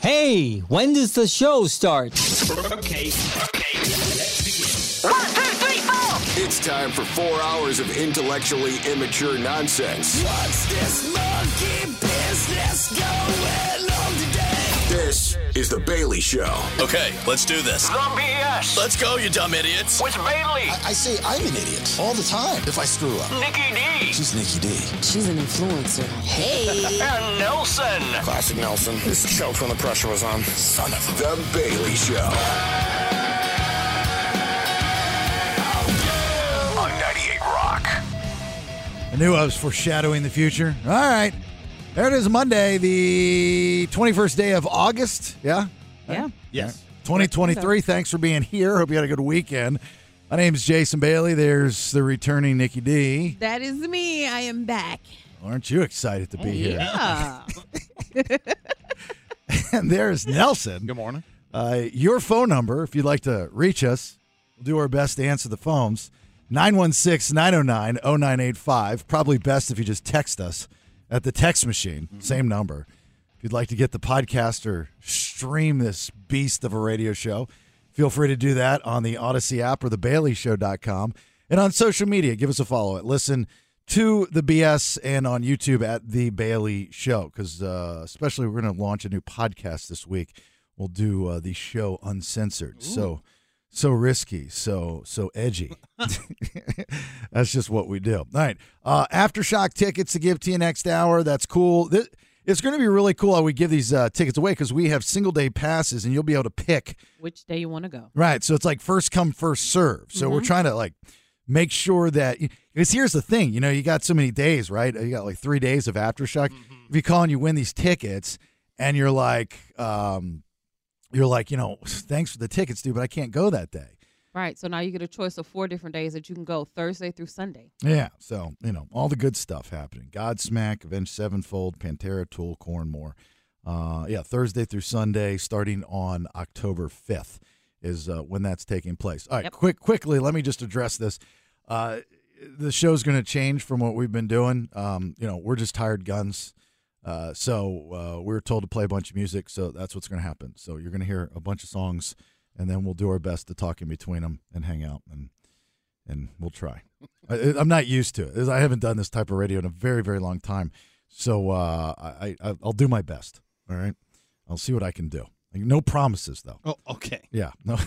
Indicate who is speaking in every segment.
Speaker 1: Hey, when does the show start?
Speaker 2: Okay, okay, let's begin.
Speaker 3: One, two, three, four.
Speaker 4: It's time for four hours of intellectually immature nonsense.
Speaker 2: What's this monkey business going on today?
Speaker 4: This is The Bailey Show.
Speaker 5: Okay, let's do this.
Speaker 3: Some BS
Speaker 5: Let's go, you dumb idiots.
Speaker 3: with Bailey,
Speaker 6: I say I'm an idiot all the time if I screw up.
Speaker 3: Nikki D,
Speaker 6: She's Nikki D.
Speaker 7: She's an influencer. Hey.
Speaker 3: and Nelson.
Speaker 8: Classic Nelson. This choked when the pressure was on. Son of
Speaker 4: The Bailey Show.
Speaker 3: On 98 Rock.
Speaker 9: I knew I was foreshadowing the future. All right. There it is, Monday, the 21st day of August. Yeah?
Speaker 7: Yeah.
Speaker 9: Yes. 2023. Thanks for being here. Hope you had a good weekend. My name is Jason Bailey. There's the returning Nikki D.
Speaker 7: That is me. I am back.
Speaker 9: Aren't you excited to be here?
Speaker 7: Yeah.
Speaker 9: And there's Nelson. Good morning. Uh, your phone number, if you'd like to reach us, we'll do our best to answer the phones. 916 909 0985. Probably best if you just text us at the text machine, same number. If you'd like to get the podcast or stream this beast of a radio show, feel free to do that on the Odyssey app or the thebaileyshow.com. And on social media, give us a follow at Listen to the BS and on YouTube at The Bailey Show. Because uh, especially we're going to launch a new podcast this week. We'll do uh, the show uncensored. So so risky, so so edgy. That's just what we do. All right, uh, aftershock tickets to give to you next hour. That's cool. This, it's going to be really cool how we give these uh, tickets away because we have single day passes, and you'll be able to pick.
Speaker 7: Which day you want to go?
Speaker 9: Right, so it's like first come, first serve. So we're trying to like make sure that because here's the thing, you know, you got so many days, right? You got like three days of aftershock. If you call and you win these tickets, and you're like, um, you're like, you know, thanks for the tickets, dude, but I can't go that day.
Speaker 7: Right. So now you get a choice of four different days that you can go Thursday through Sunday.
Speaker 9: Yeah. So, you know, all the good stuff happening. Godsmack, Avenged Sevenfold, Pantera, Tool, Corn, more. Uh, yeah, Thursday through Sunday, starting on October 5th, is uh, when that's taking place. All right,
Speaker 7: Yep.
Speaker 9: quick, quickly, let me just address this. Uh, the show's going to change from what we've been doing. Um, you know, we're just tired guns. Uh, so uh, we were told to play a bunch of music, so that's what's going to happen. So you're going to hear a bunch of songs, and then we'll do our best to talk in between them and hang out, and and we'll try. I, I'm not used to it. I haven't done this type of radio in a very very long time, so uh, I, I I'll do my best. All right, I'll see what I can do. Like, no promises though.
Speaker 10: Oh, okay.
Speaker 9: Yeah, no.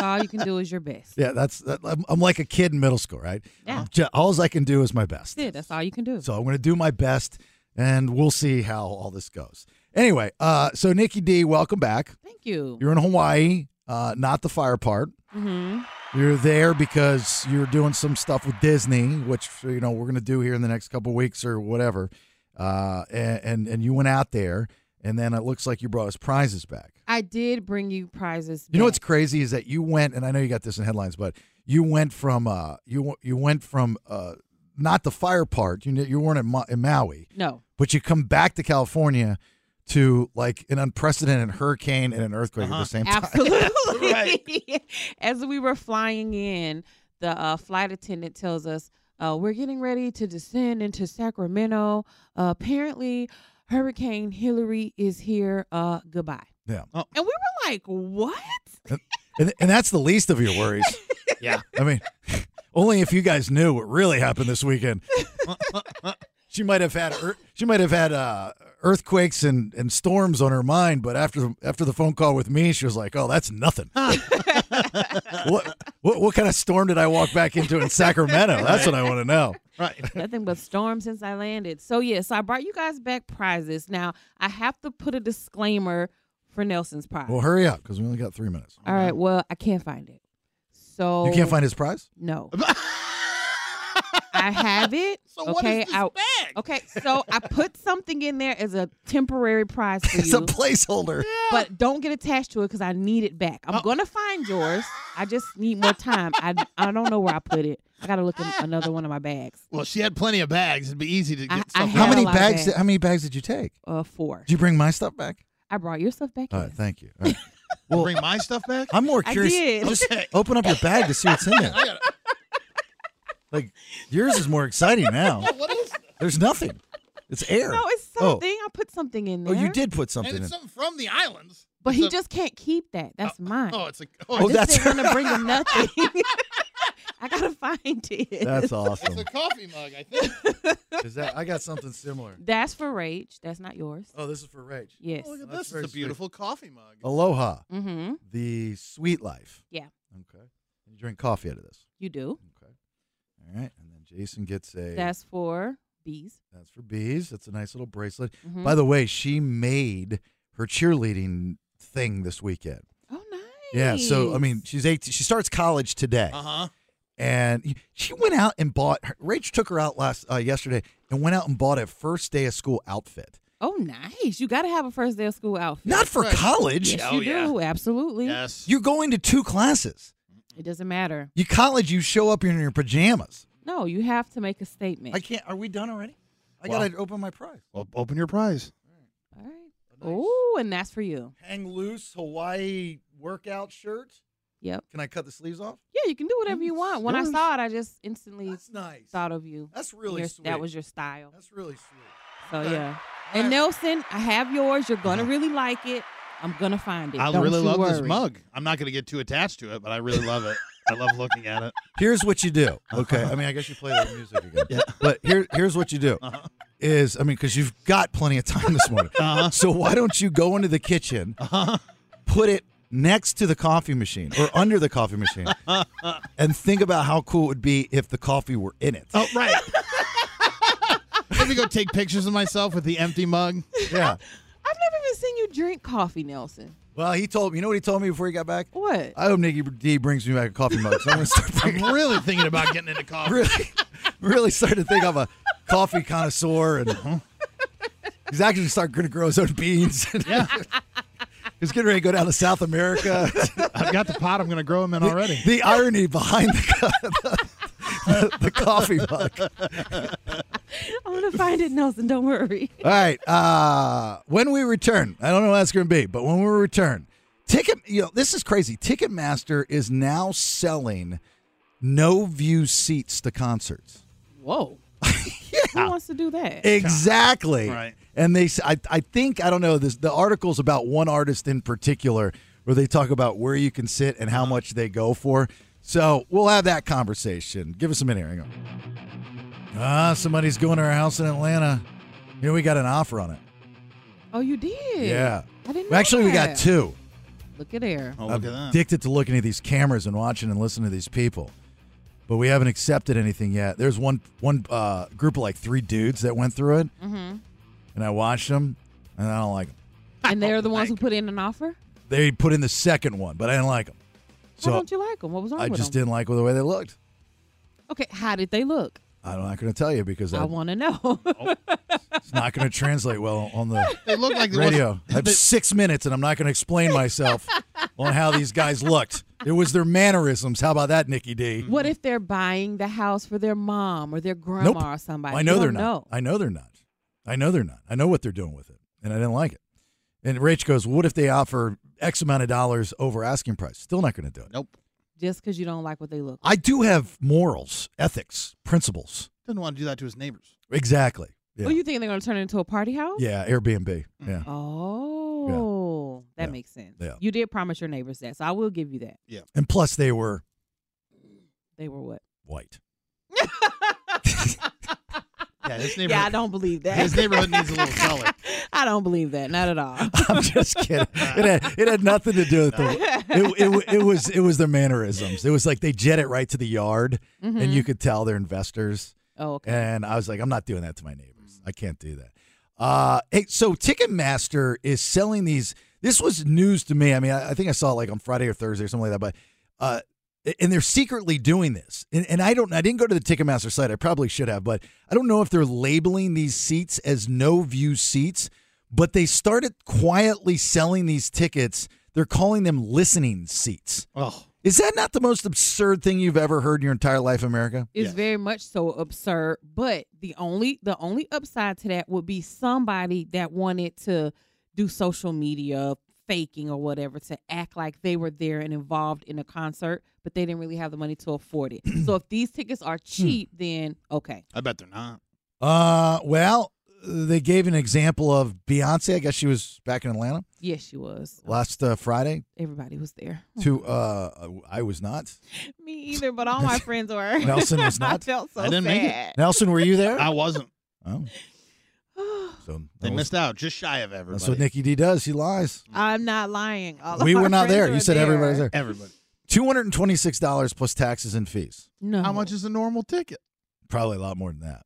Speaker 7: All you can do is your best.
Speaker 9: yeah, that's that, I'm, I'm like a kid in middle school, right?
Speaker 7: Yeah.
Speaker 9: I'm ju- All I can do is my best.
Speaker 7: That's it. That's all you can do.
Speaker 9: So I'm going to do my best, and we'll see how all this goes. Anyway, uh, so Nikki D, welcome back.
Speaker 7: Thank you.
Speaker 9: You're in Hawaii, uh, not the fire part.
Speaker 7: hmm
Speaker 9: You're there because you're doing some stuff with Disney, which you know we're going to do here in the next couple weeks or whatever. Uh, and, and and you went out there, and then it looks like you brought us prizes back.
Speaker 7: I did bring you prizes.
Speaker 9: You know
Speaker 7: back.
Speaker 9: what's crazy is that you went, and I know you got this in headlines, but you went from uh, you you went from uh, not the fire part. You you weren't in, Ma- in Maui
Speaker 7: No.
Speaker 9: but you come back to California to like an unprecedented hurricane and an earthquake at the same time.
Speaker 7: Absolutely.
Speaker 10: Right.
Speaker 7: As we were flying in, the uh, flight attendant tells us, uh, "We're getting ready to descend into Sacramento. Uh, apparently, Hurricane Hillary is here. Uh, goodbye."
Speaker 9: Yeah.
Speaker 7: And we were like, "What?"
Speaker 9: And, and that's the least of your worries.
Speaker 10: Yeah.
Speaker 9: I mean, only if you guys knew what really happened this weekend. she might have had ear- she might have had uh, earthquakes and, and storms on her mind, but after the, after the phone call with me, she was like, "Oh, that's nothing." what, what what kind of storm did I walk back into in Sacramento? That's what I want to know.
Speaker 10: Right.
Speaker 7: Nothing but storm since I landed. So yeah, so I brought you guys back prizes. Now I have to put a disclaimer for Nelson's prize.
Speaker 9: Well, hurry up because we only got three minutes.
Speaker 7: All right. Well, I can't find it. So
Speaker 9: You
Speaker 7: Oh,
Speaker 9: can't find his prize.
Speaker 7: No. I have it.
Speaker 10: So
Speaker 7: okay,
Speaker 10: what is this
Speaker 7: I,
Speaker 10: bag?
Speaker 7: Okay, so I put something in there as a temporary prize for
Speaker 9: It's a
Speaker 7: you,
Speaker 9: placeholder.
Speaker 7: but don't get attached to it because I need it back.
Speaker 9: Oh.
Speaker 7: I'm gonna find yours. I just need more time. I I don't know where I put it. I gotta look in another one of my bags.
Speaker 10: Well, she had plenty of bags. It'd be easy to get
Speaker 7: I- I
Speaker 10: stuff.
Speaker 7: had
Speaker 9: How many
Speaker 7: a lot of
Speaker 9: bags?
Speaker 7: bags.
Speaker 9: Did, how many bags did you take?
Speaker 7: Uh, four.
Speaker 9: Did you bring my stuff back?
Speaker 7: I brought your stuff back.
Speaker 9: All right,
Speaker 7: in.
Speaker 9: thank you. All right.
Speaker 10: Well, bring my stuff back.
Speaker 9: I'm more
Speaker 7: I
Speaker 9: curious.
Speaker 7: did.
Speaker 9: Just open up your bag to see what's in there. Like yours is more exciting now.
Speaker 10: What is?
Speaker 9: There's nothing. It's air.
Speaker 7: No, it's
Speaker 9: Oh.
Speaker 7: something. I put something in
Speaker 9: Oh,
Speaker 7: there.
Speaker 9: you did put
Speaker 10: And
Speaker 9: something in.
Speaker 10: it's something from the islands.
Speaker 7: But he
Speaker 10: It's a-
Speaker 7: just can't keep that. That's mine.
Speaker 10: Oh, it's like oh,
Speaker 9: Oh,
Speaker 10: it's,
Speaker 9: that's-
Speaker 7: this ain't gonna bring him nothing. I gotta find it.
Speaker 9: That's
Speaker 10: it's
Speaker 9: awesome.
Speaker 10: a coffee mug, I think.
Speaker 9: Is that I got something similar.
Speaker 7: That's for Rach. That's not yours.
Speaker 9: Oh, this is for Rach.
Speaker 7: Yes.
Speaker 10: Oh, look at
Speaker 9: That's
Speaker 10: this.
Speaker 9: very
Speaker 10: It's a
Speaker 9: sweet.
Speaker 10: beautiful coffee mug.
Speaker 9: Aloha,
Speaker 7: Mm-hmm.
Speaker 9: the sweet life.
Speaker 7: Yeah.
Speaker 9: Okay. You drink coffee out of this.
Speaker 7: You do.
Speaker 9: Okay. All right. And then Jason gets a
Speaker 7: That's for bees.
Speaker 9: that's for bees. That's a nice little bracelet.
Speaker 7: Mhm.
Speaker 9: By the way, she made her cheerleading thing this weekend.
Speaker 7: Oh, nice.
Speaker 9: Yeah. So I mean, she's 18. She starts college today,
Speaker 10: Uh huh.
Speaker 9: and she went out and bought. Rach took her out last uh, yesterday and went out and bought a first day of school outfit.
Speaker 7: oh, nice. You gotta have a first day of school outfit.
Speaker 9: Not for college.
Speaker 7: Yes,
Speaker 10: Oh,
Speaker 7: you do. Absolutely.
Speaker 10: Yes.
Speaker 9: You're going to two classes.
Speaker 7: It doesn't matter.
Speaker 9: You college, you show up you're in your pajamas.
Speaker 7: No, you have to make a statement.
Speaker 9: I can't. Are we done already? I
Speaker 10: Wow.
Speaker 9: gotta open my prize.
Speaker 10: Well, open your prize.
Speaker 7: All right. Oh, and that's for you.
Speaker 9: Hang loose Hawaii workout shirt.
Speaker 7: Yep.
Speaker 9: Can I cut the sleeves off?
Speaker 7: Yeah, you can do whatever you want. When I
Speaker 9: Yours.
Speaker 7: saw it, I just instantly
Speaker 9: That's nice.
Speaker 7: thought of you.
Speaker 9: That's really
Speaker 7: Your-
Speaker 9: sweet.
Speaker 7: That was your style.
Speaker 9: That's really sweet.
Speaker 7: So
Speaker 9: Okay.
Speaker 7: yeah.
Speaker 9: All
Speaker 7: And
Speaker 9: right.
Speaker 7: Nelson, I have yours. You're
Speaker 9: Uh-huh.
Speaker 7: gonna really like it. I'm gonna find it.
Speaker 10: I
Speaker 7: Don't
Speaker 10: really
Speaker 7: you
Speaker 10: love this
Speaker 7: worry.
Speaker 10: mug. I'm not going to get too attached to it, but I really love it. I love looking at it.
Speaker 9: Here's what you do. Okay. I mean, I guess you play the music again. Uh-huh. yeah. Uh-huh. But here, here's what you do. Is I mean, because you've got plenty of time this morning.
Speaker 10: Uh-huh.
Speaker 9: So why don't you go into the kitchen, put it next to the coffee machine or under the coffee machine, and think about how cool it would be if the coffee were in it.
Speaker 10: Oh, right. Let me go take pictures of myself with the empty mug.
Speaker 9: Yeah.
Speaker 7: I've never even seen you drink coffee, Nelson.
Speaker 9: Well, he told me. You know what he told me before he got back?
Speaker 7: What?
Speaker 9: I hope Nikki D brings me back a coffee mug. So I'm gonna start
Speaker 10: I'm really thinking about getting into coffee.
Speaker 9: really, really starting to think I'm a coffee connoisseur, and he's actually starting to grow his own beans.
Speaker 10: Yeah.
Speaker 9: he's getting ready to go down to South America.
Speaker 10: I've got the pot. I'm going to grow them in already.
Speaker 9: the irony behind the, the, the coffee mug.
Speaker 7: I'm gonna find it, Nelson. Don't worry.
Speaker 9: All right. Uh, when we return, I don't know what that's going to be, but when we return, ticket. You know, this is crazy. Ticketmaster is now selling no view seats to concerts.
Speaker 7: Whoa. Who wants to do that?
Speaker 9: Exactly.
Speaker 10: Right.
Speaker 9: And they, s- I, I think, I don't know, this, the article's about one artist in particular where they talk about where you can sit and how much they go for. So we'll have that conversation. Give us a minute. Hang on. Ah, somebody's going to our house in Atlanta. You know, we got an offer on it.
Speaker 7: oh, you did.
Speaker 9: Yeah.
Speaker 7: I didn't. Know
Speaker 9: Actually, we got
Speaker 7: that.
Speaker 9: two.
Speaker 7: Look at there.
Speaker 10: Oh,
Speaker 9: I'm addicted to looking at these cameras and watching and listening to these people. But we haven't accepted anything yet. There's one one uh, group of like three dudes that went through it, mm-hmm. and I watched them, and I don't like 'em.
Speaker 7: And they're the ones who put in an offer.
Speaker 9: They put in the second one, but I didn't like them.
Speaker 7: Why
Speaker 9: So
Speaker 7: don't you like them? What was wrong
Speaker 9: I
Speaker 7: with
Speaker 9: just
Speaker 7: them?
Speaker 9: didn't like the way they looked.
Speaker 7: Okay, how did they look?
Speaker 9: I'm not going to tell you because
Speaker 7: I
Speaker 9: that-
Speaker 7: want to know.
Speaker 9: it's not going to translate well on the
Speaker 10: They look like they wasn't-
Speaker 9: radio. I have six minutes, and I'm not going to explain myself on how these guys looked. It was their mannerisms. How about that, Nikki D?
Speaker 7: what if they're buying the house for their mom or their grandma
Speaker 9: Nope.
Speaker 7: or somebody?
Speaker 9: I
Speaker 7: You
Speaker 9: know they're not.
Speaker 7: don't know.
Speaker 9: I know they're not. I know they're not. I know what they're doing with it, and I didn't like it. And Rach goes, "What if they offer X amount of dollars over asking price? Still not going to do it.
Speaker 10: Nope.
Speaker 7: Just because you don't like what they look.
Speaker 9: I do have morals, ethics, principles.
Speaker 10: Didn't want to do that to his neighbors.
Speaker 9: Exactly. Yeah.
Speaker 7: Well, you Mm-hmm. think they're going to turn it into a party house?
Speaker 9: yeah. Airbnb. Yeah.
Speaker 7: Oh, that
Speaker 9: Yeah.
Speaker 7: makes sense.
Speaker 9: Yeah.
Speaker 7: You did promise your neighbors that, so I will give you that.
Speaker 9: And plus, they were
Speaker 7: They were what?
Speaker 9: white.
Speaker 10: Yeah, his
Speaker 7: Yeah, I don't believe that.
Speaker 10: His neighborhood needs a little color.
Speaker 7: I don't believe that. Not at all.
Speaker 9: I'm just kidding. It had, it had nothing to do with the. It, it, it was it was their mannerisms. It was like they jet it right to the yard,
Speaker 7: Mm-hmm.
Speaker 9: and you could tell they're investors.
Speaker 7: Oh, okay.
Speaker 9: And I was like, I'm not doing that to my neighbors. I can't do that. Uh, hey, so Ticketmaster is selling these. This was news to me. I mean, I, I think I saw it like on Friday or Thursday or something like that. But uh, and they're secretly doing this. And, and I don't. I didn't go to the Ticketmaster site. I probably should have, but I don't know if they're labeling these seats as no view seats. But they started quietly selling these tickets. They're calling them listening seats.
Speaker 10: Oh,
Speaker 9: Is that not the most absurd thing you've ever heard in your entire life, America?
Speaker 7: It's
Speaker 10: Yes.
Speaker 7: very much so absurd, but the only the only upside to that would be somebody that wanted to do social media faking or whatever to act like they were there and involved in a concert, but they didn't really have the money to afford
Speaker 9: Hmm.
Speaker 7: it. so if these tickets are cheap, then okay.
Speaker 10: I bet they're not.
Speaker 9: Uh, well, they gave an example of Beyonce. I guess she was back in Atlanta
Speaker 7: Yes, she was.
Speaker 9: last uh, Friday.
Speaker 7: Everybody was there.
Speaker 10: Hmm.
Speaker 9: To uh, I was not.
Speaker 7: Me either, but all my friends were.
Speaker 9: Nelson was not?
Speaker 7: I felt so
Speaker 10: I didn't make it.
Speaker 7: sad.
Speaker 9: Nelson, were you there?
Speaker 10: I wasn't.
Speaker 9: oh, so
Speaker 10: They
Speaker 9: that was-
Speaker 10: missed out. Just shy of everybody.
Speaker 9: That's what Nikki D does. He lies.
Speaker 7: I'm not lying. All of
Speaker 9: we
Speaker 7: my
Speaker 9: were not
Speaker 7: friends
Speaker 9: there. You said everybody's there.
Speaker 10: Everybody.
Speaker 9: Two hundred and twenty-six dollars plus taxes and fees.
Speaker 7: No.
Speaker 10: How much is a normal ticket?
Speaker 9: Probably a lot more than that.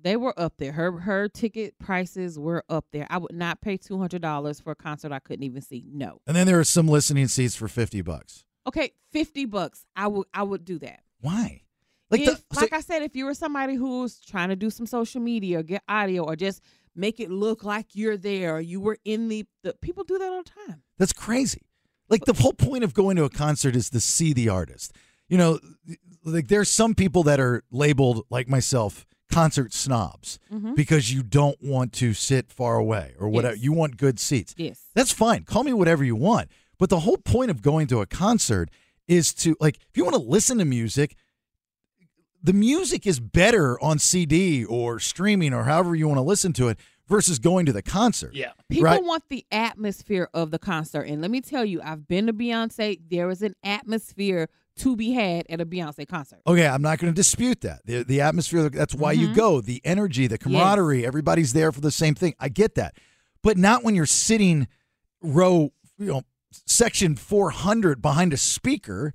Speaker 7: They were up there. Her her ticket prices were up there. I would not pay two hundred dollars for a concert I couldn't even see. No.
Speaker 9: And then there are some listening seats for fifty bucks.
Speaker 7: Okay, fifty bucks. I would I would do that.
Speaker 9: Why?
Speaker 7: Like,
Speaker 9: Like, the,
Speaker 7: if, like I said, if you were somebody who's trying to do some social media or get audio or just make it look like you're there or you were in the, the people do that all the time.
Speaker 9: that's crazy. Like the whole point of going to a concert is to see the artist. You know, like there's some people that are labeled like myself concert snobs because you don't want to sit far away or whatever.
Speaker 7: Yes.
Speaker 9: You want good seats.
Speaker 7: Yes.
Speaker 9: That's fine. Call me whatever you want. But the whole point of going to a concert is to like if you want to listen to music, the music is better on CD or streaming or however you want to listen to it versus going to the concert.
Speaker 10: Yeah.
Speaker 7: People
Speaker 9: Right.
Speaker 7: want the atmosphere of the concert. And let me tell you, I've been to Beyonce. There is an atmosphere to be had at a Beyonce concert.
Speaker 9: Okay, I'm not going to dispute that. The, the atmosphere, that's why you go, the energy, the camaraderie, everybody's there for the same thing. I get that. But not when you're sitting row, you know, section 400 behind a speaker,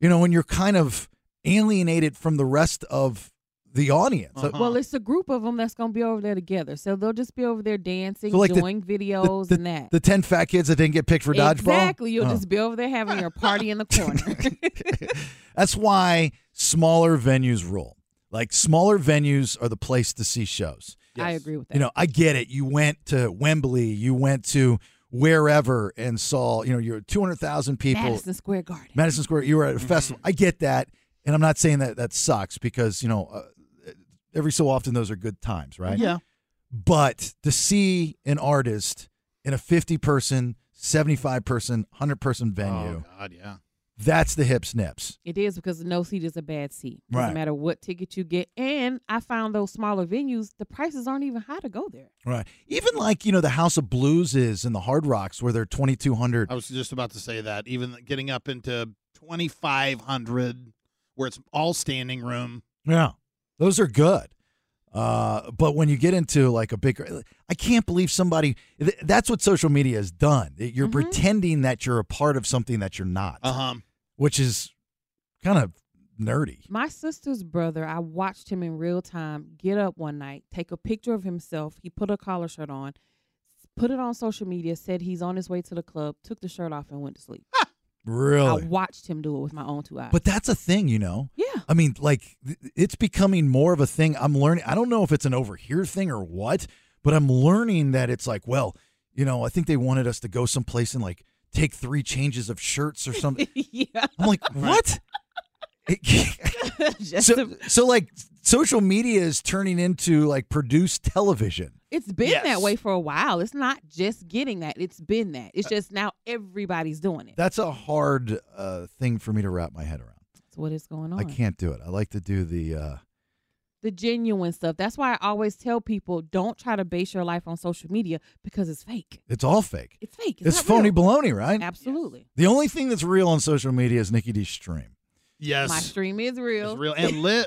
Speaker 9: you know, and you're kind of alienated from the rest of the audience. So-
Speaker 7: Well, it's a group of them that's going to be over there together. So they'll just be over there dancing,
Speaker 9: So, like, the-
Speaker 7: doing
Speaker 9: the-
Speaker 7: videos
Speaker 9: the,
Speaker 7: and that.
Speaker 9: The 10 fat kids that didn't get picked for dodgeball.
Speaker 7: Exactly. You'll
Speaker 9: Oh.
Speaker 7: just be over there having your party in the corner.
Speaker 9: That's why smaller venues rule. Like smaller venues are the place to see shows.
Speaker 7: I agree with that.
Speaker 9: You know, I get it. You went to Wembley, you went to wherever and saw, you know, you're 200,000 people.
Speaker 7: Madison Square Garden.
Speaker 9: Madison Square, you were at a festival. I get that. And I'm not saying that that sucks because, you know, uh, every so often those are good times, right?
Speaker 10: Yeah.
Speaker 9: But to see an artist in a 50 person, 75 person, 100 person venue,
Speaker 10: Oh God, yeah.
Speaker 9: that's the hip snips.
Speaker 7: It is because no seat is a bad seat. Doesn't
Speaker 9: Right.
Speaker 7: matter what ticket you get. And I found those smaller venues, the prices aren't even high to go there.
Speaker 9: Right. Even like, you know, the House of Blues is and the Hard Rocks where they're 2,200.
Speaker 10: I was just about to say that. Even getting up into twenty five hundred, where it's all standing room.
Speaker 9: Yeah. Those are good. Uh, but when you get into like a big, I can't believe somebody, th- that's what social media has done. It- You're pretending that you're a part of something that you're not,
Speaker 10: Uh huh.
Speaker 9: which is kind of nerdy.
Speaker 7: My sister's brother, I watched him in real time get up one night, take a picture of himself. He put a collar shirt on, put it on social media, said he's on his way to the club, took the shirt off and went to sleep. I
Speaker 9: Really?
Speaker 7: watched him do it with my own two eyes.
Speaker 9: But that's a thing, you know?
Speaker 7: yeah.
Speaker 9: I mean, like th- it's becoming more of a thing. I'm learning. I don't know if it's an over here thing or what, but I'm learning that it's like, well, you know, I think they wanted us to go someplace and like take three changes of shirts or something.
Speaker 7: yeah.
Speaker 9: I'm like, what?
Speaker 7: Just
Speaker 9: so,
Speaker 7: a-
Speaker 9: so like social media is turning into like produced television.
Speaker 7: it's been that
Speaker 10: Yes.
Speaker 7: way for a while. It's not just getting that. It's been that.
Speaker 9: Uh,
Speaker 7: It's just now everybody's doing it.
Speaker 9: That's a hard uh, thing for me to wrap my head around.
Speaker 7: That's what is going on.
Speaker 9: I can't do it. I like to do the uh,
Speaker 7: the genuine stuff. That's why I always tell people don't try to base your life on social media because it's fake.
Speaker 9: it's all fake.
Speaker 7: It's fake.
Speaker 9: It's,
Speaker 7: not
Speaker 9: phony
Speaker 7: real.
Speaker 9: baloney, right?
Speaker 7: Absolutely.
Speaker 9: The only thing that's real on social media is Nikki D's stream.
Speaker 10: Yes.
Speaker 7: My stream is real.
Speaker 10: It's real and lit.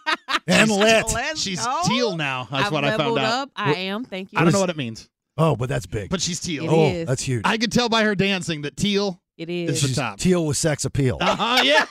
Speaker 9: and lit.
Speaker 7: Let's
Speaker 10: she's
Speaker 7: go.
Speaker 10: teal now. That's
Speaker 7: I've
Speaker 10: what I found
Speaker 7: leveled
Speaker 10: out.
Speaker 7: up. I am. Thank you.
Speaker 10: I don't know what it means,
Speaker 9: Oh, but that's big.
Speaker 10: but she's teal.
Speaker 7: It
Speaker 9: oh,
Speaker 7: is.
Speaker 9: that's huge.
Speaker 10: I could tell by her dancing that teal.
Speaker 7: it
Speaker 10: It's
Speaker 7: is.
Speaker 10: the
Speaker 9: She's
Speaker 10: top.
Speaker 9: Teal with sex appeal.
Speaker 10: Uh huh. Yeah.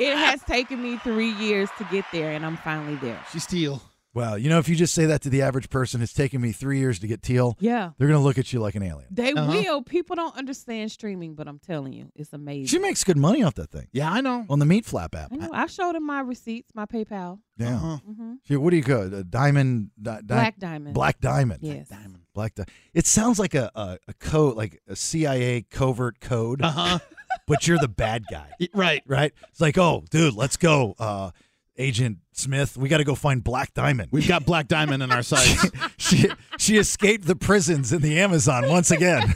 Speaker 7: it has taken me three years to get there, and I'm finally there.
Speaker 10: she's teal.
Speaker 9: Wow, you know, if you just say that to the average person, it's taken me three years to get teal.
Speaker 7: Yeah.
Speaker 9: They're gonna look at you like an alien.
Speaker 7: They
Speaker 10: Uh-huh.
Speaker 7: will. People don't understand streaming, but I'm telling you, it's amazing.
Speaker 9: She makes good money off that thing
Speaker 10: Yeah, I know.
Speaker 9: on the Meat Flap app.
Speaker 7: I know. I showed him my receipts, my PayPal.
Speaker 9: Yeah.
Speaker 10: Uh-huh.
Speaker 7: hmm
Speaker 9: She- what do you call it? A diamond? Di- di-
Speaker 7: Black Diamond.
Speaker 9: Black diamond.
Speaker 7: Yes.
Speaker 9: Black di- It sounds like a, a a code, like a CIA covert code,
Speaker 10: Uh huh.
Speaker 9: but you're the bad guy,
Speaker 10: right.
Speaker 9: right? It's like, oh, dude, let's go, uh, Agent Smith. We got to go find Black Diamond.
Speaker 10: We've got Black Diamond in our sights.
Speaker 9: she she escaped the prisons in the Amazon once again.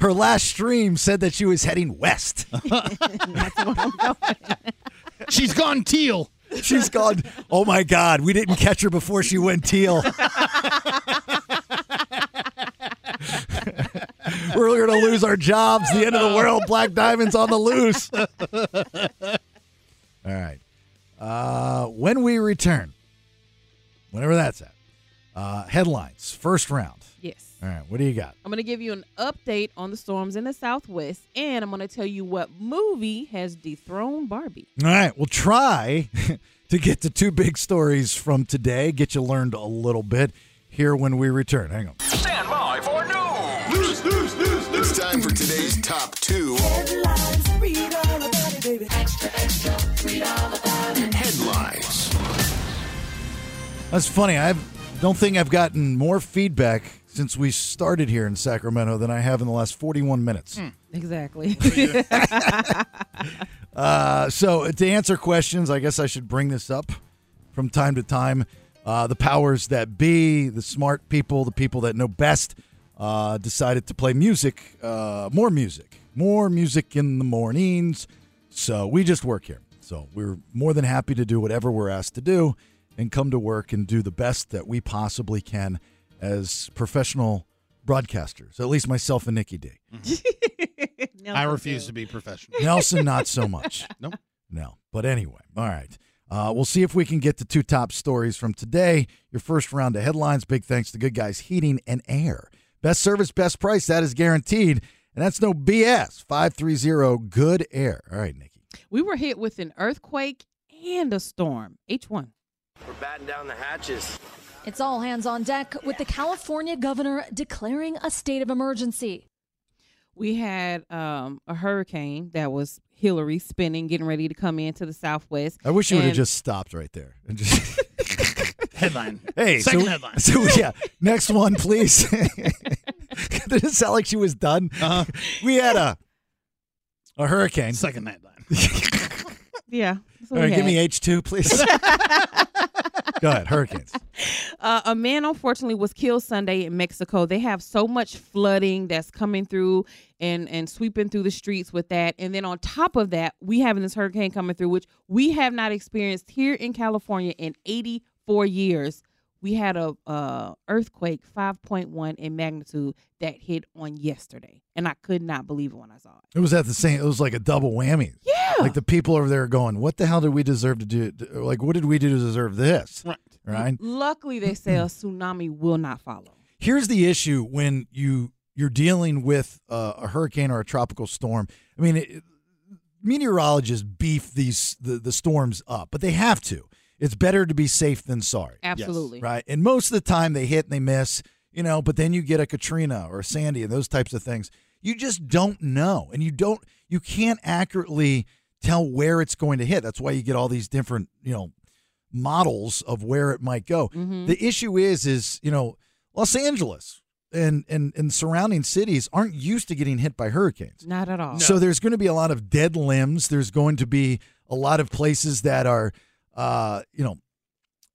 Speaker 9: Her last stream said that she was heading west.
Speaker 10: she's gone teal.
Speaker 9: She's gone. Oh my God, we didn't catch her before she went teal. We're going to lose our jobs. The end of the world. Black Diamond's on the loose. All right. Uh, when we return, whenever that's at, uh, headlines, first round.
Speaker 7: Yes.
Speaker 9: All right, what do you got?
Speaker 7: I'm going to give you an update on the storms in the Southwest, and I'm going to tell you what movie has dethroned Barbie.
Speaker 9: All right, we'll try to get to two big stories from today, get you learned a little bit here when we return. Hang on.
Speaker 3: Stand by for news.
Speaker 4: It's time for today's top two headlines.
Speaker 9: That's funny. I don't think I've gotten more feedback since we started here in Sacramento than I have in the last 41 minutes.
Speaker 7: Exactly.
Speaker 9: Uh, so, to answer questions, I guess I should bring this up from time to time. Uh, the powers that be, the smart people, the people that know best, uh, decided to play music, uh, more music, more music in the mornings. So, we just work here. So, we're more than happy to do whatever we're asked to do and come to work and do the best that we possibly can as professional broadcasters, at least myself and Nikki D.
Speaker 7: No,
Speaker 10: I
Speaker 7: thank
Speaker 10: refuse
Speaker 7: you.
Speaker 10: to be professional.
Speaker 9: Nelson, not so much.
Speaker 10: Nope.
Speaker 9: No. But anyway, all right. Uh, we'll see if we can get the two top stories from today. Your first round of headlines. Big thanks to Good Guys Heating and Air. Best service, best price. That is guaranteed. And that's no BS. 530 Good Air. All right, Nikki.
Speaker 7: We were hit with an earthquake and a storm. H one.
Speaker 2: We're batting down the hatches.
Speaker 11: It's all hands on deck with the California governor declaring a state of emergency.
Speaker 7: We had um, a hurricane that was Hillary spinning, getting ready to come into the Southwest.
Speaker 9: I wish you would have
Speaker 7: And-
Speaker 9: just stopped right there. And just,
Speaker 10: Headline.
Speaker 9: hey,
Speaker 10: Second
Speaker 9: so,
Speaker 10: headline.
Speaker 9: So, yeah, next one, please. Did it sound like she was done?
Speaker 10: Uh-huh.
Speaker 9: We had a a hurricane.
Speaker 10: Second headline.
Speaker 7: Yeah. that's what
Speaker 9: All right,
Speaker 7: we
Speaker 9: give
Speaker 7: had.
Speaker 9: me H2, please. Go ahead, Hurricanes.
Speaker 7: Uh, a man unfortunately was killed Sunday in Mexico. They have so much flooding that's coming through and and sweeping through the streets with that. And then on top of that, we having this hurricane coming through, which we have not experienced here in California in 84 years. We had a uh, earthquake 5.1 in magnitude that hit on yesterday, and I could not believe it when I saw it.
Speaker 9: It was at the same, it was like a double whammy. Yeah. Like the people over there are going, what the hell did we deserve to do? Like, what did we do to deserve this?
Speaker 10: Right.
Speaker 9: Right.
Speaker 7: Luckily, they say a tsunami will not follow.
Speaker 9: Here's the issue when you, you're dealing with a, a hurricane or a tropical storm. I mean, it, meteorologists beef these, the, the storms up, but they have to. It's better to be safe than sorry.
Speaker 7: Absolutely.
Speaker 9: Right. And most of the time they hit and they miss, you know, but then you get a Katrina or a Sandy and those types of things. You just don't know. And you don't, you can't accurately tell where it's going to hit. That's why you get all these different, you know, models of where it might go. The issue is, is, you know, Los Angeles and, and, and surrounding cities aren't used to getting hit by hurricanes.
Speaker 7: Not at all.
Speaker 9: So there's going to be a lot of dead limbs. There's going to be a lot of places that are, uh, you know,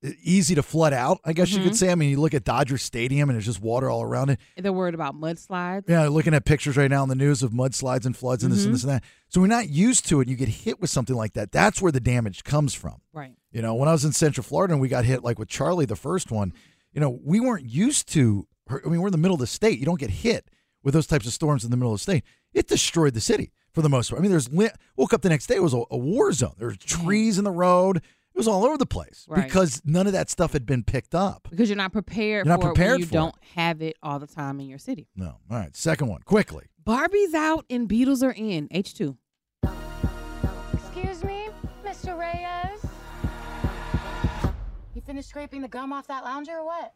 Speaker 9: e- easy to flood out. I guess you could say. I mean, you look at Dodger Stadium and there's just water all around it.
Speaker 7: They're worried about mudslides.
Speaker 9: Yeah, looking at pictures right now on the news of mudslides and floods and this and this and that. So we're not used to it. You get hit with something like that. That's where the damage comes from.
Speaker 7: Right.
Speaker 9: You know, when I was in Central Florida and we got hit like with Charlie, the first one, you know, we weren't used to. I mean, we're in the middle of the state. You don't get hit with those types of storms in the middle of the state. It destroyed the city for the most part. I mean, there's li- woke up the next day it was a, a war zone. There were trees in the road. It was all over the place
Speaker 7: Right.
Speaker 9: because none of that stuff had been picked up.
Speaker 7: because you're not prepared
Speaker 9: You're not
Speaker 7: for it
Speaker 9: prepared
Speaker 7: when you
Speaker 9: for it.
Speaker 7: don't have it all the time in your city.
Speaker 9: No. All right. Second one, quickly.
Speaker 7: Barbie's out and Beatles are in. H2.
Speaker 11: Excuse me, Mr. Reyes. You finished scraping the gum off that lounger or what?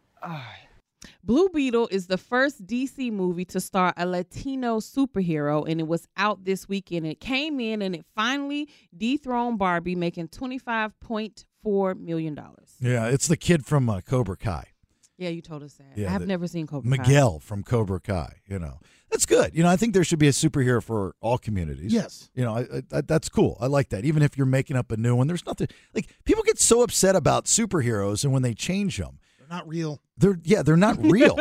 Speaker 7: Blue Beetle is the first DC movie to star a Latino superhero, and it was out this weekend. It came in and it finally dethroned Barbie, making $25.4 million.
Speaker 9: Yeah, it's the kid from uh, Cobra Kai.
Speaker 7: Yeah, you told us that.
Speaker 9: Yeah,
Speaker 7: I've
Speaker 9: the-
Speaker 7: never seen Cobra Kai.
Speaker 9: Miguel from Cobra Kai. You know, that's good. You know, I think there should be a superhero for all communities.
Speaker 10: Yes.
Speaker 9: You know, I, I, that- that's cool. I like that. Even if you're making up a new one, there's nothing like people get so upset about superheroes and when they change them,
Speaker 10: They're not real.
Speaker 9: they're yeah, they're not real.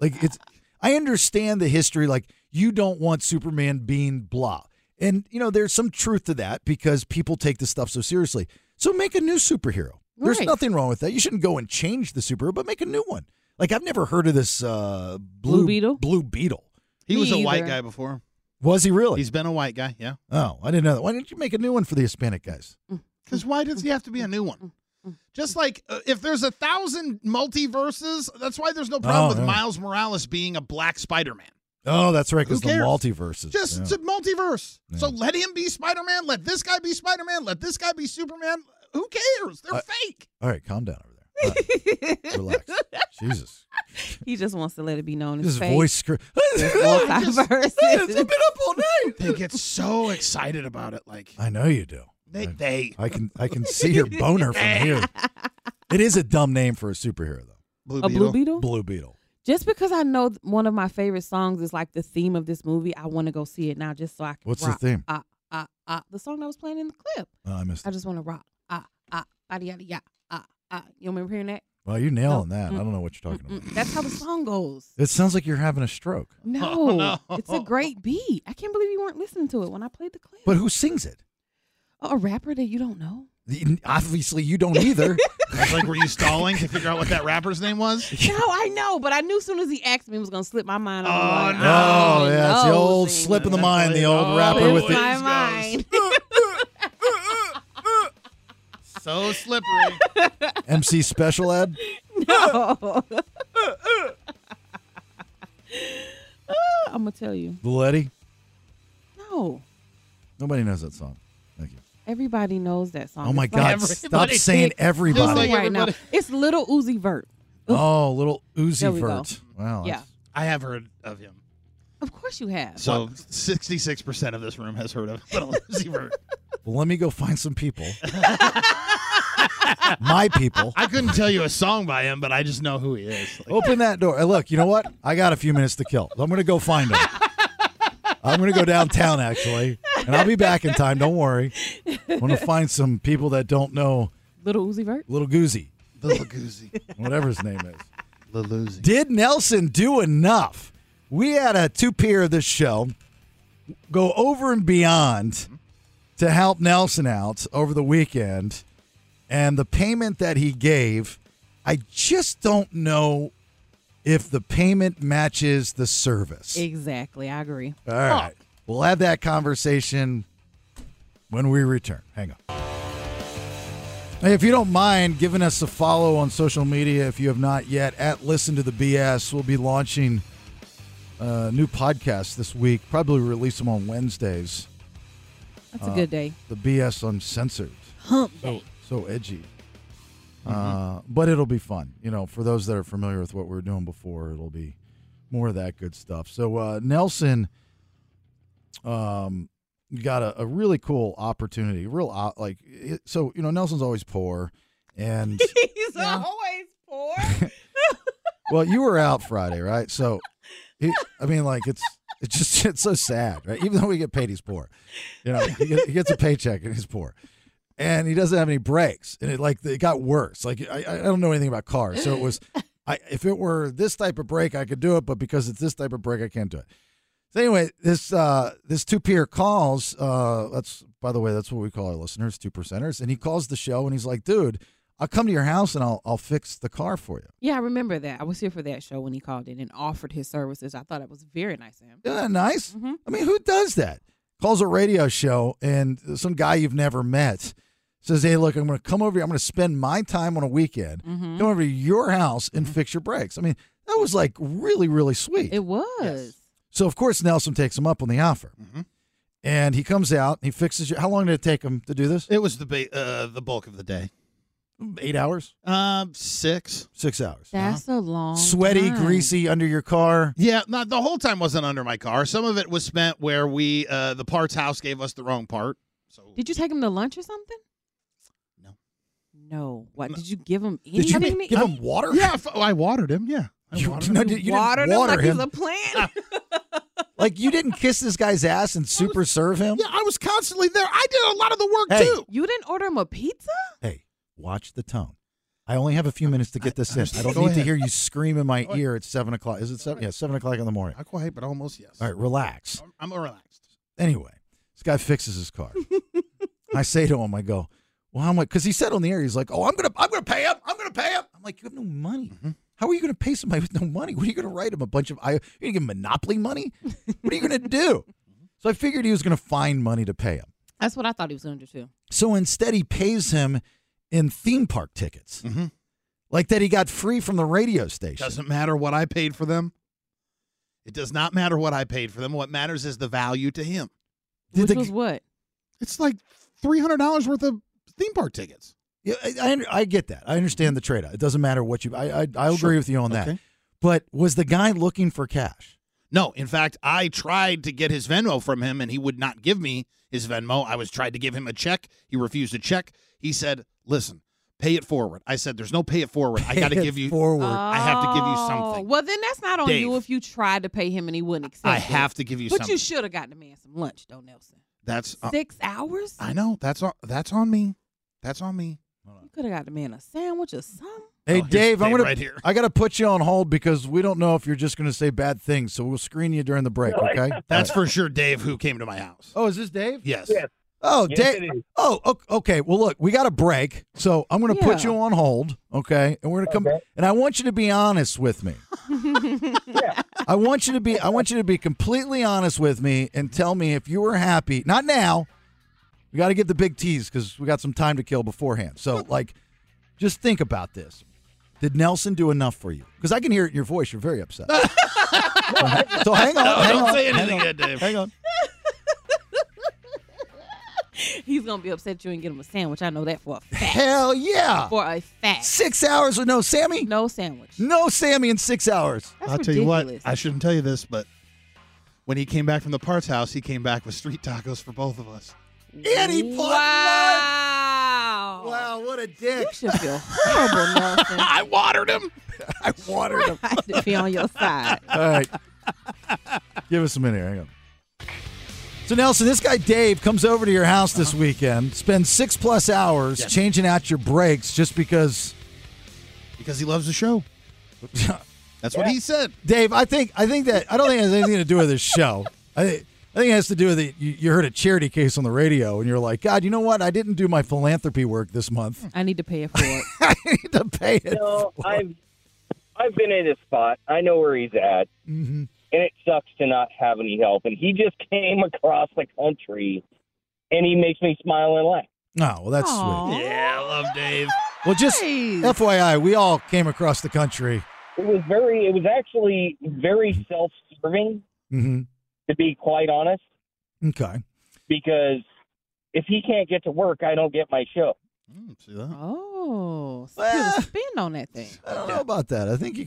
Speaker 9: like it's, I understand the history. Like you don't want Superman being blah, and you know there's some truth to that because people take this stuff so seriously. So make a new superhero. There's
Speaker 7: Right.
Speaker 9: nothing wrong with that. You shouldn't go and change the superhero, but make a new one. Like I've never heard of this uh, blue,
Speaker 7: Beetle?
Speaker 9: Blue Beetle.
Speaker 10: He
Speaker 7: Me
Speaker 10: was a white
Speaker 7: either.
Speaker 10: guy before.
Speaker 9: Was he really?
Speaker 10: He's been a white guy, yeah.
Speaker 9: oh, I didn't know that. Why didn't you make a new one for the Hispanic guys?
Speaker 10: Because why does he have to be a new one? Just like uh, if there's a thousand multiverses, that's why there's no problem
Speaker 9: Oh,
Speaker 10: with
Speaker 9: yeah.
Speaker 10: Miles Morales being a black Spider-Man.
Speaker 9: Oh, that's right,
Speaker 10: Who
Speaker 9: because the
Speaker 10: cares?
Speaker 9: multiverses.
Speaker 10: Just
Speaker 9: yeah.
Speaker 10: it's a multiverse. So
Speaker 9: Yeah.
Speaker 10: let him be Spider-Man. Let this guy be Spider-Man. Let this guy be Superman. Who cares? They're
Speaker 9: I-
Speaker 10: fake.
Speaker 9: All right, calm down over there. All right, relax. Jesus,
Speaker 7: He just wants to let it be known as
Speaker 9: his
Speaker 7: fake.
Speaker 9: voice. Scr- it's been
Speaker 7: Multiverses.
Speaker 9: up all night.
Speaker 10: They get so excited about it. Like
Speaker 9: I know you do.
Speaker 10: they,
Speaker 9: I-
Speaker 10: they
Speaker 9: I can I can see your boner from here. It is a dumb name for a superhero though.
Speaker 10: blue
Speaker 7: a blue beetle?
Speaker 9: Blue Beetle.
Speaker 7: Just because I know th- one of my favorite songs is like the theme of this movie, I want to go see it now just so I can.
Speaker 9: What's the
Speaker 7: rock.
Speaker 9: theme?
Speaker 7: Ah, ah, ah. The song that was playing in the clip.
Speaker 9: Oh, I missed.
Speaker 7: I
Speaker 9: It.
Speaker 7: just want to rock. Ah, ah, yada, yada, yada. Ah, ah. You remember hearing that?
Speaker 9: Well, you're nailing that. I
Speaker 7: mm,
Speaker 9: don't know what you're talking
Speaker 7: Mm-mm.
Speaker 9: about.
Speaker 7: That's how the song goes.
Speaker 9: It sounds like you're having a stroke.
Speaker 7: No,
Speaker 9: Oh,
Speaker 10: no.
Speaker 7: it's a great beat. I can't believe you weren't listening to it when I played the clip.
Speaker 9: But who sings it?
Speaker 7: Oh, a rapper that you don't know?
Speaker 9: The- Obviously, you don't either.
Speaker 10: It's like, were you stalling to figure out what that rapper's name was?
Speaker 7: No, I know, but I knew as soon as he asked me, it was gonna slip my mind.
Speaker 10: Oh,
Speaker 7: I'm like,
Speaker 10: no.
Speaker 7: I
Speaker 9: oh
Speaker 7: don't
Speaker 9: yeah, it's the
Speaker 7: know
Speaker 9: old
Speaker 7: things.
Speaker 9: slip in the mind. The old
Speaker 10: Oh,
Speaker 9: rapper
Speaker 7: Slip
Speaker 9: with
Speaker 10: boy.
Speaker 9: the
Speaker 7: my
Speaker 10: Please,
Speaker 7: mind.
Speaker 10: So slippery.
Speaker 9: MC special ad.
Speaker 7: No. I'm gonna tell you.
Speaker 9: The Letty.
Speaker 7: No,
Speaker 9: Nobody knows that song. Thank you.
Speaker 7: everybody knows that song.
Speaker 9: Oh my
Speaker 7: It's like-
Speaker 9: God! Stop
Speaker 10: everybody
Speaker 9: saying
Speaker 7: Big-
Speaker 9: everybody.
Speaker 10: Just like
Speaker 7: right now,
Speaker 10: everybody.
Speaker 7: it's little Uzi Vert.
Speaker 9: oh, little Uzi
Speaker 7: There we go.
Speaker 9: Vert. Wow.
Speaker 7: Yeah.
Speaker 9: that's-
Speaker 10: I have heard of him.
Speaker 7: Of course you have.
Speaker 10: So sixty-six percent of this room has heard of Little Uzi Vert.
Speaker 9: Well, let me go find some people. My people.
Speaker 10: I couldn't tell you a song by him, but I just know who he is. Like,
Speaker 9: Open that door. Hey, Look, you know what? I got a few minutes to kill. I'm going to go find him. I'm going to go downtown, actually, and I'll be back in time. Don't worry. I'm going to find some people that don't know
Speaker 7: little Uzi Vert.
Speaker 9: Little Goozy,
Speaker 10: The Lagoozy.
Speaker 9: whatever his name is.
Speaker 10: The Loozy.
Speaker 9: Did Nelson do enough? We had a two peer of this show go over and beyond to help Nelson out over the weekend. And the payment that he gave, I just don't know if the payment matches the service.
Speaker 7: Exactly, I agree.
Speaker 9: All right. We'll have that conversation when we return. Hang on. Hey, if you don't mind giving us a follow on social media, if you have not yet, at Listen to the BS, we'll be launching a new podcast this week. Probably release them on Wednesdays.
Speaker 7: That's a
Speaker 9: Uh,
Speaker 7: good day.
Speaker 9: The BS Uncensored. So, so edgy. Uh, but it'll be fun. You know, for those that are familiar with what we were doing before, it'll be more of that good stuff. So uh, Nelson um, got a, a really cool opportunity. Real op- like it- so, you know, Nelson's always poor, and
Speaker 7: He's always poor.
Speaker 9: well, you were out Friday, right? So, he, I mean, like it's it's just it's so sad, right? Even though we get paid, he's poor. You know, he, get, he gets a paycheck and he's poor, and he doesn't have any breaks. And it like it got worse. Like I I don't know anything about cars, so it was. I, if it were this type of break, I could do it, but because it's this type of break, I can't do it. So anyway, this uh, this two peer calls. Uh, that's by the way, that's what we call our listeners, two percenters. And he calls the show and he's like, "Dude, I'll come to your house and I'll I'll fix the car for you."
Speaker 7: yeah, I remember that. I was here for that show when he called in and offered his services. I thought it was very nice of him.
Speaker 9: Isn't that nice? I mean, who does that? Calls a radio show and some guy you've never met says, Hey, look, I'm going to come over here. I'm going to spend my time on a weekend, come over to your house and fix your brakes. I mean, that was like really, really sweet.
Speaker 7: It was.
Speaker 9: so, of course, Nelson takes him up on the offer. And he comes out and he fixes you. How long did it take him to do this?
Speaker 10: It was the ba- uh, the bulk of the day.
Speaker 9: Eight hours,
Speaker 10: Um, six.
Speaker 9: six hours.
Speaker 7: That's a long,
Speaker 9: Sweaty,
Speaker 7: time.
Speaker 9: greasy under your car.
Speaker 10: Yeah, not the whole time wasn't under my car. Some of it was spent where we uh, the parts house gave us the wrong part. So
Speaker 7: Did you take him to lunch or something?
Speaker 10: No.
Speaker 7: No. What did you give him?
Speaker 9: Did you
Speaker 7: anything to
Speaker 9: give
Speaker 7: eat?
Speaker 9: him water?
Speaker 10: yeah, f- oh, I watered him. Yeah, I
Speaker 9: You,
Speaker 10: watered
Speaker 9: no,
Speaker 10: him.
Speaker 9: did- you
Speaker 7: watered
Speaker 9: didn't water him.
Speaker 7: him like he's a
Speaker 10: Ah.
Speaker 7: plant?
Speaker 9: Like you didn't kiss this guy's ass and super serve him?
Speaker 10: Yeah, I was constantly there. I did a lot of the work
Speaker 9: Hey.
Speaker 10: too.
Speaker 7: you didn't order him a pizza?
Speaker 9: Hey, watch the tone. I only have a few minutes to get this in. I don't
Speaker 10: Go
Speaker 9: need to
Speaker 10: ahead.
Speaker 9: hear you scream in my ear at seven o'clock. Is it seven? Yeah, seven o'clock in the morning.
Speaker 10: Not quite, but almost yes.
Speaker 9: All right, relax.
Speaker 10: I'm, I'm relaxed.
Speaker 9: Anyway, this guy fixes his car. I say to him, I go, Well, how much? Because he said on the air, he's like, "Oh, I'm gonna, I'm gonna pay him. I'm gonna pay him." I'm like, "You have no money. How are you gonna pay somebody with no money? What are you gonna write him a bunch of? I, you gonna give him monopoly money? what are you gonna do?" So I figured he was gonna find money to pay him.
Speaker 7: That's what I thought he was going to do too.
Speaker 9: So instead, he pays him in theme park tickets, like that he got free from the radio station.
Speaker 10: Mm-hmm. Doesn't matter what I paid for them. It does not matter what I paid for them. What matters is the value to him.
Speaker 7: Which
Speaker 9: the-
Speaker 7: was what?
Speaker 10: It's like three hundred dollars worth of theme park tickets.
Speaker 9: Yeah, I, I, under- I get that. I understand the trade. It doesn't matter what you. I I, I agree
Speaker 10: Sure.
Speaker 9: with you on that.
Speaker 10: Okay.
Speaker 9: But was the guy looking for cash?
Speaker 10: No, in fact, I tried to get his Venmo from him and he would not give me his Venmo. I was tried to give him a check. He refused a check. He said, "Listen, pay it forward." I said, "There's no pay it forward. I got to
Speaker 9: Pay it
Speaker 10: give you
Speaker 9: forward.
Speaker 10: I have to give you
Speaker 7: Oh,
Speaker 10: something.
Speaker 7: Well, then that's not on
Speaker 10: Dave.
Speaker 7: you if you tried to pay him and he wouldn't accept.
Speaker 10: I
Speaker 7: it.
Speaker 10: have to give you
Speaker 7: But
Speaker 10: something."
Speaker 7: you should have gotten the man some lunch, though, Nelson.
Speaker 10: That's uh,
Speaker 7: Six hours?
Speaker 10: I know. That's on that's on me. That's on me.
Speaker 7: You could have got the man a sandwich or something.
Speaker 9: Hey
Speaker 10: Oh, here's
Speaker 9: Dave, I'm
Speaker 10: Dave
Speaker 9: gonna
Speaker 10: right here.
Speaker 9: I gotta put you on hold because we don't know if you're just gonna say bad things, so we'll screen you during the break, okay?
Speaker 10: That's for sure Dave who came to my house.
Speaker 9: Oh, is this Dave?
Speaker 10: Yes.
Speaker 9: Oh, Dave. Oh, o- okay. Well, look, we got a break, so I'm gonna put
Speaker 7: Yeah.
Speaker 9: you on hold, okay? And we're gonna come and I want you to be honest with me. I want you to be I want you to be completely honest with me and tell me if you were happy. Not now. We got to give the big tease because we got some time to kill beforehand. So, like, just think about this. Did Nelson do enough for you? Because I can hear it in your voice. You're very upset. so hang on. hang
Speaker 10: don't
Speaker 9: on,
Speaker 10: say
Speaker 9: hang
Speaker 10: anything
Speaker 9: on,
Speaker 10: yet, Dave.
Speaker 9: Hang on.
Speaker 7: He's going to be upset you and get him a sandwich. I know that for a fact.
Speaker 9: Hell yeah.
Speaker 7: For a fact.
Speaker 9: Six hours with no Sammy?
Speaker 7: No sandwich.
Speaker 9: No Sammy in six hours.
Speaker 7: That's
Speaker 10: I'll tell you
Speaker 7: ridiculous.
Speaker 10: what, I shouldn't tell you this, but when he came back from the parts house, he came back with street tacos for both of us.
Speaker 9: And he put wow.
Speaker 7: Wow.
Speaker 9: wow, what a dick.
Speaker 7: You should feel horrible, Nelson.
Speaker 10: I watered him.
Speaker 9: I watered him.
Speaker 7: I had to be on your side.
Speaker 9: All right. Give us a minute. Hang on. So, Nelson, this guy Dave comes over to your house this weekend, spends six plus hours
Speaker 10: Yes.
Speaker 9: changing out your brakes just because.
Speaker 10: Because he loves the show. That's what he said.
Speaker 9: Dave, I think I think that I don't think it has anything to do with this show. I, thi- I think it has to do with it. You, you heard a charity case on the radio, and you're like, God, you know what? I didn't do my philanthropy work this month.
Speaker 7: I need to pay it for it.
Speaker 9: I need to pay it. Oh,
Speaker 12: No, I've I've been in his spot. I know where he's at,
Speaker 9: Mm-hmm.
Speaker 12: and it sucks to not have any help. And he just came across the country, and he makes me smile and laugh.
Speaker 9: No, well, that's
Speaker 7: Aw.
Speaker 9: sweet.
Speaker 10: Yeah, I love Dave.
Speaker 9: Well, just
Speaker 7: Nice.
Speaker 9: FYI, we all came across the country.
Speaker 12: It was very, it was actually very self-serving,
Speaker 9: hmm
Speaker 12: to be quite honest,
Speaker 9: Okay.
Speaker 12: because if he can't get to work, I don't get my show.
Speaker 10: Mm, see that?
Speaker 7: Oh, so
Speaker 9: Well.
Speaker 7: you spin on that thing.
Speaker 9: I don't know about that. I think you.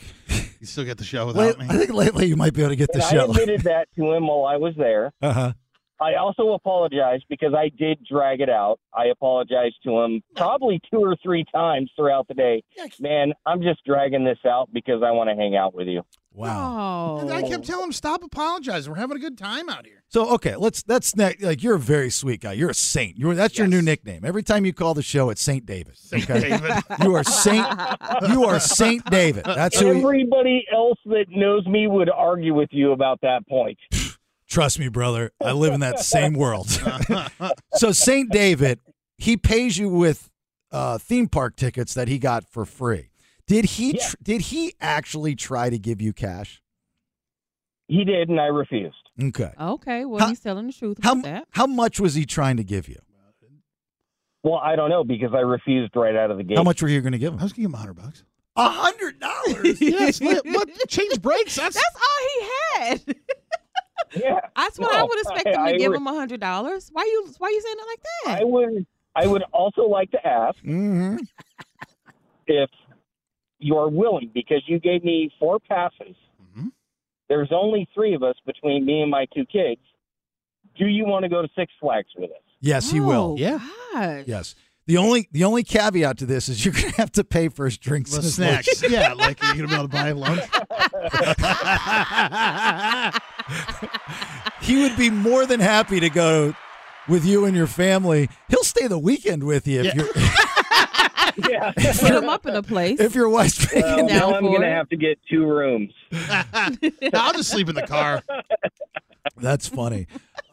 Speaker 10: You still get the show without
Speaker 9: Late-
Speaker 10: me.
Speaker 9: I think lately you might be able to get the
Speaker 12: and I
Speaker 9: show.
Speaker 12: admitted that to him while I was there.
Speaker 9: Uh-huh.
Speaker 12: I also apologized because I did drag it out. I apologized to him probably two or three times throughout the day. Man, I'm just dragging this out because I want to hang out with you.
Speaker 9: Wow.
Speaker 7: Oh.
Speaker 10: I kept telling him, stop apologizing. We're having a good time out here.
Speaker 9: So okay, let's that's ne- like you're a very sweet guy. You're a saint. You're that's your new
Speaker 10: Yes.
Speaker 9: nickname. Every time you call the show, it's Saint David. okay?
Speaker 10: David.
Speaker 9: You are Saint. You are Saint David. That's who. You,
Speaker 12: Everybody else that knows me would argue with you about that point.
Speaker 9: trust me, brother. I live in that same world. so Saint David, he pays you with uh, theme park tickets that he got for free. Did he? Tr- did he actually try to give you cash?
Speaker 12: He did, and I refused.
Speaker 9: Okay.
Speaker 7: Okay, well,
Speaker 9: How-
Speaker 7: he's telling the truth about
Speaker 9: How
Speaker 7: that.
Speaker 9: how much was he trying to give you?
Speaker 12: Well, I don't know because I refused right out of the gate.
Speaker 9: How much were you going to give
Speaker 10: I
Speaker 9: him?
Speaker 10: was gonna give him a hundred bucks.
Speaker 9: A hundred dollars.
Speaker 10: yes, what, what? change brakes? That's,
Speaker 7: That's all he had.
Speaker 12: Yeah,
Speaker 7: That's what I
Speaker 12: No,
Speaker 7: would expect him to
Speaker 12: I- I
Speaker 7: give
Speaker 12: re-
Speaker 7: him a hundred dollars. Why you why you saying it like that?
Speaker 12: I would. I would also like to ask
Speaker 9: Mm-hmm.
Speaker 12: if you are willing because you gave me four passes.
Speaker 10: Mhm.
Speaker 12: There's only three of us between me and my two kids. Do you want to go to Six Flags with us?
Speaker 9: Yes, he will.
Speaker 7: Oh,
Speaker 10: Yeah.
Speaker 7: gosh.
Speaker 9: Yes. The only the only caveat to this is you're gonna have to pay for his drinks
Speaker 10: the
Speaker 9: and his
Speaker 10: snacks.
Speaker 9: lunch.
Speaker 10: yeah, like you're gonna be able to buy lunch.
Speaker 9: He would be more than happy to go with you and your family. He'll stay the weekend with you if
Speaker 10: Yeah.
Speaker 9: your
Speaker 12: Yeah.
Speaker 7: Put him up in a place.
Speaker 9: if your wife's paying.
Speaker 12: Well, now
Speaker 7: Down
Speaker 12: I'm
Speaker 7: for
Speaker 12: going to
Speaker 7: it.
Speaker 12: have to get two rooms.
Speaker 10: I'll just sleep in the car.
Speaker 9: That's funny.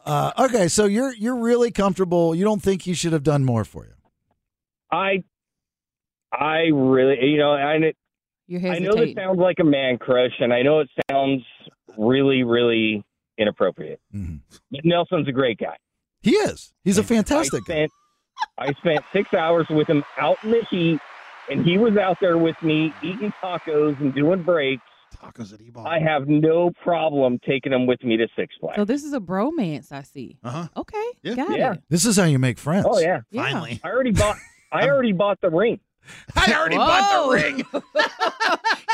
Speaker 9: Uh, okay, so you're you're really comfortable. You don't think he should have done more for you.
Speaker 12: I, I really, you know, and it,
Speaker 7: You're
Speaker 12: I know this
Speaker 7: hesitating.
Speaker 12: sounds like a man crush, and I know it sounds really, really inappropriate. But Nelson's a great guy.
Speaker 9: Mm-hmm. He is. He's a fantastic
Speaker 12: I spent, I spent six hours with him out in the heat, and he was out there with me eating tacos and doing breaks.
Speaker 10: Tacos at
Speaker 9: Oh.
Speaker 10: E-Ball.
Speaker 12: I have no problem taking him with me to Six Flags.
Speaker 7: So this is a bromance I see.
Speaker 10: Uh-huh.
Speaker 7: Okay. Got
Speaker 12: Yeah.
Speaker 7: it.
Speaker 9: This is how you make friends.
Speaker 12: Oh yeah,
Speaker 10: Finally.
Speaker 12: I already bought. I already bought the ring.
Speaker 10: I already bought
Speaker 7: Whoa.
Speaker 10: the ring.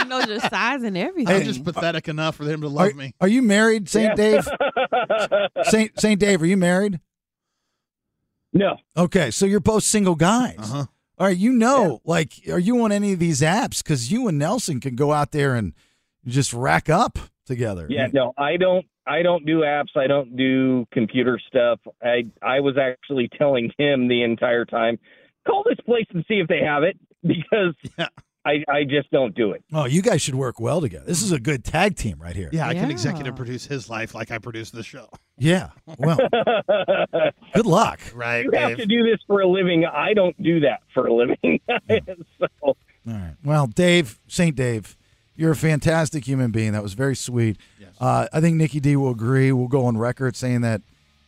Speaker 7: You know your size and everything.
Speaker 10: I'm just pathetic enough for him to love
Speaker 9: Are,
Speaker 10: me.
Speaker 9: are you married, Saint Dave? Saint Saint Dave, are you married?
Speaker 12: No,
Speaker 9: Okay, so you're both single guys.
Speaker 10: Uh-huh.
Speaker 9: All right, you know, like, are you on any of these apps? Because you and Nelson can go out there and just rack up together.
Speaker 12: yeah, no, I don't. I don't do apps. I don't do computer stuff. I I was actually telling him the entire time, call this place and see if they have it because
Speaker 10: Yeah.
Speaker 12: I I just don't do it.
Speaker 9: Oh, you guys should work well together. This is a good tag team right here.
Speaker 10: Yeah, I can
Speaker 7: Yeah.
Speaker 10: executive produce his life like I produce the show.
Speaker 9: Yeah. Well,
Speaker 12: you
Speaker 9: good luck.
Speaker 10: Right,
Speaker 12: have to do this for a living. I don't do that for a living. so
Speaker 9: All right. Well, Dave, St. Dave, you're a fantastic human being. That was very sweet. Uh, I think Nikki D will agree. We'll go on record saying that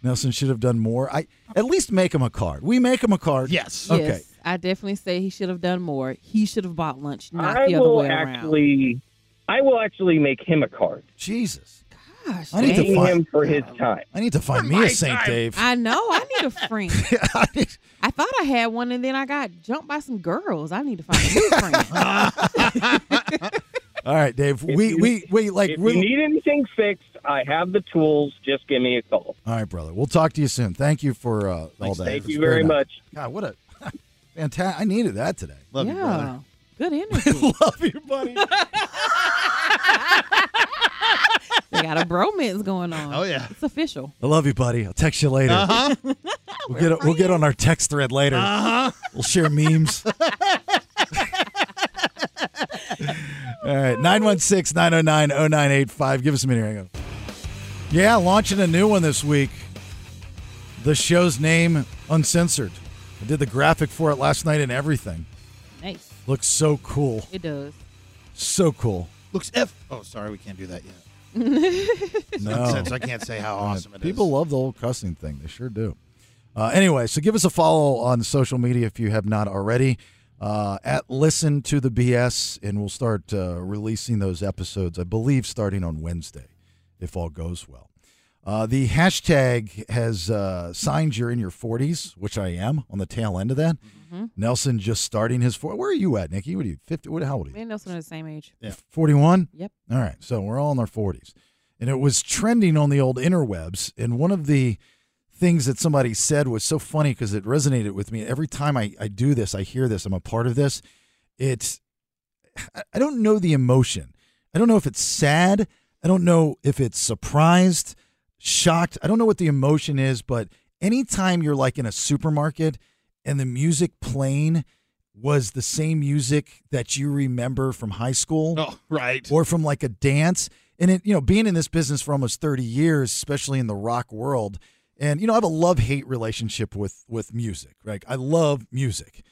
Speaker 9: Nelson should have done more. I At least make him a card. We make him a card.
Speaker 10: Yes.
Speaker 9: Okay.
Speaker 7: Yes, I definitely say he should have done more. He should have bought lunch, not
Speaker 12: I
Speaker 7: the other
Speaker 12: will
Speaker 7: way
Speaker 12: actually, I will actually make him a card,
Speaker 9: Jesus.
Speaker 7: around. Gosh,
Speaker 9: I need to
Speaker 7: dang.
Speaker 12: paying
Speaker 9: Fine.
Speaker 12: him for his time.
Speaker 9: I need to find me a St. Dave.
Speaker 7: I know. I need a friend.
Speaker 9: I need-
Speaker 7: I thought I had one, and then I got jumped by some girls. I need to find a new friend.
Speaker 9: All right, Dave. we,
Speaker 12: you-
Speaker 9: we, we, like,
Speaker 12: If
Speaker 9: we're-
Speaker 12: you need anything fixed, I have the tools. Just give me a call.
Speaker 9: all right, brother. We'll talk to you soon. Thank you for uh, all that.
Speaker 12: Thank
Speaker 9: It was
Speaker 12: you very
Speaker 9: nice.
Speaker 12: much.
Speaker 9: God, what a fantastic. I needed that today.
Speaker 10: Love you, brother.
Speaker 7: yeah, good energy.
Speaker 9: Love you, buddy.
Speaker 7: they got a bromance going on.
Speaker 10: Oh, yeah.
Speaker 7: it's official.
Speaker 9: I love you, buddy. I'll text you later.
Speaker 10: Uh-huh.
Speaker 9: We'll get we'll get on our text thread later.
Speaker 10: Uh-huh.
Speaker 9: We'll share memes. All right, 916 909 0985. Give us a minute. Hang on. Yeah, launching a new one this week. The show's name, Uncensored. I did the graphic for it last night and everything.
Speaker 7: Nice.
Speaker 9: Looks so cool.
Speaker 7: It does.
Speaker 9: So cool.
Speaker 10: Looks F. Oh, sorry, we can't do that yet.
Speaker 9: No. Uh,
Speaker 10: Since I can't say how awesome it is.
Speaker 9: People love the whole cussing thing. They sure do. Uh, anyway, so give us a follow on social media if you have not already. Uh, at listen to the BS, and we'll start uh, releasing those episodes, I believe, starting on Wednesday, if all goes well. Uh, the hashtag has uh, signed you're in your 40s, which I am on the tail end of that. Nelson just starting his four. Where are you at, Nikki? What are you, 50? What, how old are
Speaker 7: Me
Speaker 9: you?
Speaker 7: and Nelson are the same age.
Speaker 9: 41?
Speaker 7: Yep.
Speaker 9: All right, so we're all in our 40s. And it was trending on the old interwebs. And one of the things that somebody said was so funny because it resonated with me. Every time I, I do this, I hear this, I'm a part of this. It's, I- I don't know the emotion. I don't know if it's sad. I don't know if it's surprised, shocked. I don't know what the emotion is, but anytime you're like in a supermarket and the music playing was the same music that you remember from high school
Speaker 10: Oh, right.
Speaker 9: or from like a dance. And it, you know, being in this business for almost 30 years, especially in the rock world, and you know, I have a love-hate relationship with with music. Like I love music.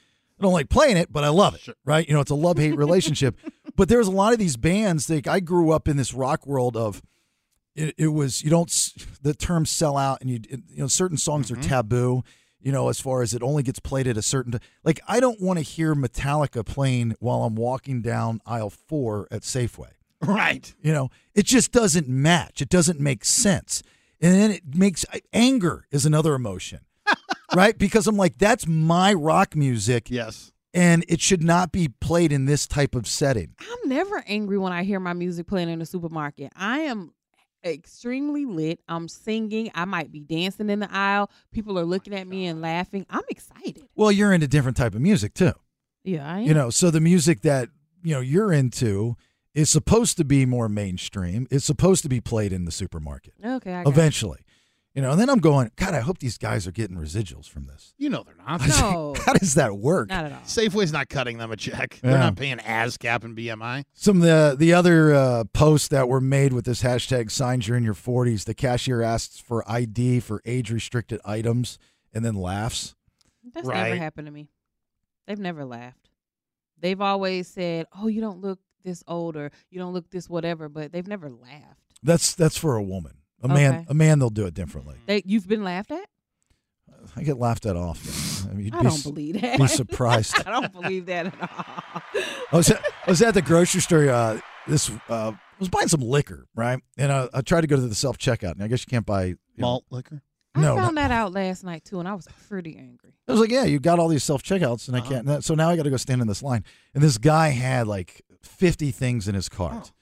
Speaker 9: I don't like playing it, but I love it. Right? You know, it's a love-hate relationship. but there's a lot of these bands that I grew up in this rock world of it, it was you don't s- the term sell out and you you know certain songs are taboo you know as far as it only gets played at a certain t- like i don't want to hear metallica playing while i'm walking down aisle four at safeway
Speaker 10: Right.
Speaker 9: you know it just doesn't match it doesn't make sense and then it makes I- anger is another emotion right because i'm like that's my rock music
Speaker 10: Yes.
Speaker 9: and it should not be played in this type of setting
Speaker 7: I'm never angry when I hear my music playing in the supermarket. I am extremely lit. I'm singing. I might be dancing in the aisle. People are looking at me and laughing. I'm excited.
Speaker 9: well you're into different type of music too
Speaker 7: Yeah, I am.
Speaker 9: you know so the music that you know you're into is supposed to be more mainstream it's supposed to be played in the supermarket
Speaker 7: okay, I got it.
Speaker 9: eventually you know and then i'm going god i hope these guys are getting residuals from this
Speaker 10: You know they're not.
Speaker 9: I think,
Speaker 7: Oh. No.
Speaker 9: how does that work
Speaker 7: Not at all.
Speaker 10: Safeway's not cutting them a check.
Speaker 9: Yeah.
Speaker 10: They're not paying ASCAP and BMI.
Speaker 9: some of the the other uh, posts that were made with this hashtag signs you're in your 40s the cashier asks for id for age restricted items and then laughs
Speaker 7: That's
Speaker 10: Right.
Speaker 7: never happened to me. They've never laughed. They've always said, "Oh, you don't look this old," or "You don't look this whatever," but they've never laughed.
Speaker 9: That's that's for a woman. A man,
Speaker 7: Okay.
Speaker 9: a man, they'll do it differently.
Speaker 7: They, you've been laughed at.
Speaker 9: I get laughed at often. I, mean, you'd
Speaker 7: I
Speaker 9: be
Speaker 7: don't
Speaker 9: s-
Speaker 7: believe that.
Speaker 9: Be surprised.
Speaker 7: I don't believe that at all.
Speaker 9: I was at, I was at the grocery store. Uh, this uh, I was buying some liquor, right? And uh, I, I tried to go to the self checkout, and I guess you can't buy you know-
Speaker 10: Malt liquor?
Speaker 9: No,
Speaker 7: I found that out last night too, and I was pretty angry.
Speaker 9: I was like, yeah, you got all these self checkouts, and I can't. that- So now I got to go stand in this line. And this guy had like 50 things in his cart.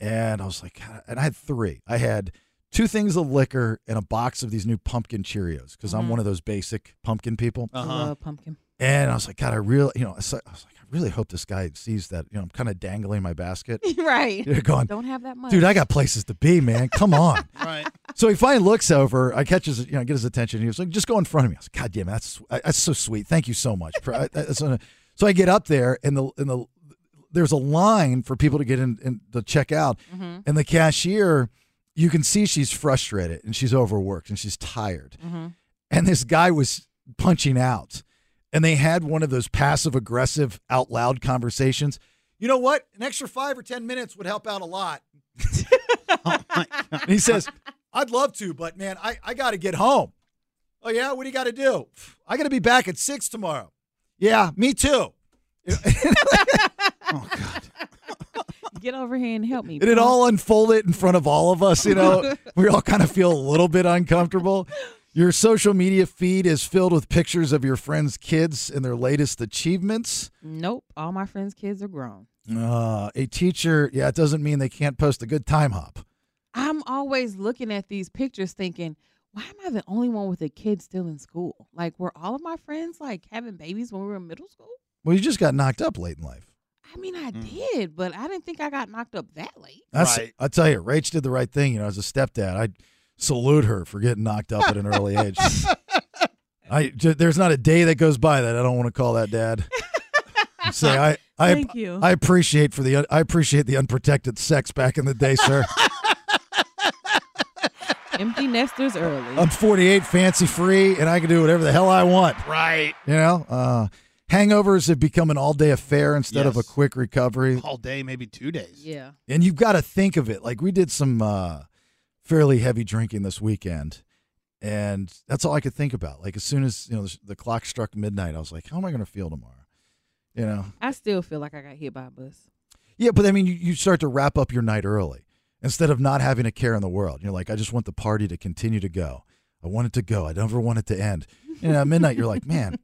Speaker 9: And I was like, God, and I had three. I had two things of liquor and a box of these new pumpkin Cheerios because I'm
Speaker 7: Mhm.
Speaker 9: one of those basic pumpkin people.
Speaker 7: I love pumpkin.
Speaker 9: And I was like, God, I really, you know, I was like, I was like, I really hope this guy sees that, you know, I'm kind of dangling my basket.
Speaker 7: right.
Speaker 9: You're going,
Speaker 7: Don't have that much,
Speaker 9: Dude, I got places to be, man. Come on.
Speaker 10: Right.
Speaker 9: So he finally looks over. I catch his, you know, get his attention. He was like, "Just go in front of me." I was like, "God damn, that's that's so sweet. Thank you so much." I- that's- so I get up there, and the and the there's a line for people to get in, in to check out,
Speaker 2: Mhm.
Speaker 9: and the cashier, you can see she's frustrated and she's overworked and she's tired, and this guy was punching out, and they had one of those passive aggressive out loud conversations. You know what? An extra five or ten minutes would help out a lot. And he says, I'd love to, but man, I, I got to get home. Oh, yeah? What do you got to do? I got to be back at six tomorrow. Yeah, me too.
Speaker 7: Get over here and help me.
Speaker 9: And it
Speaker 7: punk.
Speaker 9: all unfolded in front of all of us. You know, we all kind of feel a little bit uncomfortable. Your social media feed is filled with pictures of your friends' kids and their latest achievements.
Speaker 7: Nope. All my friends' kids are grown.
Speaker 9: Uh, a teacher, yeah, it doesn't mean they can't post a good time hop.
Speaker 7: I'm always looking at these pictures thinking, why am I the only one with a kid still in school? Like, were all of my friends like having babies when we were in middle school?
Speaker 9: Well, you just got knocked up late in life.
Speaker 7: I mean, I did, but I didn't think I got knocked up that late.
Speaker 9: That's, I tell you, Rach did the right thing. You know, as a stepdad, I salute her for getting knocked up at an early age. I j- there's not a day that goes by that I don't want to call that dad. and Say I I
Speaker 2: Thank you.
Speaker 9: I appreciate for the un- I appreciate the unprotected sex back in the day, sir.
Speaker 7: Empty nesters early.
Speaker 9: I'm 48, fancy free, and I can do whatever the hell I want.
Speaker 10: Right.
Speaker 9: You know, uh, hangovers have become an all day affair instead of a
Speaker 10: Yes.
Speaker 9: quick recovery.
Speaker 10: All day, maybe two days.
Speaker 7: Yeah.
Speaker 9: And you've got to think of it. Like we did some uh, fairly heavy drinking this weekend, and that's all I could think about. Like as soon as you know the, the clock struck midnight, I was like, "How am I going to feel tomorrow?" You know.
Speaker 7: I still feel like I got hit by a bus.
Speaker 9: Yeah, but I mean, you, you start to wrap up your night early instead of not having a care in the world. You're like, "I just want the party to continue to go. I want it to go. I never want it to end." You know, at midnight, you're like, "Man."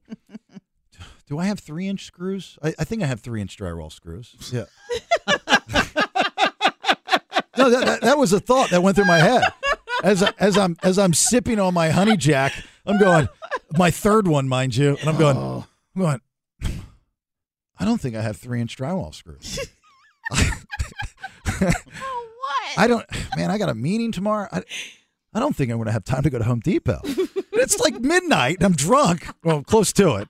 Speaker 9: Do I have three inch screws? I, I think I have three inch dry roll screws. Yeah. no, that, that, that was a thought that went through my head as I, as I'm as I'm sipping on my honey jack. I'm going my third one, mind you, and I'm going. I'm going. I don't think I have three inch drywall screws. what? I don't, man. I got a meeting tomorrow. I, I don't think I'm going to have time to go to Home Depot. it's like midnight. and I'm drunk. Well, close to it.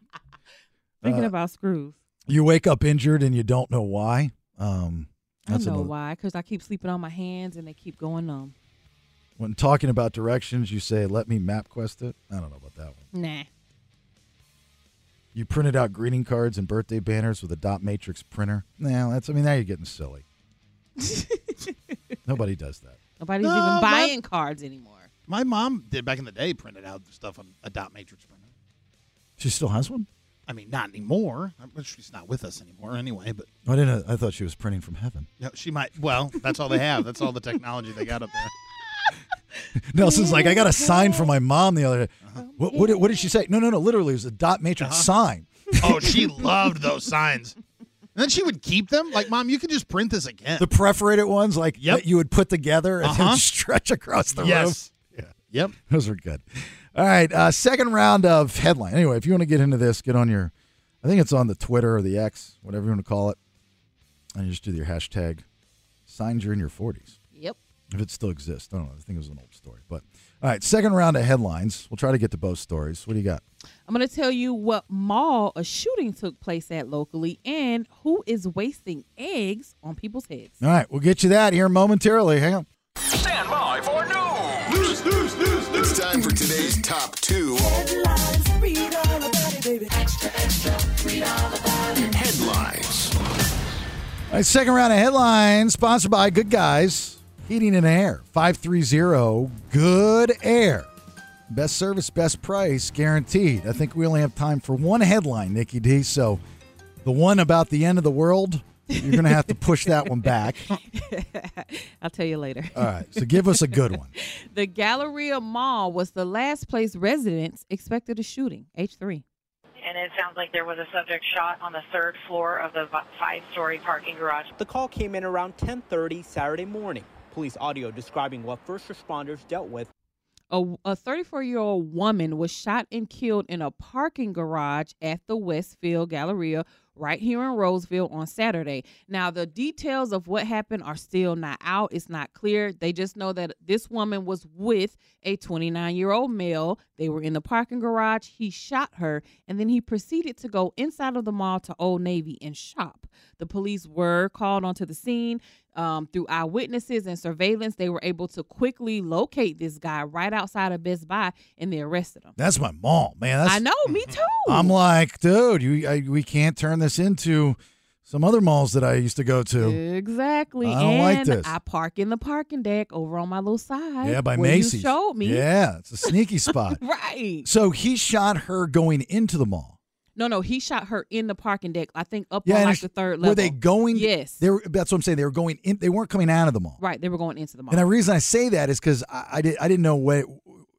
Speaker 7: Thinking
Speaker 9: Uh,
Speaker 7: about screws.
Speaker 9: You wake up injured and you don't know why. Um,
Speaker 7: I
Speaker 9: that's
Speaker 7: know
Speaker 9: another-
Speaker 7: why, because I keep sleeping on my hands and they keep going numb.
Speaker 9: When talking about directions, you say, "Let me map quest it." I don't know about that one.
Speaker 7: Nah.
Speaker 9: You printed out greeting cards and birthday banners with a dot matrix printer. Now that's. I mean, now you're getting silly. Nobody does that.
Speaker 7: Nobody's
Speaker 10: No,
Speaker 7: even
Speaker 10: my-
Speaker 7: buying cards anymore.
Speaker 10: My mom did back in the day, printed out stuff on a dot matrix printer.
Speaker 9: She still has one.
Speaker 10: I mean, not anymore. I'm- She's not with us anymore anyway, but
Speaker 9: Oh, I didn't. I thought she was printing from heaven.
Speaker 10: you know, she might. Well, that's all they have. That's all the technology they got up there.
Speaker 9: Nelson's like, I got a sign from my mom the other day.
Speaker 10: Uh-huh.
Speaker 9: What, what, did- what did she say? No, no, no. Literally, it was a dot matrix sign.
Speaker 10: Oh, she loved those signs. And then she would keep them. Like, mom, you can just print this again.
Speaker 9: The perforated ones, like
Speaker 10: Yep.
Speaker 9: that you would put together and then
Speaker 10: Uh-huh.
Speaker 9: stretch across the
Speaker 10: Yes.
Speaker 9: room.
Speaker 10: Yep.
Speaker 9: Those are good. All right. Uh, second round of headline. Anyway, if you want to get into this, get on your, I think it's on the Twitter or the X, whatever you want to call it. And you just do your hashtag signs you're in your 40s.
Speaker 7: Yep.
Speaker 9: if it still exists. I don't know. I think it was an old story. But all right, second round of headlines. We'll try to get to both stories. What do you got?
Speaker 7: I'm going to tell you what mall a shooting took place at locally and who is wasting eggs on people's heads.
Speaker 9: All right, we'll get you that here momentarily. Hang on.
Speaker 3: Stand by for news. News, news, news,
Speaker 4: It's time for today's top two.
Speaker 2: Headlines, read all about it, baby. Extra, extra, read all
Speaker 9: All right, second round of headlines sponsored by Good Guys Heating and Air. 530 Good Air. Best service, best price, guaranteed. I think we only have time for one headline, Nikki D. So the one about the end of the world, you're going to have to push that one back.
Speaker 7: I'll tell you later.
Speaker 9: All right. So give us a good one.
Speaker 7: The Galleria Mall was the last place residents expected a shooting. H three.
Speaker 13: and it sounds like there was a subject shot on the third floor of the five-story parking garage.
Speaker 14: The call came in around 10:30 Saturday morning. Police audio describing what first responders dealt with.
Speaker 7: A 34 year old woman was shot and killed in a parking garage at the Westfield Galleria right here in Roseville on Saturday. Now, the details of what happened are still not out. It's not clear. They just know that this woman was with a 29 year old male. They were in the parking garage. He shot her, and then he proceeded to go inside of the mall to Old Navy and shop. The police were called onto the scene. Um, through eyewitnesses and surveillance, they were able to quickly locate this guy right outside of Best Buy and they arrested him.
Speaker 9: That's my mall, man. That's, Mm-hmm.
Speaker 7: I know, me too.
Speaker 9: I'm like, dude, you I, we can't turn this into some other malls that I used to go to.
Speaker 7: Exactly.
Speaker 9: I don't like
Speaker 7: and
Speaker 9: this.
Speaker 7: I park in the parking deck over on my little side.
Speaker 9: Yeah, by
Speaker 7: where you
Speaker 9: Macy's.
Speaker 7: showed me.
Speaker 9: Yeah, it's a sneaky spot.
Speaker 7: Right.
Speaker 9: So he shot her going into the mall.
Speaker 7: No, no, he shot her in the parking deck. I think up
Speaker 9: Yeah,
Speaker 7: on
Speaker 9: and
Speaker 7: like
Speaker 9: it's-
Speaker 7: the third level.
Speaker 9: Were they going?
Speaker 7: Yes.
Speaker 9: They were, that's what I'm saying. They were going in. They weren't coming out of the mall.
Speaker 7: Right. They were going into the mall.
Speaker 9: And the reason I say that is because I, I did. I didn't know what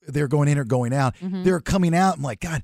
Speaker 9: they were going in or going out.
Speaker 7: Mhm.
Speaker 9: They were coming out. I'm like, God,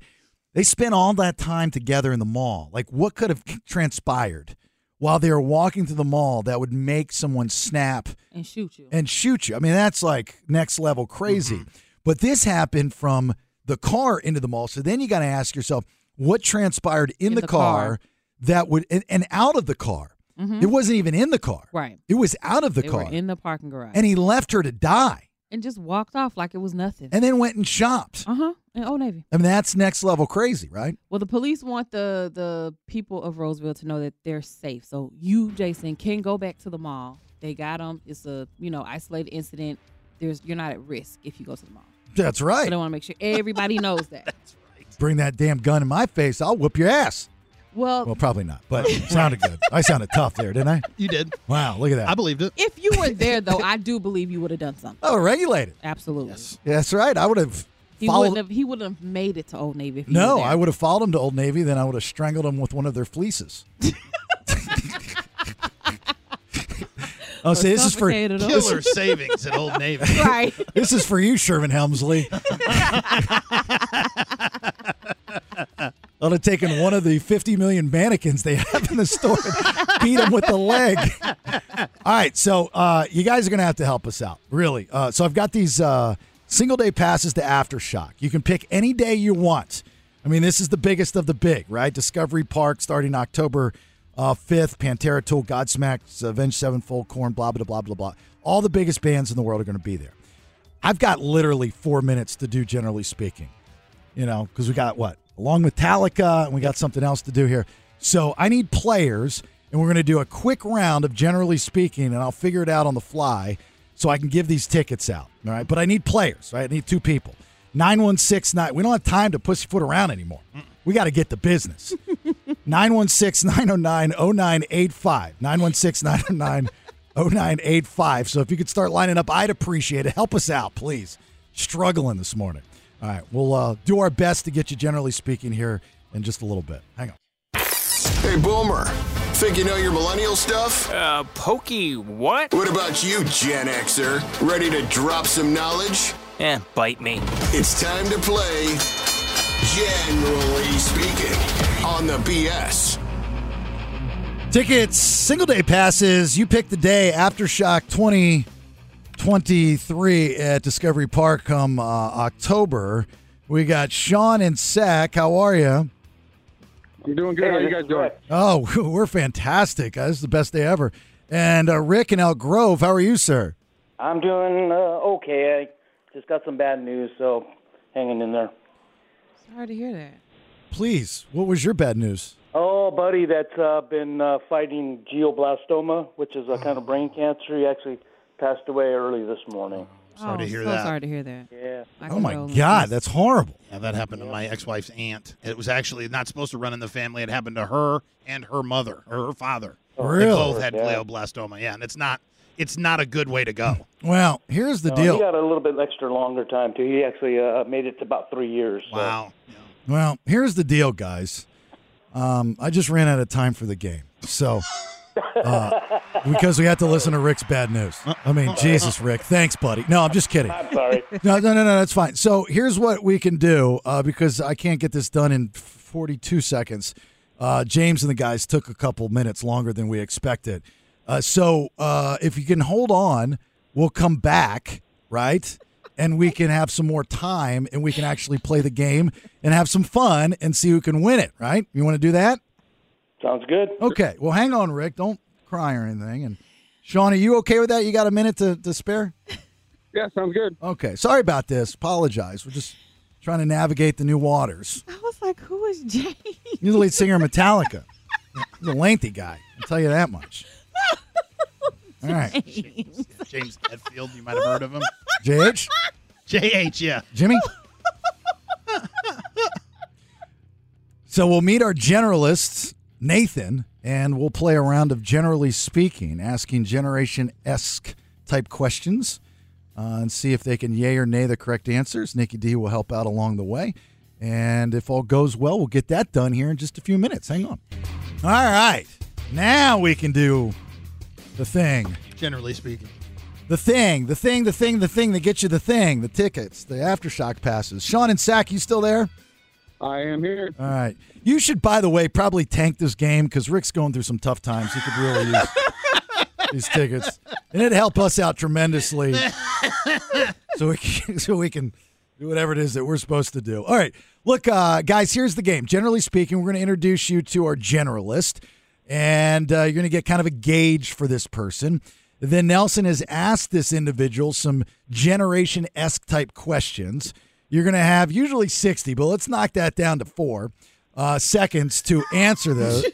Speaker 9: they spent all that time together in the mall. Like, what could have transpired while they were walking through the mall that would make someone snap?
Speaker 7: and shoot you.
Speaker 9: and shoot you. I mean, that's like next level crazy.
Speaker 7: Mm-hmm.
Speaker 9: But this happened from the car into the mall. So then you got to ask yourself what transpired in, the,
Speaker 7: the
Speaker 9: car,
Speaker 7: car.
Speaker 9: that would, and, and out of the car.
Speaker 7: Mhm.
Speaker 9: It wasn't even in the car,
Speaker 7: Right.
Speaker 9: it was out of the
Speaker 7: they
Speaker 9: car.
Speaker 7: Were in the parking garage.
Speaker 9: and he left her to die
Speaker 7: and just walked off like it was nothing.
Speaker 9: and then went and shopped.
Speaker 7: Uh huh. And Old Navy.
Speaker 9: I mean, that's next level crazy, right?
Speaker 7: Well, the police want the the people of Roseville to know that they're safe. So you, Jason, can go back to the mall. They got them. It's a you know isolated incident. There's you're not at risk if you go to the mall.
Speaker 9: That's right.
Speaker 7: So they want to make sure everybody knows that.
Speaker 9: Bring that damn gun in my face, I'll whoop your ass.
Speaker 7: Well,
Speaker 9: Well, probably not, but it sounded good. I sounded tough there, didn't I?
Speaker 10: You did.
Speaker 9: Wow, look at that.
Speaker 10: I believed it.
Speaker 7: if you were there though, I do believe you would have done something.
Speaker 9: Oh, regulated.
Speaker 7: Absolutely.
Speaker 9: That's right. I would have
Speaker 7: He
Speaker 9: followed.
Speaker 7: wouldn't have. He wouldn't have made it to Old Navy. If he
Speaker 9: No,
Speaker 7: were there.
Speaker 9: I would have followed him to Old Navy, then I would have strangled him with one of their fleeces. oh, see, this is for
Speaker 7: suffocated him.
Speaker 10: Killer savings at Old Navy.
Speaker 7: Right.
Speaker 9: this is for you, Sherman Helmsley. I'd have taken one of the 50 million mannequins they have in the store and beat him with the leg. All right, so uh, you guys are going to have to help us out, really. Uh, so I've got these uh, single day passes to Aftershock. You can pick any day you want. I mean, this is the biggest of the big, right? Discovery Park starting October uh, 5th, Pantera Tool, Godsmack, Avenged Sevenfold, Corn, blah, blah, blah, blah, blah. All the biggest bands in the world are going to be there. I've got literally four minutes to do, generally speaking. You know, because we got what? Along Metallica, and we got something else to do here. So I need players, and we're going to do a quick round of generally speaking, and I'll figure it out on the fly so I can give these tickets out. All right. But I need players, right? I need two people. 916 9. We don't have time to pussyfoot around anymore. We got to get to business. 916 909 0985. 916 909 0985. So if you could start lining up, I'd appreciate it. Help us out, please. Struggling this morning. All right. We'll uh, do our best to get you, generally speaking, here in just a little bit. Hang on.
Speaker 4: Hey, Boomer, think you know your millennial stuff?
Speaker 15: Uh, pokey what?
Speaker 4: What about you, Gen Xer? Ready to drop some knowledge?
Speaker 15: Eh, bite me.
Speaker 4: It's time to play Generally Speaking on the BS.
Speaker 9: Tickets, single day passes. You pick the day. Aftershock 2023 at Discovery Park come uh, October. We got Sean and Sack. How are you?
Speaker 16: I'm doing good. How you guys doing?
Speaker 9: Oh, we're fantastic. Uh, This is the best day ever. And uh, Rick in Elk Grove, how are you, sir?
Speaker 16: I'm doing uh, okay. I just got some bad news, so hanging in there.
Speaker 7: Sorry to hear that.
Speaker 9: Please, what was your bad news?
Speaker 16: Oh, buddy, that's uh, been uh, fighting glioblastoma, which is a kind of brain cancer. He actually passed away early this morning.
Speaker 10: Sorry to
Speaker 7: Oh,
Speaker 10: hear
Speaker 7: so
Speaker 10: that.
Speaker 7: sorry to hear that.
Speaker 16: Yeah.
Speaker 10: Oh my
Speaker 9: God, that's horrible.
Speaker 10: Yeah, that happened to my ex-wife's aunt. It was actually not supposed to run in the family. It happened to her and her mother, or her father.
Speaker 16: Oh,
Speaker 10: They
Speaker 9: Really?
Speaker 10: both had glioblastoma. Yeah, and it's not it's not a good way to go.
Speaker 9: Well, here's the
Speaker 16: No,
Speaker 9: Oh. deal.
Speaker 16: He uh, got a little bit extra longer time too. He actually uh, made it to about three years. Wow.
Speaker 9: Well, here's the deal, guys. Um, I just ran out of time for the game, so uh, because we had to listen to Rick's bad news. I mean, Jesus, Rick, thanks, buddy. No, I'm just kidding.
Speaker 16: I'm sorry.
Speaker 9: No, no, no, no, that's fine. So here's what we can do uh, because I can't get this done in 42 seconds. Uh, James and the guys took a couple minutes longer than we expected. Uh, so uh, if you can hold on, we'll come back, right? And we can have some more time and we can actually play the game and have some fun and see who can win it, right? You want to do that?
Speaker 16: Sounds good.
Speaker 9: Okay. Well, hang on, Rick. Don't cry or anything. And Sean, are you okay with that? You got a minute to, to spare?
Speaker 17: Yeah, sounds good.
Speaker 9: Okay. Sorry about this. Apologize. We're just trying to navigate the new waters.
Speaker 7: I was like, who is James?
Speaker 9: You're the lead singer of Metallica. He's a lengthy guy. I'll tell you that much. All right.
Speaker 10: James, James Hetfield, you might have heard of him.
Speaker 9: JH?
Speaker 10: JH, yeah.
Speaker 9: Jimmy? So we'll meet our generalists, Nathan, and we'll play a round of generally speaking, asking generation esque type questions uh, and see if they can yay or nay the correct answers. Nikki D will help out along the way. And if all goes well, we'll get that done here in just a few minutes. Hang on. All right. Now we can do the thing.
Speaker 10: Generally speaking.
Speaker 9: The thing, the thing, the thing, the thing that gets you the thing, the tickets, the aftershock passes. Sean and Sack, you still there?
Speaker 17: I am here.
Speaker 9: All right. You should, by the way, probably tank this game because Rick's going through some tough times. He could really use these tickets, and it'd help us out tremendously. so we can, so we can do whatever it is that we're supposed to do. All right, look, uh, guys. Here's the game. Generally speaking, we're going to introduce you to our generalist, and uh, you're going to get kind of a gauge for this person. Then Nelson has asked this individual some generation esque type questions. You're going to have usually 60, but let's knock that down to four uh, seconds to answer those.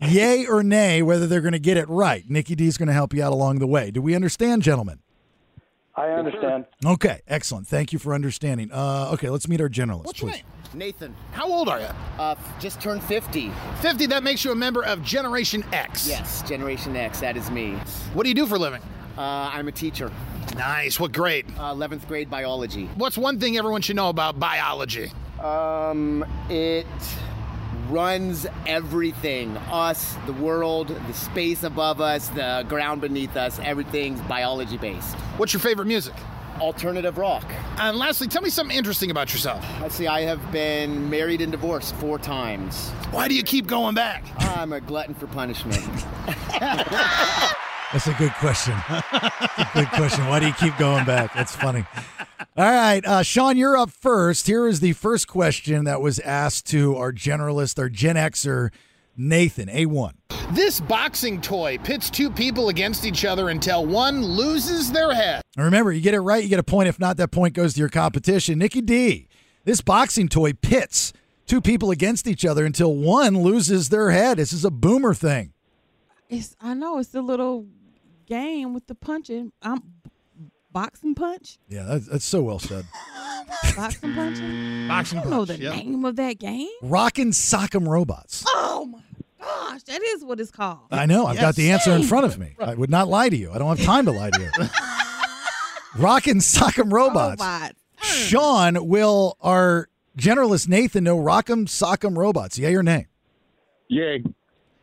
Speaker 9: Yay or nay, whether they're going to get it right. Nikki D's going to help you out along the way. Do we understand, gentlemen?
Speaker 16: I understand.
Speaker 9: Okay, excellent. Thank you for understanding. Uh, okay, let's meet our generalist, please.
Speaker 18: Nathan.
Speaker 10: How old are you?
Speaker 18: Uh, just turned 50.
Speaker 10: 50, that makes you a member of Generation X.
Speaker 18: Yes, Generation X, that is me.
Speaker 10: What do you do for a living?
Speaker 18: Uh, I'm a teacher.
Speaker 10: Nice. What grade?
Speaker 18: Uh, 11th grade biology.
Speaker 10: What's one thing everyone should know about biology?
Speaker 18: Um, it runs everything us, the world, the space above us, the ground beneath us. Everything's biology based.
Speaker 10: What's your favorite music?
Speaker 18: Alternative rock.
Speaker 10: And lastly, tell me something interesting about yourself.
Speaker 18: Let's see, I have been married and divorced four times.
Speaker 10: Why do you keep going back?
Speaker 18: I'm a glutton for punishment.
Speaker 9: That's a good question. That's a good question. Why do you keep going back? That's funny. All right, uh, Sean, you're up first. Here is the first question that was asked to our generalist, our Gen Xer, Nathan, A1.
Speaker 10: This boxing toy pits two people against each other until one loses their head.
Speaker 9: And remember, you get it right, you get a point. If not, that point goes to your competition. Nikki D, this boxing toy pits two people against each other until one loses their head. This is a boomer thing.
Speaker 7: It's I know it's the little game with the punching. I'm boxing punch.
Speaker 9: Yeah, that's, that's so well said.
Speaker 7: Boxing punching.
Speaker 9: Boxing
Speaker 7: I don't know
Speaker 9: punch,
Speaker 7: the
Speaker 9: yeah.
Speaker 7: name of that game.
Speaker 9: Rockin' Sock'em Robots.
Speaker 7: Oh my gosh, that is what it's called.
Speaker 9: I know. I've got the answer in
Speaker 7: Dang.
Speaker 9: front of me. I would not lie to you. I don't have time to lie to you. Rockin' Sock'em Robots.
Speaker 7: Robot.
Speaker 9: Sean, will our generalist Nathan know Rock'em Sock'em Robots? Yay or nay?
Speaker 17: Yay.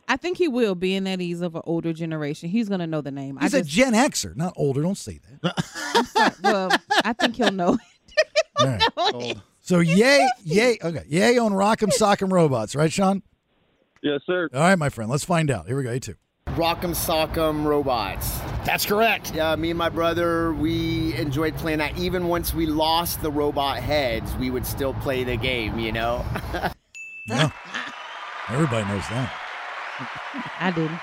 Speaker 7: I think he will, being that he's of an older generation. He's gonna know the name.
Speaker 9: He's
Speaker 7: I
Speaker 9: a Gen Xer, not older. Don't say that.
Speaker 7: well, I think he'll know.
Speaker 9: All right. So yay, yay. Okay, yay on Rock'em Sock'em Robots, right, Sean?
Speaker 17: Yes, sir.
Speaker 9: All right, my friend. Let's find out. Here we go. You too.
Speaker 18: Rock'em Sock'em Robots.
Speaker 10: That's correct.
Speaker 18: Yeah, me and my brother, we enjoyed playing that. Even once we lost the robot heads, we would still play the game, you know?
Speaker 9: No. Everybody knows that.
Speaker 7: I didn't.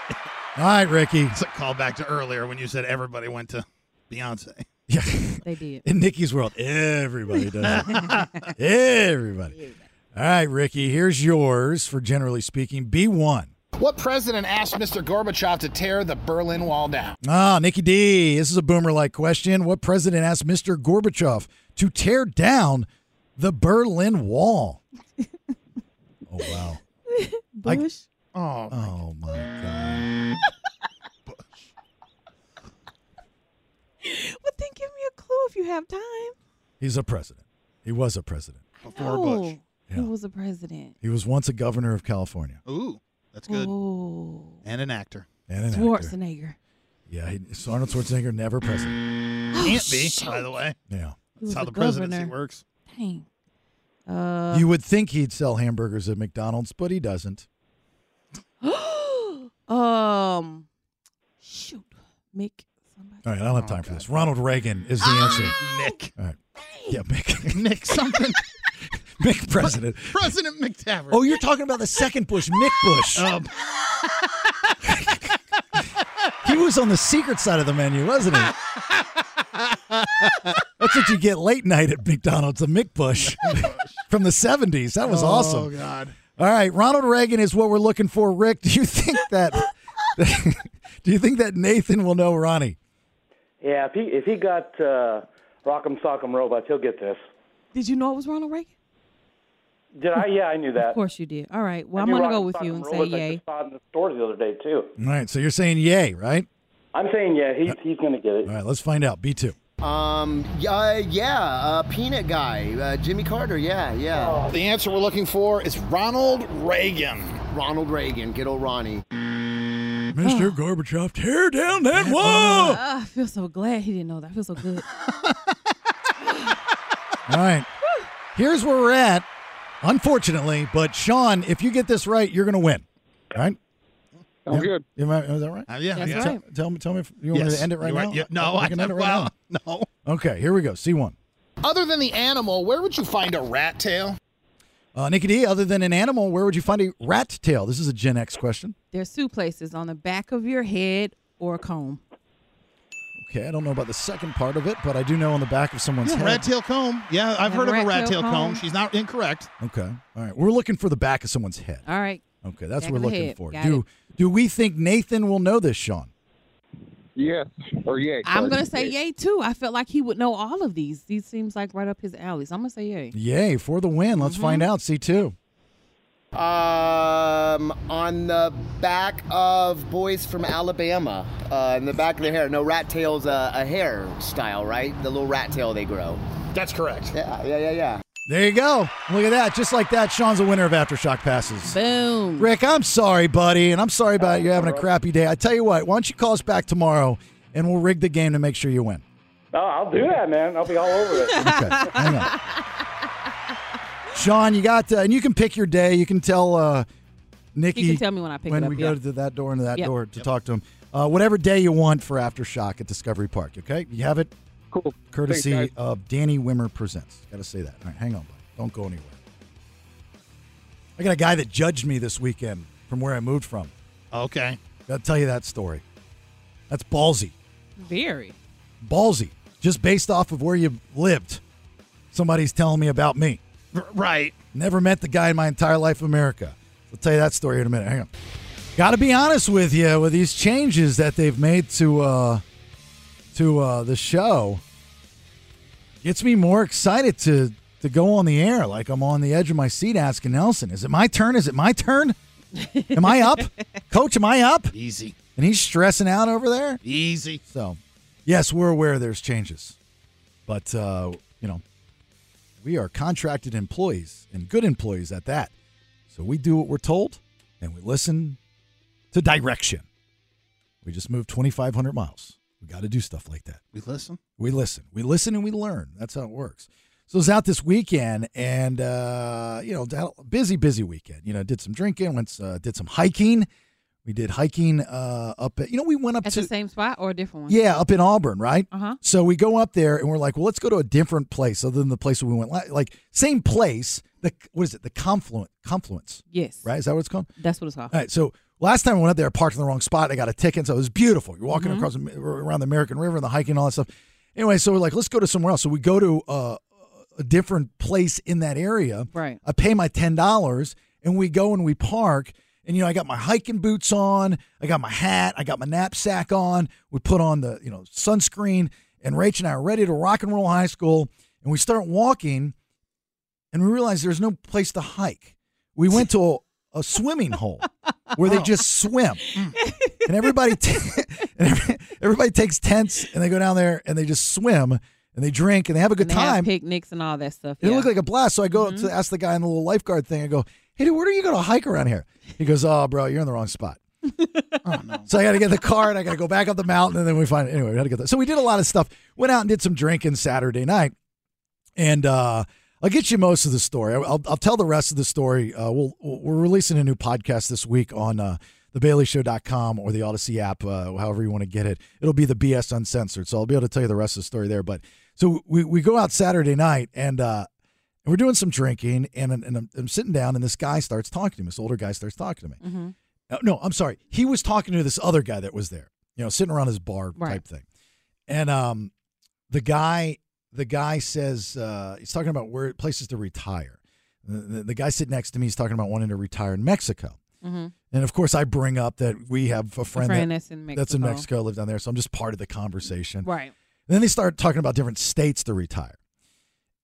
Speaker 9: All right, Ricky.
Speaker 10: It's a call back to earlier when you said everybody went to Beyonce.
Speaker 9: Yeah.
Speaker 7: They did.
Speaker 9: In Nikki's world, everybody does. it. everybody. All right, Ricky. Here's yours for generally speaking. B one.
Speaker 10: What president asked Mr. Gorbachev to tear the Berlin Wall down?
Speaker 9: Ah, Nikki D. This is a boomer like question. What president asked Mr. Gorbachev to tear down the Berlin Wall? oh wow. I-
Speaker 7: Bush.
Speaker 10: Oh,
Speaker 9: oh my
Speaker 10: god.
Speaker 7: Well, then give me a clue if you have time.
Speaker 9: He's a president. He was a president.
Speaker 10: Before Bush.
Speaker 7: Oh, He was a president.
Speaker 9: He was once a governor of California
Speaker 10: Ooh, that's good.
Speaker 7: Ooh.
Speaker 10: And an actor.
Speaker 9: and an actor.
Speaker 7: Oh. Schwarzenegger.
Speaker 9: Yeah, he, so Arnold Schwarzenegger never president.
Speaker 10: Can't be, by the way.
Speaker 9: Yeah.
Speaker 7: He
Speaker 10: That's
Speaker 7: was
Speaker 10: how
Speaker 7: a
Speaker 10: the presidency
Speaker 7: governor.
Speaker 10: works.
Speaker 7: Dang. Uh,
Speaker 9: you would think he'd sell hamburgers at McDonald's, but he doesn't.
Speaker 7: um, shoot, Mick.
Speaker 9: All right, I don't have time for this. Ronald Reagan is the answer.
Speaker 10: Nick.
Speaker 9: All right. Yeah, Mick.
Speaker 10: Nick something.
Speaker 9: Mick president.
Speaker 10: President McTavish.
Speaker 9: Oh, you're talking about the second Bush, Mick Bush.
Speaker 10: Um,
Speaker 9: He was on the secret side of the menu, wasn't he? That's what you get late night at McDonald's, a McBush from the 70s. That was
Speaker 10: Oh,
Speaker 9: awesome.
Speaker 10: God.
Speaker 9: All right, Ronald Reagan is what we're looking for. Rick, do you think that do you think that Nathan will know Ronnie?
Speaker 16: Yeah, if he if he got uh, Rock'em Sock'em Robots, he'll get this.
Speaker 7: Did you know it was Ronald Reagan?
Speaker 16: Did I? Yeah, I knew that.
Speaker 7: Of course you did. All right. Well,
Speaker 16: I
Speaker 7: I'm
Speaker 16: knew
Speaker 7: gonna go
Speaker 16: Rock'em
Speaker 7: with you
Speaker 16: Sock'em
Speaker 7: and say
Speaker 16: Robots I
Speaker 7: yay.
Speaker 16: just saw it in the store the other day too.
Speaker 9: All right, so you're saying yay, right?
Speaker 16: I'm saying yeah, he's he's gonna get it.
Speaker 9: All right, let's find out. B2.
Speaker 18: Um, yeah, uh, yeah, uh, peanut guy, uh, Jimmy Carter. Yeah, yeah.
Speaker 6: The answer we're looking for is Ronald Reagan.
Speaker 18: Ronald Reagan, good old Ronnie.
Speaker 9: Mr. Gorbachev, tear down that
Speaker 7: Uh,
Speaker 9: wall.
Speaker 7: I feel so glad he didn't know that. I feel so good.
Speaker 9: All right. Here's where we're at, unfortunately. But Sean, if you get this right, you're going to win. All right?
Speaker 17: I'm good.
Speaker 9: Am I, is that right?
Speaker 10: Uh, yeah,
Speaker 9: Tell-
Speaker 10: yeah.
Speaker 9: Tell, me, tell me if you want me
Speaker 10: Yes.
Speaker 9: to end it right
Speaker 10: You are-
Speaker 9: now.
Speaker 10: yeah, no,
Speaker 9: I
Speaker 10: I
Speaker 9: can end it right
Speaker 10: well,
Speaker 9: now. No. Okay, here we go. C1.
Speaker 6: Other than the animal, where would you find a rat tail?
Speaker 9: Uh, Nikki D, other than an animal, where would you find a rat tail? This is a Gen X question.
Speaker 7: There's two places on the back of your head or a comb.
Speaker 9: Okay, I don't know about the second part of it, but I do know on the back of someone's
Speaker 10: Yeah,
Speaker 9: head.
Speaker 10: rat tail comb. Yeah, Uh, I've
Speaker 7: Yeah,
Speaker 10: heard of a
Speaker 7: rat
Speaker 10: rat tail
Speaker 7: tail comb.
Speaker 10: comb. She's not incorrect.
Speaker 9: Okay. All right. We're looking for the back of someone's head.
Speaker 7: All right.
Speaker 9: Okay, that's
Speaker 7: Back
Speaker 9: what
Speaker 7: of
Speaker 9: we're
Speaker 7: the
Speaker 9: looking
Speaker 7: head.
Speaker 9: for.
Speaker 7: Got
Speaker 9: do do we think Nathan will know this, Sean?
Speaker 17: Yes, or yay.
Speaker 7: I'm
Speaker 17: sorry.
Speaker 7: gonna say yay too. I felt like he would know all of these. These seems like right up his alley. So I'm gonna say yay.
Speaker 9: Yay, for the win. Let's
Speaker 10: Mm-hmm.
Speaker 9: find out. C2.
Speaker 18: Um, on the back of boys from Alabama, uh, in the back of their hair. No, rat tail's a, a hair style, right? The little rat tail they grow.
Speaker 6: That's correct.
Speaker 18: Yeah, yeah, yeah, yeah.
Speaker 9: There you go. Look at that. Just like that, Sean's a winner of Aftershock Passes.
Speaker 7: Boom.
Speaker 9: Rick, I'm sorry, buddy, and I'm sorry about you having a crappy day. I tell you what, why don't you call us back tomorrow and we'll rig the game to make sure you win.
Speaker 16: Oh, I'll do that, man. I'll be all over it.
Speaker 9: Okay, hang on. Sean, you got, uh, and you can pick your day. You can tell uh, Nikki.
Speaker 7: You can tell me when I pick it up,
Speaker 9: we
Speaker 7: yeah.
Speaker 9: go to that door and to that
Speaker 7: Yep.
Speaker 9: door to talk to him. Uh, whatever day you want for Aftershock at Discovery Park, okay? You have it?
Speaker 17: Cool.
Speaker 9: Courtesy
Speaker 17: Thanks, guys.
Speaker 9: of Danny Wimmer Presents. Got to say that. All right, hang on, buddy. Don't go anywhere. I got a guy that judged me this weekend from where I moved from.
Speaker 10: Okay.
Speaker 9: Got to tell you that story. That's ballsy.
Speaker 7: Very.
Speaker 9: Ballsy. Just based off of where you lived, somebody's telling me about me.
Speaker 10: R- right.
Speaker 9: Never met the guy in my entire life in America. I'll tell you that story in a minute. Hang on. Got to be honest with you with these changes that they've made to uh, to uh, the show. Gets me more excited to to go on the air. Like I'm on the edge of my seat, asking Nelson, "Is it my turn? Is it my turn? Am I up, Coach? Am I up?"
Speaker 10: Easy.
Speaker 9: And he's stressing out over there.
Speaker 10: Easy.
Speaker 9: So, yes, we're aware there's changes, but uh, you know, we are contracted employees and good employees at that. So we do what we're told and we listen to direction. We just moved 2,500 miles. We got to do stuff like that.
Speaker 10: We listen.
Speaker 9: We listen. We listen and we learn. That's how it works. So I was out this weekend and, uh, you know, down- busy, busy weekend. You know, did some drinking, went, uh, did some hiking. We did hiking uh, up at, you know, we went up
Speaker 7: At
Speaker 9: to.
Speaker 7: the same spot or a different one?
Speaker 9: Yeah, up in Auburn, right?
Speaker 7: Uh-huh.
Speaker 9: So we go up there and we're like, well, let's go to a different place other than the place we went. la- Like same place. The what is it? The confluent confluence,
Speaker 7: Yes.
Speaker 9: right? Is that what it's called?
Speaker 7: That's what it's called.
Speaker 9: All right. So last time I went up there, I parked in the wrong spot. I got a ticket, so it was beautiful. You're walking across the- around the American River and the hiking and all that stuff. Anyway, so we're like, let's go to somewhere else. So we go to uh, a different place in that area.
Speaker 7: Right.
Speaker 9: I pay my ten dollars and we go and we park. And you know, I got my hiking boots on, I got my hat, I got my knapsack on. We put on the you know sunscreen, and Rach and I are ready to rock and roll high school. And we start walking, and we realize there's no place to hike. We went to a, a swimming hole where they just swim, and everybody t- and every- everybody takes tents and they go down there and they just swim and they drink and they have a good
Speaker 7: And they have
Speaker 9: time.
Speaker 7: picnics and all that stuff.
Speaker 9: It
Speaker 7: yeah.
Speaker 9: looked like a blast. So I go up
Speaker 7: Mhm.
Speaker 9: to ask the guy in the little lifeguard thing. I go, "Hey, dude, where are you going to hike around here?" He goes, "Oh, bro, you're in the wrong spot." Oh, So I got to get the car and I got to go back up the mountain and then we find anyway. We had to get that. So we did a lot of stuff. Went out and did some drinking Saturday night, and uh, I'll get you most of the story. I'll, I'll tell the rest of the story. Uh, we'll we're releasing a new podcast this week on uh, thebaileyshow.com or the Odyssey app, uh, however you want to get it. It'll be the BS uncensored. So I'll be able to tell you the rest of the story there. But so we we go out Saturday night and. Uh, and we're doing some drinking, and, and I'm, I'm sitting down, and this guy starts talking to me. This older guy starts talking to me.
Speaker 2: Mm-hmm.
Speaker 9: Uh, no, I'm sorry. He was talking to this other guy that was there, you know, sitting around his bar type thing. And um, the guy, the guy says uh, he's talking about where places to retire. The, the, the guy sitting next to me is talking about wanting to retire in Mexico.
Speaker 7: Mm-hmm.
Speaker 9: And of course, I bring up that we have a friend,
Speaker 7: friend
Speaker 9: that-
Speaker 7: that's in
Speaker 9: that's in
Speaker 7: Mexico.
Speaker 9: Mexico, lives down there. So I'm just part of the conversation.
Speaker 7: Right.
Speaker 9: And then they started talking about different states to retire.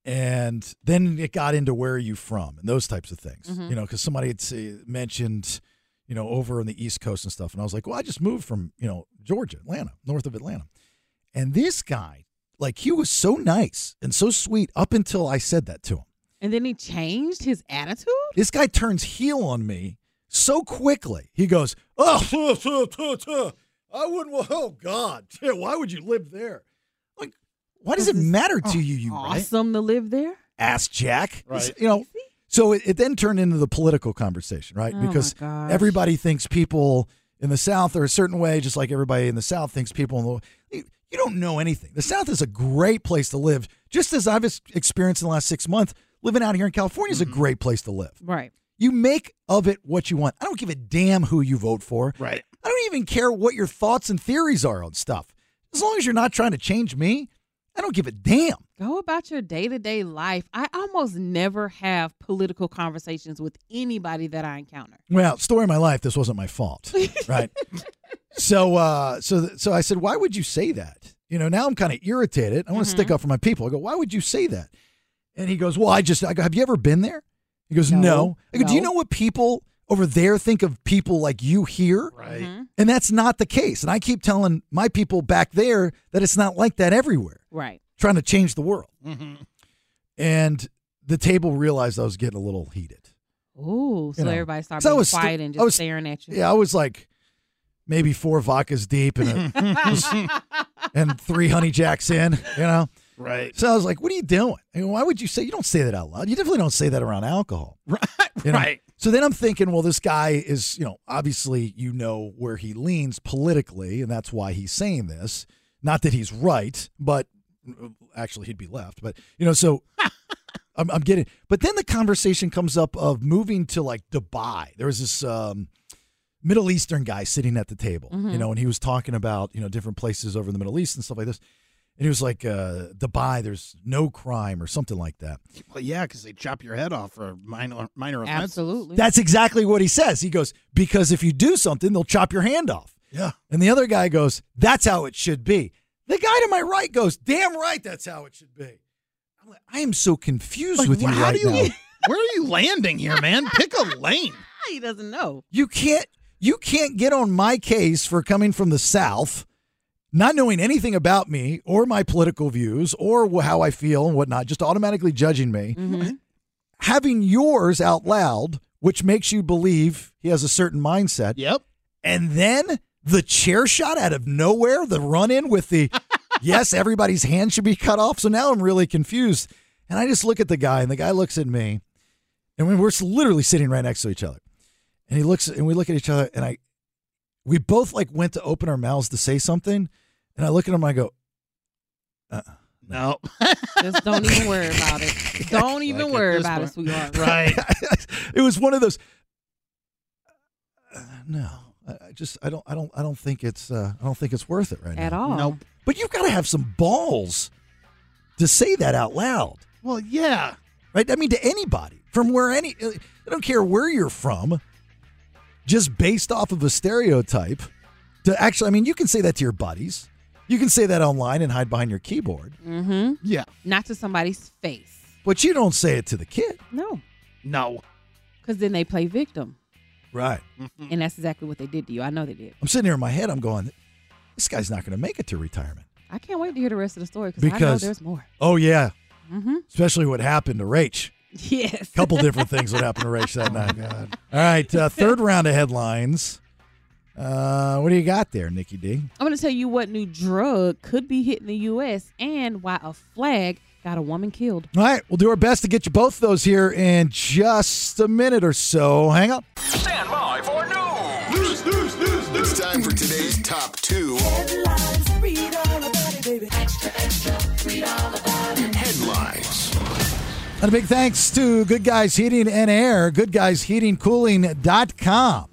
Speaker 9: And then it got into where are you from and those types of things.
Speaker 2: Mhm.
Speaker 9: You know, because somebody had say, mentioned, you know, over on the East Coast and stuff. And I was like, well, I just moved from, you know, Georgia, Atlanta, north of Atlanta. And this guy, like, he was so nice and so sweet up until I said that to him.
Speaker 7: And then he changed his attitude.
Speaker 9: This guy turns heel on me so quickly. He goes, oh, I wouldn't, wa- oh, God, why would you live there? Like, why does it matter to you, you right?
Speaker 7: oh, Awesome to live there.
Speaker 9: ass jack.
Speaker 7: Right.
Speaker 9: You know, so it, it then turned into the political conversation, right?
Speaker 7: Oh my
Speaker 9: because
Speaker 7: gosh.
Speaker 9: everybody thinks people in the South are a certain way, just like everybody in the South thinks people in the you- you don't know anything. The South is a great place to live, just as I've ex- experienced in the last six months. Living out here in California is a great place to live.
Speaker 7: Right.
Speaker 9: You make of it what you want. I don't give a damn who you vote for. Right. I don't even care what your thoughts and theories are on stuff. As long as you're not trying to change me, I don't give a damn.
Speaker 7: Go about your day to day life. I almost never have political conversations with anybody that I encounter.
Speaker 9: Well, story of my life. This wasn't my fault, right? so, uh, so, th- so I said, why would you say that? You know, now I'm kind of irritated. I want to stick up for my people. I go, why would you say that? And he goes, well, I just. I go, have you ever been there? He goes, no. I go, do you
Speaker 2: no.
Speaker 9: know what people over there think of people like you here?
Speaker 2: Right. Mhm.
Speaker 9: And that's not the case. And I keep telling my people back there that it's not like that everywhere.
Speaker 7: Right.
Speaker 9: Trying to change the world.
Speaker 10: Mm-hmm.
Speaker 9: And the table realized I was getting a little heated.
Speaker 7: Ooh, so
Speaker 9: know.
Speaker 7: everybody started
Speaker 9: 'Cause I
Speaker 7: being
Speaker 9: was st-
Speaker 7: quiet and
Speaker 9: I
Speaker 7: just
Speaker 9: was-
Speaker 7: staring at you.
Speaker 9: Yeah, I was like maybe four vodkas deep and a, and three honey jacks in, you know.
Speaker 10: Right.
Speaker 9: So I was like, "What are you doing? I mean, why would you say you don't say that out loud? You definitely don't say that around alcohol, right?
Speaker 10: right.
Speaker 9: So then I'm thinking, well, this guy is, you know, obviously you know where he leans politically, and that's why he's saying this. Not that he's right, but actually he'd be left. But you know, so I'm, I'm getting. But then the conversation comes up of moving to like Dubai. There was this um, Middle Eastern guy sitting at the table,
Speaker 10: Mm-hmm.
Speaker 9: you
Speaker 2: Mhm.
Speaker 9: know, and he was talking about you know different places over in the Middle East and stuff like this. And he was like, uh, Dubai, there's no crime or something like that.
Speaker 10: Well, yeah, because they chop your head off for minor minor offense. Absolutely.
Speaker 9: That's exactly what he says. He goes, because if you do something, they'll chop your hand off.
Speaker 10: Yeah.
Speaker 9: And the other guy goes, that's how it should be. The guy to my right goes, damn right, that's how it should be. I'm like, I am so confused with you
Speaker 10: how
Speaker 9: right
Speaker 10: do you?
Speaker 9: now.
Speaker 10: where are you landing here, man? Pick a lane.
Speaker 7: He doesn't know.
Speaker 9: You can't you can't get on my case for coming from the South, not knowing anything about me or my political views or wh- how I feel and whatnot, just automatically judging me. Having yours out loud, which makes you believe he has a certain mindset.
Speaker 10: Yep.
Speaker 9: And then the chair shot out of nowhere, the run in with the yes, everybody's hand should be cut off. So now I'm really confused. And I just look at the guy, and the guy looks at me, and we- we're literally sitting right next to each other and he looks and we look at each other and i we both like went to open our mouths to say something and i look at him and i go uh,
Speaker 10: no
Speaker 7: Just don't even worry about it. Don't even
Speaker 9: Like, at
Speaker 7: worry
Speaker 9: this
Speaker 7: about
Speaker 9: point-
Speaker 7: it, sweetheart.
Speaker 9: it was one of those uh, no I I just I don't I don't I don't think it's uh, I don't think it's worth it right
Speaker 7: At
Speaker 9: now.
Speaker 7: all. Nope.
Speaker 9: But you've got to have some balls to say that out loud.
Speaker 10: Well, yeah.
Speaker 9: Right? I mean to anybody from where any uh, I don't care where you're from just based off of a stereotype to actually I mean you can say that to your buddies. You can say that online and hide behind your keyboard.
Speaker 7: Mm-hmm.
Speaker 10: Yeah.
Speaker 7: Not to somebody's face.
Speaker 9: But you don't say it to the kid.
Speaker 7: No.
Speaker 10: No.
Speaker 7: Because then they play victim.
Speaker 9: Right.
Speaker 7: And that's exactly what they did to you. I know they did.
Speaker 9: I'm sitting here in my head, I'm going, this guy's not going to make it to retirement.
Speaker 7: I can't wait to hear the rest of the story because I know
Speaker 9: Because,
Speaker 7: there's more.
Speaker 9: oh, yeah.
Speaker 7: Mm-hmm.
Speaker 9: Especially what happened to Rach.
Speaker 7: Yes.
Speaker 9: couple different things would happen to Rach that night. All right, uh, third round of headlines. Uh, what do you got there, Nikki D?
Speaker 7: I'm going to tell you what new drug could be hitting the U.S. and why a flag got a woman killed.
Speaker 9: All right, we'll do our best to get you both those here in just a minute or so. Hang on.
Speaker 3: Stand by for news. News, news, news, news.
Speaker 4: It's time for today's top two. Headlines.
Speaker 9: And a big thanks to Good Guys Heating and Air, goodguysheatingcooling.com.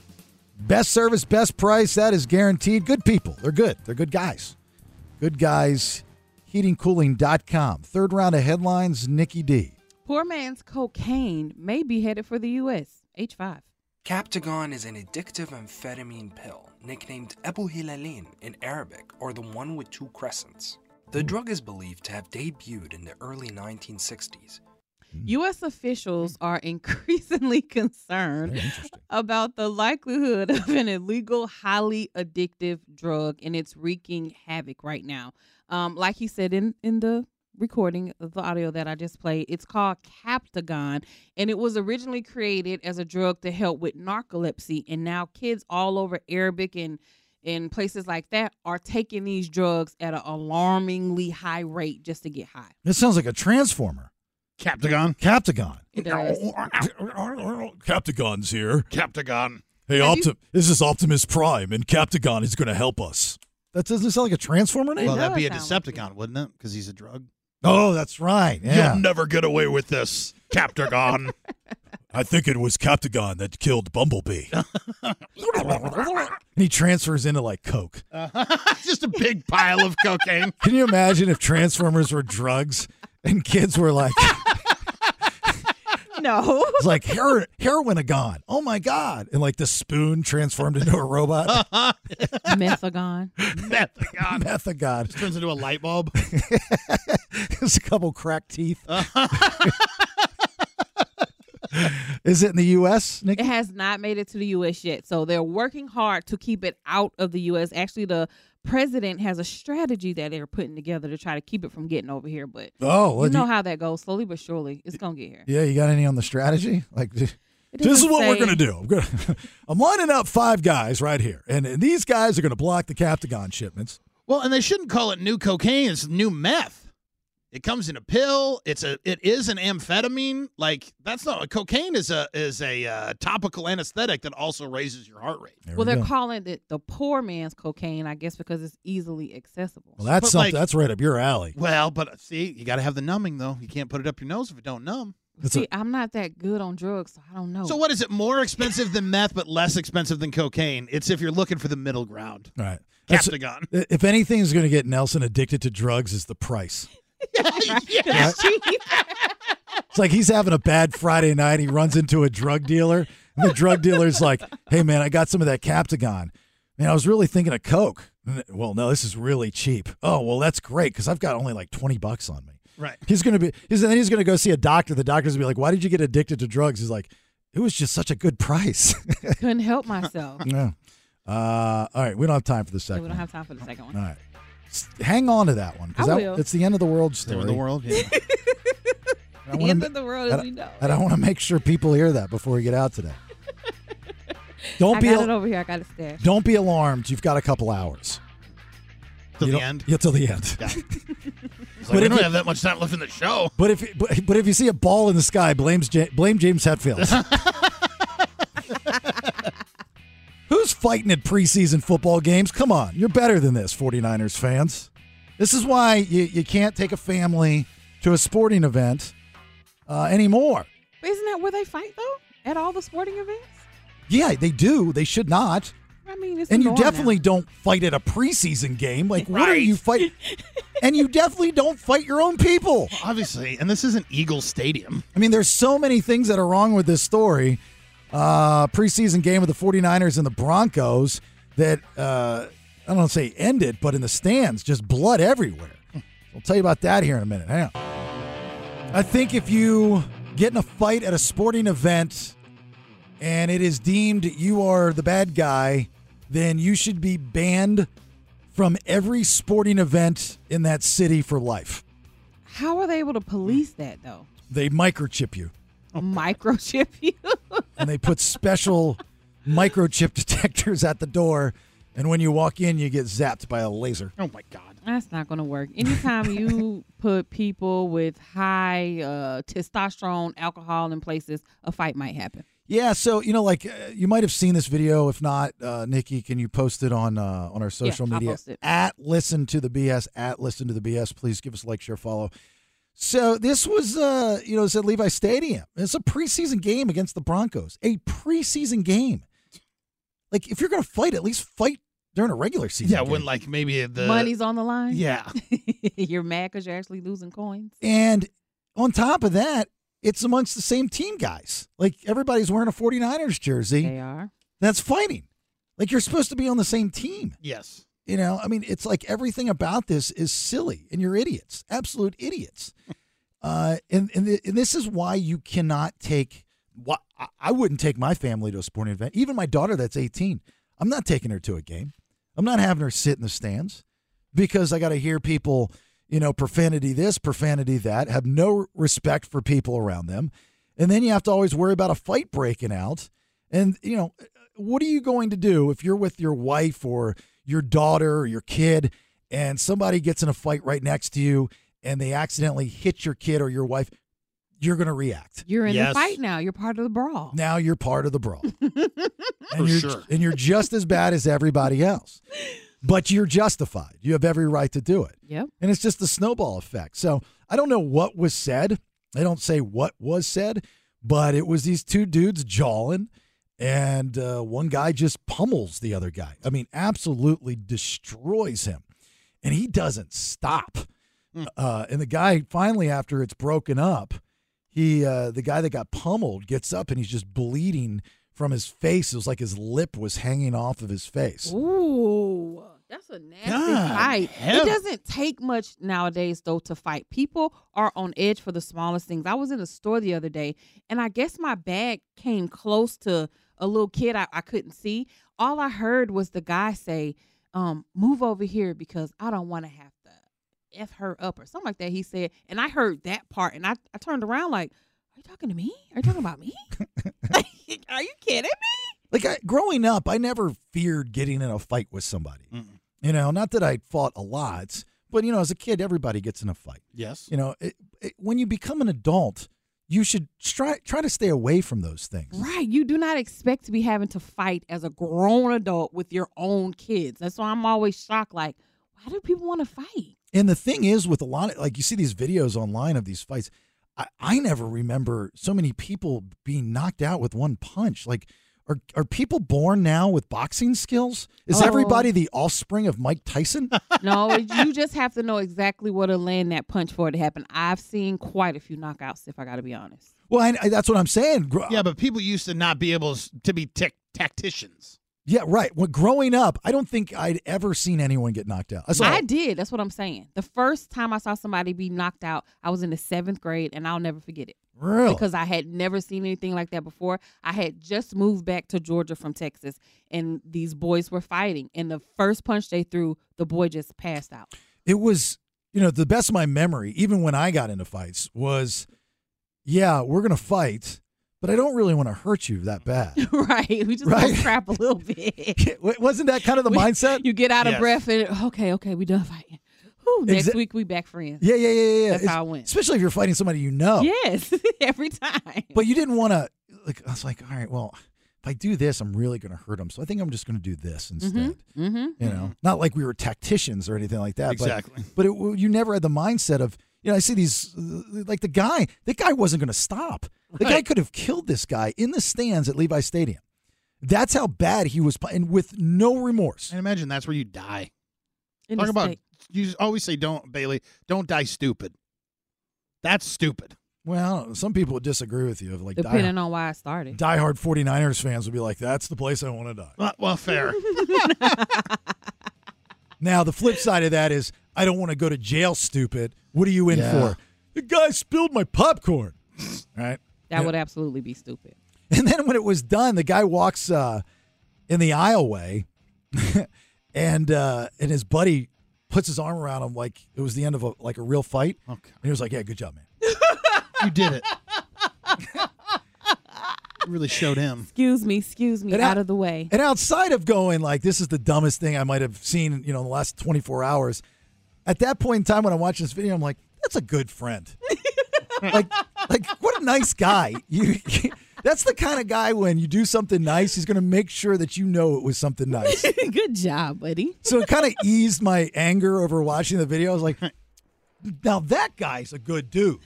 Speaker 9: Best service, best price, that is guaranteed. Good people. They're good. They're good guys. Good guys, heatingcooling.com. Third round of headlines, Nikki D.
Speaker 7: Poor man's cocaine may be headed for the U.S. H5.
Speaker 19: Captagon is an addictive amphetamine pill, nicknamed Ebu Hilalin in Arabic, or the one with two crescents. The drug is believed to have debuted in the early 1960s.
Speaker 10: Mm.
Speaker 7: U.S. officials are increasingly concerned about the likelihood of an illegal, highly addictive drug, and it's wreaking havoc right now. Um, like he said in in the recording of the audio that I just played, it's called Captagon, and it was originally created as a drug to help with narcolepsy, and now kids all over Arabic and and places like that are taking these drugs at an alarmingly high rate just to get high.
Speaker 9: This sounds like a transformer.
Speaker 10: Captagon.
Speaker 9: Captagon.
Speaker 7: It does.
Speaker 9: Captagon's here.
Speaker 10: Captagon.
Speaker 9: Hey,
Speaker 10: Have you-
Speaker 9: this is Optimus Prime, and Captagon is going to help us. That doesn't sound like a Transformer name.
Speaker 10: Well, that'd be a Decepticon, wouldn't it? Because he's a drug.
Speaker 9: Oh, that's right. Yeah.
Speaker 10: You'll never get away with this, Captagon.
Speaker 9: I think it was Captagon that killed Bumblebee. and he transfers into like Coke.
Speaker 10: Just a big pile of cocaine.
Speaker 9: Can you imagine if Transformers were drugs and kids were like,
Speaker 7: No.
Speaker 9: it's like heroin, heroinagon. Oh my God. And like the spoon transformed into a robot.
Speaker 7: Methagon.
Speaker 10: Methagon.
Speaker 9: Methagon.
Speaker 10: Turns into a light bulb.
Speaker 9: There's a couple cracked teeth. Is it in the U.S., Nick?
Speaker 7: It has not made it to the U.S. yet. So they're working hard to keep it out of the U.S. Actually, the president has a strategy that they're putting together to try to keep it from getting over here. But
Speaker 9: Oh, well,
Speaker 7: you know
Speaker 9: you-
Speaker 7: how that goes. Slowly but surely, it's going to get here.
Speaker 9: Yeah, you got any on the strategy? Like, this is
Speaker 7: doesn't
Speaker 9: what we're
Speaker 7: say.
Speaker 9: gonna do. I'm gonna, I'm lining up five guys right here, and, and these guys are gonna block the Captagon shipments.
Speaker 10: Well, and they shouldn't call it new cocaine. It's new meth. It comes in a pill. It's a. It is an amphetamine. Like that's not. Cocaine is a is a uh, topical anesthetic that also raises your heart rate.
Speaker 7: well, they're calling it the poor man's cocaine, I guess, because it's easily accessible.
Speaker 9: Well, that's
Speaker 10: But,
Speaker 9: something
Speaker 10: like-
Speaker 9: that's right up your alley.
Speaker 10: Well, but uh, see, you got to have the numbing though. You can't put it up your nose if it don't numb.
Speaker 7: See, i I'm not that good on drugs, so I don't know.
Speaker 10: So what is it? More expensive than meth, but less expensive than cocaine. It's if you're looking for the middle ground.
Speaker 9: All right, That's-
Speaker 10: Captagon.
Speaker 9: If anything's gonna get Nelson addicted to drugs, is the price.
Speaker 10: Yes.
Speaker 9: It's like he's having a bad Friday night. He runs into a drug dealer, and the drug dealer's like, "Hey, man, I got some of that Captagon. Man, I was really thinking of Coke. "N- Well, no, this is really cheap. Oh, well, that's great because I've got only like twenty bucks on me.
Speaker 10: Right.
Speaker 9: He's gonna be. He's then he's gonna go see a doctor. The doctor's gonna be like, "Why did you get addicted to drugs?" He's like, "It was just such a good price."
Speaker 7: Couldn't help myself.
Speaker 9: yeah. Uh, all right, we don't have time for the
Speaker 7: So
Speaker 9: second.
Speaker 7: we don't have time for the second one.
Speaker 9: one. All right, S- hang on to that one
Speaker 7: I
Speaker 9: that
Speaker 7: will.
Speaker 9: it's the end of the world story.
Speaker 10: They're in the world. Yeah.
Speaker 9: I
Speaker 7: The
Speaker 9: wanna
Speaker 7: end
Speaker 9: ma-
Speaker 7: of the world,
Speaker 9: I
Speaker 7: as
Speaker 9: don't-
Speaker 7: we know.
Speaker 9: And I want to make sure people hear that before we get out today. Don't
Speaker 7: I
Speaker 9: be
Speaker 7: got
Speaker 9: al-
Speaker 7: it over here. I got it there.
Speaker 9: don't be alarmed. You've got a couple hours.
Speaker 10: Till
Speaker 9: You
Speaker 10: the
Speaker 9: don't-
Speaker 10: end?
Speaker 9: Yeah, till the end.
Speaker 10: It's like,
Speaker 9: But
Speaker 10: we
Speaker 9: if
Speaker 10: don't
Speaker 9: you-
Speaker 10: have that much time left in the show.
Speaker 9: But if but, but if you see a ball in the sky, blame ja- blame James Hetfield. Who's fighting at preseason football games? Come on, you're better than this, 49ers fans. This is why you, you can't take a family to a sporting event uh, anymore.
Speaker 7: But isn't that where they fight though? At all the sporting events?
Speaker 9: Yeah, they do. They should not.
Speaker 7: I mean, it's
Speaker 9: and you
Speaker 7: the norm now.
Speaker 9: definitely don't fight at a preseason game. Like, what are you fight? and you definitely don't fight your own people.
Speaker 10: Obviously, and this isn't Eagle Stadium.
Speaker 9: I mean, there's so many things that are wrong with this story. Uh, preseason game with the 49ers and the Broncos that uh, I don't say ended, but in the stands, just blood everywhere. I'll tell you about that here in a minute. Hang on. I think if you get in a fight at a sporting event, and it is deemed you are the bad guy, then you should be banned from every sporting event in that city for life.
Speaker 7: How are they able to police
Speaker 10: Mm.
Speaker 7: that though?
Speaker 9: They microchip you
Speaker 10: Oh,
Speaker 7: Microchip you?
Speaker 9: and they put special microchip detectors at the door. And when you walk in, you get zapped by a laser.
Speaker 10: Oh my God.
Speaker 7: That's not going to work. Anytime you put people with high uh, testosterone, alcohol in places, a fight might happen.
Speaker 9: Yeah, so you know, like uh, you might have seen this video. If not, uh, Nikki, can you post it on uh, on our social
Speaker 7: I'll
Speaker 9: media
Speaker 7: post it.
Speaker 9: at Listen to the BS at Listen to the BS? Please give us a like, share, follow. So this was, uh, you know, it's at Levi Stadium. It's a preseason game against the Broncos. A preseason game. Like if you're gonna fight, at least fight during a regular season.
Speaker 10: Yeah,
Speaker 9: game.
Speaker 10: when like maybe the
Speaker 7: Money's on the line.
Speaker 10: Yeah.
Speaker 7: you're mad because you're actually losing coins.
Speaker 9: And on top of that, it's amongst the same team guys. Like everybody's wearing a 49ers jersey. They
Speaker 7: are.
Speaker 9: That's fighting. Like you're supposed to be on the same team.
Speaker 10: Yes.
Speaker 9: You know, I mean, it's like everything about this is silly and you're idiots, absolute idiots. uh, and, and, th- and this is why you cannot take, why, I- I wouldn't take my family to a sporting event. Even my daughter that's 18, I'm not taking her to a game. I'm not having her sit in the stands because I got to hear people, you know, profanity this, profanity that, have no respect for people around them. And then you have to always worry about a fight breaking out. And, you know, what are you going to do if you're with your wife or your daughter or your kid and somebody gets in a fight right next to you and they accidentally hit your kid or your wife? You're going to react.
Speaker 7: You're in the fight now. You're part of the brawl.
Speaker 9: Now you're part of the brawl.
Speaker 10: For
Speaker 9: you're,
Speaker 10: sure.
Speaker 9: And you're just as bad as everybody else. But you're justified. You have every right to do it.
Speaker 7: Yep.
Speaker 9: And it's just the snowball effect. So I don't know what was said. They don't say what was said, but it was these two dudes jawing, and uh, one guy just pummels the other guy. I mean, absolutely destroys him. And he doesn't stop. Uh, and the guy finally, after it's broken up, he uh, the guy that got pummeled gets up and he's just bleeding from his face. It was like his lip was hanging off of his face.
Speaker 7: Ooh, that's a nasty
Speaker 9: God
Speaker 7: fight.
Speaker 9: heaven.
Speaker 7: It doesn't take much nowadays, though, to fight. People are on edge for the smallest things. I was in a store the other day, and I guess my bag came close to a little kid I, I couldn't see. All I heard was the guy say, um, Move over here because I don't want to have to F her up or something like that. He said, and I heard that part, and I, I turned around like, Are you talking to me? Are you talking about me? Are you kidding me?
Speaker 9: Like I, growing up, I never feared getting in a fight with somebody. You know, not that I fought a lot, but you know, as a kid, everybody gets in a fight.
Speaker 10: Yes.
Speaker 9: You know, it, it, when you become an adult, you should try try to stay away from those things.
Speaker 7: Right. You do not expect to be having to fight as a grown adult with your own kids. That's why I'm always shocked. Like, why do people want to fight?
Speaker 9: And the thing is, with a lot of like you see these videos online of these fights, I, I never remember so many people being knocked out with one punch. Like, are are people born now with boxing skills? Is
Speaker 7: Oh.
Speaker 9: everybody the offspring of Mike Tyson?
Speaker 7: No, you just have to know exactly where to land that punch for it to happen. I've seen quite a few knockouts, if I got to be honest.
Speaker 9: well, I, I- that's what I'm saying. Gr-
Speaker 10: Yeah, but people used to not be able s- to be tech tacticians.
Speaker 9: Yeah, right. Well, growing up, I don't think I'd ever seen anyone get knocked out. I saw
Speaker 7: I did. That's what I'm saying. The first time I saw somebody be knocked out, I was in the seventh grade, and I'll never forget it.
Speaker 9: Really?
Speaker 7: Because I had never seen anything like that before. I had just moved back to Georgia from Texas, and these boys were fighting. And the first punch they threw, the boy just passed out.
Speaker 9: it was, you know, the best of my memory, even when I got into fights, was, yeah, we're gonna fight, but I don't really want to hurt you that bad.
Speaker 7: right? We just
Speaker 9: Right?
Speaker 7: right? crap a little bit.
Speaker 9: Wasn't that kind of the
Speaker 7: We-
Speaker 9: mindset?
Speaker 7: You get out of
Speaker 9: Yes.
Speaker 7: breath and okay, okay, we done fighting. Whew, next
Speaker 9: Exa-
Speaker 7: week we back friends.
Speaker 9: Yeah, yeah, yeah, yeah. yeah.
Speaker 7: That's
Speaker 9: It's-
Speaker 7: how I went.
Speaker 9: Especially if you're fighting somebody you know.
Speaker 7: Yes, every time.
Speaker 9: But you didn't want to. Like I was like, all right, well, if I do this, I'm really gonna hurt them. So I think I'm just gonna do this instead.
Speaker 7: Mm-hmm. Mm-hmm.
Speaker 9: You know, not like we were tacticians or anything like that.
Speaker 10: Exactly.
Speaker 9: But, but it, you never had the mindset of, you know, I see these, like the guy, that guy wasn't going to stop. The guy could have killed this guy in the stands at Levi Stadium. That's how bad he was, and with no remorse.
Speaker 10: And imagine that's where you die.
Speaker 7: In
Speaker 10: Talk
Speaker 7: the
Speaker 10: about
Speaker 7: state.
Speaker 10: you always say don't Bailey, don't die stupid. That's stupid.
Speaker 9: Well, some people would disagree with you. Like
Speaker 7: Depending
Speaker 9: die,
Speaker 7: on why I started.
Speaker 9: diehard 49ers fans would be like, that's the place I want to die.
Speaker 10: Well, well fair.
Speaker 9: Now, the flip side of that is, I don't want to go to jail, stupid. What are you in
Speaker 7: Yeah.
Speaker 9: for? The guy spilled my popcorn. Right? Yeah.
Speaker 7: That would absolutely be stupid.
Speaker 9: And then when it was done, the guy walks uh, in the aisleway, and uh, and his buddy puts his arm around him like it was the end of a like a real fight. And he was like, "Yeah, good job, man.
Speaker 10: you did it. You really showed him.
Speaker 7: Excuse me, excuse me,
Speaker 9: And
Speaker 7: out
Speaker 9: I-
Speaker 7: of the way.
Speaker 9: And outside of going like this is the dumbest thing I might have seen, you know, in the last 24 hours. At that point in time, when I watched this video, I'm like, that's a good friend. like, like what a nice guy. You, that's the kind of guy when you do something nice, he's going to make sure that you know it was something nice.
Speaker 7: Good job, buddy.
Speaker 9: so it kind of eased my anger over watching the video. I was like, now that guy's a good dude.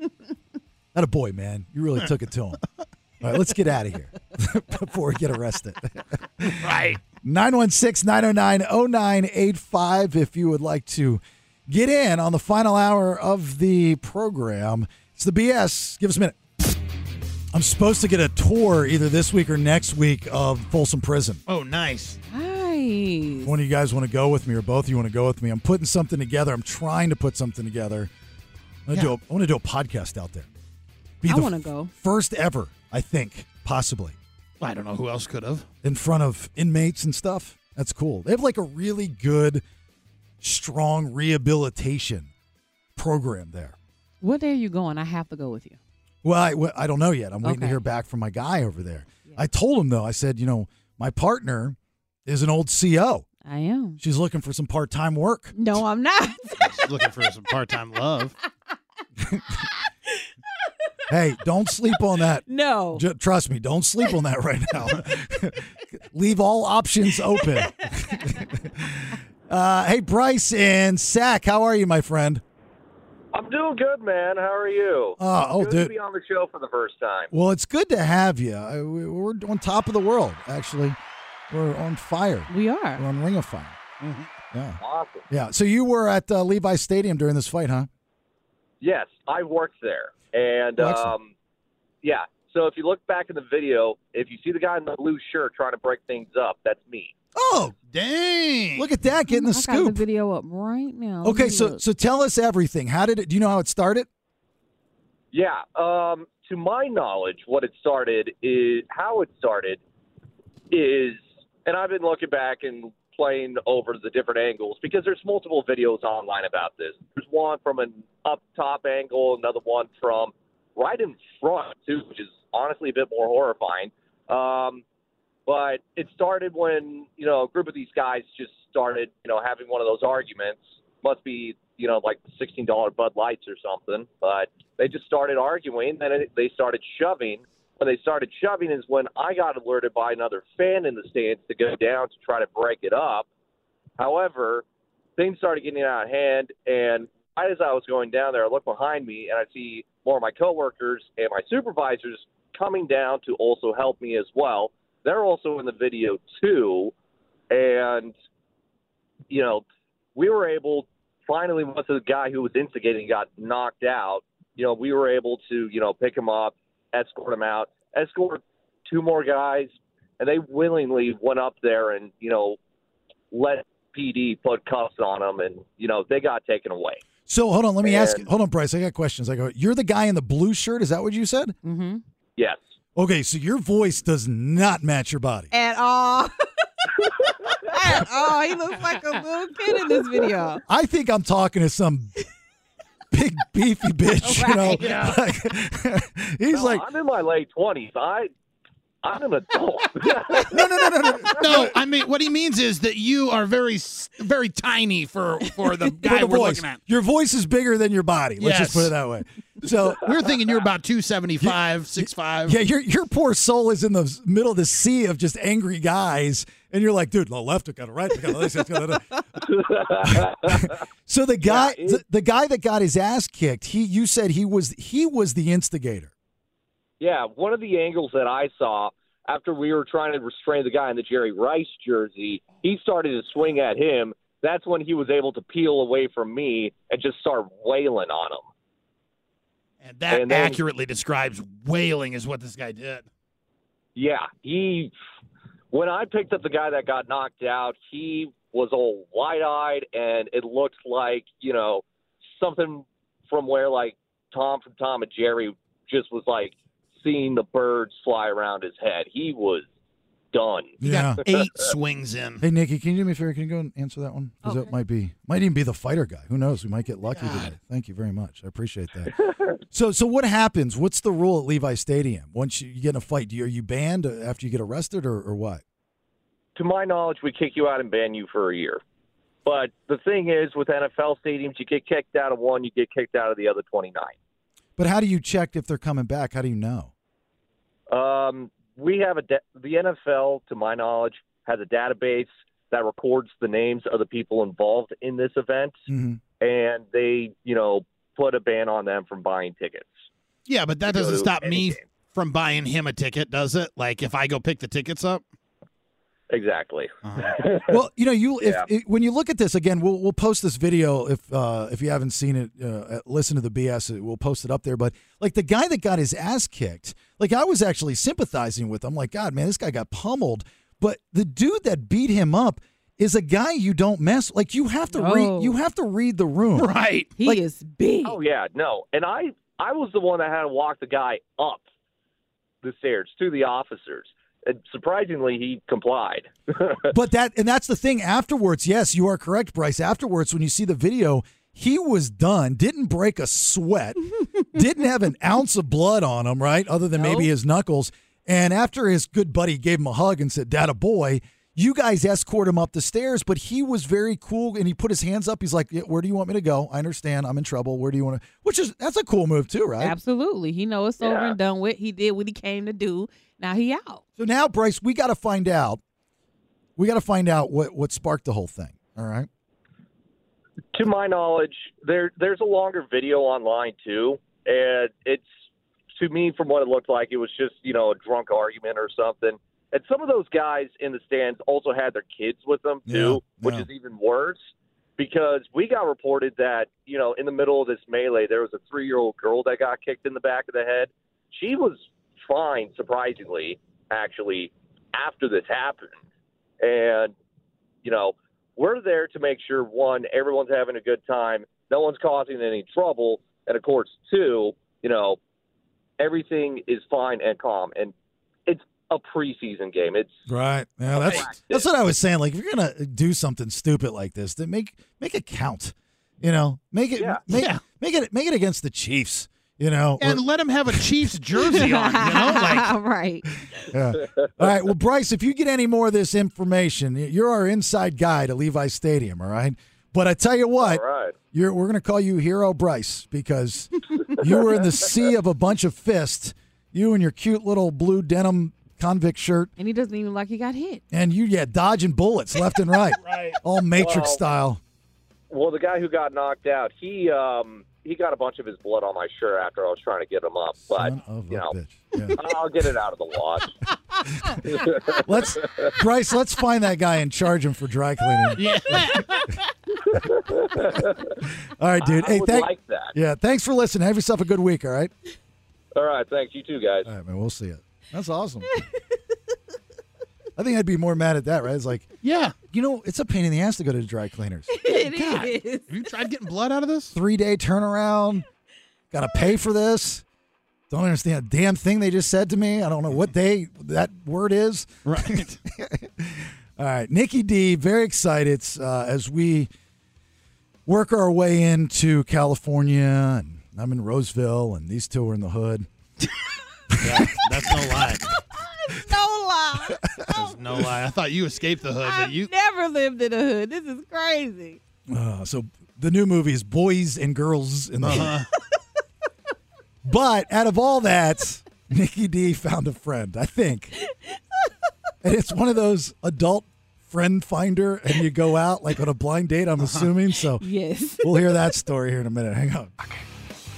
Speaker 9: That a boy, man. You really took it to him. All right, let's get out of here before we get arrested.
Speaker 10: Right.
Speaker 9: 916 909 0985 if you would like to get in on the final hour of the program. It's the BS. Give us a minute. I'm supposed to get a tour either this week or next week of Folsom Prison.
Speaker 10: Oh, nice.
Speaker 7: Nice.
Speaker 9: One of you guys want to go with me, or both of you want to go with me? I'm putting something together. I'm trying to put something together. I'm gonna do a, I want to do a podcast out there. Be
Speaker 7: I
Speaker 9: the
Speaker 7: wanna
Speaker 9: f-
Speaker 7: go.
Speaker 9: First ever, I think, possibly
Speaker 10: I don't know who else could have.
Speaker 9: in front of inmates and stuff. That's cool. They have like a really good, strong rehabilitation program there.
Speaker 7: What day are you going? I have to go with you.
Speaker 9: Well, I, well, I don't know yet. I'm waiting to
Speaker 7: Okay.
Speaker 9: hear back from my guy over there. I told him though. I said, you know, my partner is an old CO.
Speaker 7: I am.
Speaker 9: She's looking for some part time work.
Speaker 7: No, I'm not.
Speaker 10: Looking for some part time love.
Speaker 9: Hey, don't sleep on that.
Speaker 7: No.
Speaker 9: Ju- trust me, don't sleep on that right now. Leave all options open. uh, hey, Bryce and Sack, how are you, my friend?
Speaker 20: I'm doing good, man. How are you?
Speaker 9: Oh, oh,
Speaker 20: good
Speaker 9: dude.
Speaker 20: to be on the show for the first time.
Speaker 9: Well, it's good to have you. I, we- we're on top of the world, actually. We're on fire.
Speaker 7: We are.
Speaker 9: We're on Ring of Fire.
Speaker 7: Mm-hmm.
Speaker 9: Yeah.
Speaker 20: Awesome.
Speaker 9: Yeah. So you were at uh, Levi Stadium during this fight, huh?
Speaker 20: Yes, I worked there, and
Speaker 9: Oh, excellent.
Speaker 20: um, yeah. So if you look back in the video, if you see the guy in the blue shirt trying to break things up, that's me.
Speaker 9: Oh,
Speaker 10: dang.
Speaker 9: Look at that, getting the
Speaker 7: Mm, I got the
Speaker 9: scoop.
Speaker 7: video up right now. Let
Speaker 9: Okay,
Speaker 7: me
Speaker 9: so
Speaker 7: look.
Speaker 9: so tell us everything. How did it? Do you know how it started?
Speaker 20: Yeah. Um, to my knowledge, what it started is how it started is, and I've been looking back and playing over the different angles because there's multiple videos online about this. There's one from an up top angle, another one from right in front too, which is honestly a bit more horrifying. Um, but it started when you know a group of these guys just started you know having one of those arguments must be you know like sixteen dollar bud lights or something but they just started arguing then it, they started shoving when they started shoving is when i got alerted by another fan in the stands to go down to try to break it up however things started getting out of hand and right as i was going down there i look behind me and i see more of my coworkers and my supervisors coming down to also help me as well they're also in the video too. And you know, we were able finally once the guy who was instigating got knocked out, you know, we were able to, you know, pick him up, escort him out, escort two more guys, and they willingly went up there and, you know, let PD put cuffs on them and, you know, they got taken away.
Speaker 9: So hold on, let me ask.
Speaker 20: And-
Speaker 9: Hold on, Bryce. I got questions. I go. You're the guy in the blue shirt. Is that what you said?
Speaker 7: Mm-hmm.
Speaker 20: Yes.
Speaker 9: Okay, so your voice does not match your body.
Speaker 7: At all. At all. He looks like a little kid in this video.
Speaker 9: I think I'm talking to some big beefy bitch. You know,
Speaker 7: Right. Yeah.
Speaker 9: Like, he's
Speaker 20: No,
Speaker 9: like,
Speaker 20: I'm in my late twenties. I I'm an adult.
Speaker 9: no, no, no, no, no.
Speaker 10: No, I mean, what he means is that you are very, s- very tiny for for the
Speaker 9: For
Speaker 10: guy
Speaker 9: the
Speaker 10: we're
Speaker 9: voice.
Speaker 10: looking at.
Speaker 9: Your voice is bigger than your body. Let's just
Speaker 10: Yes.
Speaker 9: put it that way. So
Speaker 10: We're thinking you're about 275, 6'5.
Speaker 9: yeah, your your poor soul is in the s- middle of the sea of just angry guys, and you're like, dude, the left, I got a right, I got a left, I got a So the guy, the, the guy that got his ass kicked, he you said he was he was the instigator.
Speaker 20: Yeah, one of the angles that I saw after we were trying to restrain the guy in the Jerry Rice jersey, he started to swing at him. That's when he was able to peel away from me and just start wailing on him.
Speaker 10: And that
Speaker 20: And then-
Speaker 10: accurately describes whaling is what this guy did.
Speaker 20: Yeah, he. When I picked up the guy that got knocked out, he was all wide-eyed, and it looked like you know something from where like Tom from Tom and Jerry just was like seeing the birds fly around his head. He was done.
Speaker 9: Yeah.
Speaker 10: Eight swings in.
Speaker 9: Hey, Nikki, can you do me a favor? Can you go and answer that one? Because that might be, might even be the fighter guy. Who knows? We might get lucky today. Thank you very much. I appreciate that. so, so what happens? What's the rule at Levi Stadium? Once you get in a fight, do you, are you banned after you get arrested or, or what?
Speaker 20: to my knowledge, we kick you out and ban you for a year. But the thing is, with NFL stadiums, you get kicked out of one, you get kicked out of the other 29.
Speaker 9: But how do you check if they're coming back? How do you know?
Speaker 20: Um, we have a da- the NFL, to my knowledge, has a database that records the names of the people involved in this event, and they, you know, put a ban on them from buying tickets.
Speaker 10: Yeah, but that
Speaker 20: Go
Speaker 10: doesn't
Speaker 20: to
Speaker 10: stop
Speaker 20: any
Speaker 10: me from buying him a ticket, does it? Like if I go pick the tickets up.
Speaker 20: Exactly.
Speaker 9: well, you know, you if
Speaker 20: Yeah.
Speaker 9: it, when you look at this again, we'll we'll post this video if uh, if you haven't seen it, uh, at listen to the BS. We'll post it up there. But like the guy that got his ass kicked, like I was actually sympathizing with. I'm like, God, man, this guy got pummeled. But the dude that beat him up is a guy you don't mess. Like you have to
Speaker 20: No.
Speaker 9: read you have to read the room,
Speaker 7: He
Speaker 9: Like,
Speaker 7: is big.
Speaker 20: Oh yeah, no. And I I was the one that had to walk the guy up the stairs to the officers. And surprisingly, he complied.
Speaker 9: but that and that's the thing afterwards yes you are correct bryce afterwards when you see the video he was done didn't break a sweat didn't have an ounce of blood on him right other than maybe his knuckles and after his good buddy gave him a hug and said dad a boy you guys escort him up the stairs but he was very cool and he put his hands up he's like "Yeah, where do you want me to go i understand i'm in trouble where do you want to which is that's a cool move too right
Speaker 7: Absolutely. He know it's over
Speaker 9: Yeah.
Speaker 7: and done with. He did what he came to do. Now he out.
Speaker 9: So now, Bryce, we got to find out. We got to find out what what sparked the whole thing. All right.
Speaker 20: to my knowledge, there there's a longer video online too, and it's to me from what it looked like, it was just you know a drunk argument or something. And some of those guys in the stands also had their kids with them too, which is even worse because we got reported that you know in the middle of this melee, there was a three year old girl that got kicked in the back of the head. She was fine, surprisingly, actually, after this happened, and you know, we're there to make sure one, everyone's having a good time, no one's causing any trouble, and of course, two, you know, everything is fine and calm. And it's a preseason game. It's
Speaker 9: Right. Yeah, that's that's what I was saying. Like, if you're gonna do something stupid like this, then make make it count. You know, make it make, make it make it against the Chiefs. You know,
Speaker 10: And let him have a Chiefs jersey on, you know? Like
Speaker 7: right.
Speaker 9: Yeah. All right. Well, Bryce, if you get any more of this information, you're our inside guy to Levi Stadium. All right. But I tell you what,
Speaker 20: All right.
Speaker 9: you're, we're going to call you Hero Bryce because you were in the sea of a bunch of fists. You and your cute little blue denim convict shirt,
Speaker 7: And he doesn't even like he got hit.
Speaker 9: and you, yeah, dodging bullets left and right,
Speaker 20: Right.
Speaker 9: all Matrix
Speaker 20: Well,
Speaker 9: style.
Speaker 20: well, the guy who got knocked out, he um he got a bunch of his blood on my shirt after I was trying to get him up, but you know, I'll get it out of the wash.
Speaker 9: Let's, Bryce, let's find that guy and charge him for dry cleaning. All right, dude.
Speaker 20: I
Speaker 9: hey,
Speaker 20: would
Speaker 9: thank,
Speaker 20: like that.
Speaker 9: yeah, thanks for listening. Have yourself a good week. All right.
Speaker 20: All right, thanks. You too, guys.
Speaker 9: All right, man, we'll see it. That's awesome. I think I'd be more mad at that, right? It's like, yeah, you know, it's a pain in the ass to go to the dry cleaners.
Speaker 7: It
Speaker 10: God, Have you tried getting blood out of this?
Speaker 9: Three day turnaround. Got to pay for this. Don't understand a damn thing they just said to me. I don't know what they that word is.
Speaker 10: Right.
Speaker 9: All right, Nikki D, very excited uh, as we work our way into California, and I'm in Roseville, and these two are in the hood.
Speaker 10: That's no lie.
Speaker 7: No lie.
Speaker 10: That's no lie. I thought you escaped the hood, but you
Speaker 7: Never lived in a hood. This is crazy.
Speaker 9: Uh, so the new movie is Boys and Girls in the
Speaker 10: Uh-huh.
Speaker 9: But out of all that, Nikki D found a friend, I think. And it's one of those adult friend finder, and you go out like on a blind date, I'm assuming. So
Speaker 7: Yes.
Speaker 9: we'll hear that story here in a minute. Hang on.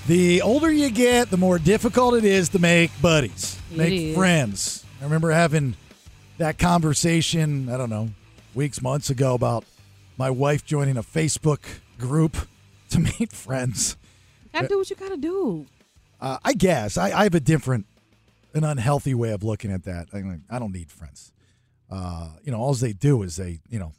Speaker 9: The older you get, the more difficult it is to make buddies,
Speaker 10: It
Speaker 9: make
Speaker 10: is.
Speaker 9: friends. I remember having that conversation, I don't know, weeks, months ago about my wife joining a Facebook group to make friends.
Speaker 7: Gotta do what you gotta do.
Speaker 9: Uh, I guess I, I have a different, an unhealthy way of looking at that. I, mean, I don't need friends. Uh, you know, all they do is they, you know,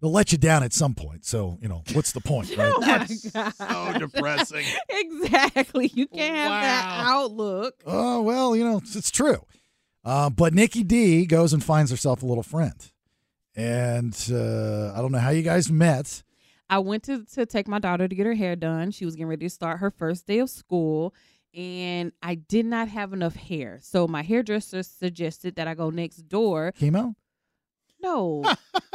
Speaker 9: they'll let you down at some point. So you know, what's the point? Right?
Speaker 7: Oh my God. so
Speaker 10: depressing.
Speaker 7: exactly. You can't have that outlook.
Speaker 9: Oh well, you know it's, it's true. Uh, but Nikki D goes and finds herself a little friend, and uh, I don't know how you guys met.
Speaker 7: I went to, to take my daughter to get her hair done. She was getting ready to start her first day of school, and I did not have enough hair. So my hairdresser suggested that I go next door.
Speaker 9: Chemo?
Speaker 7: No,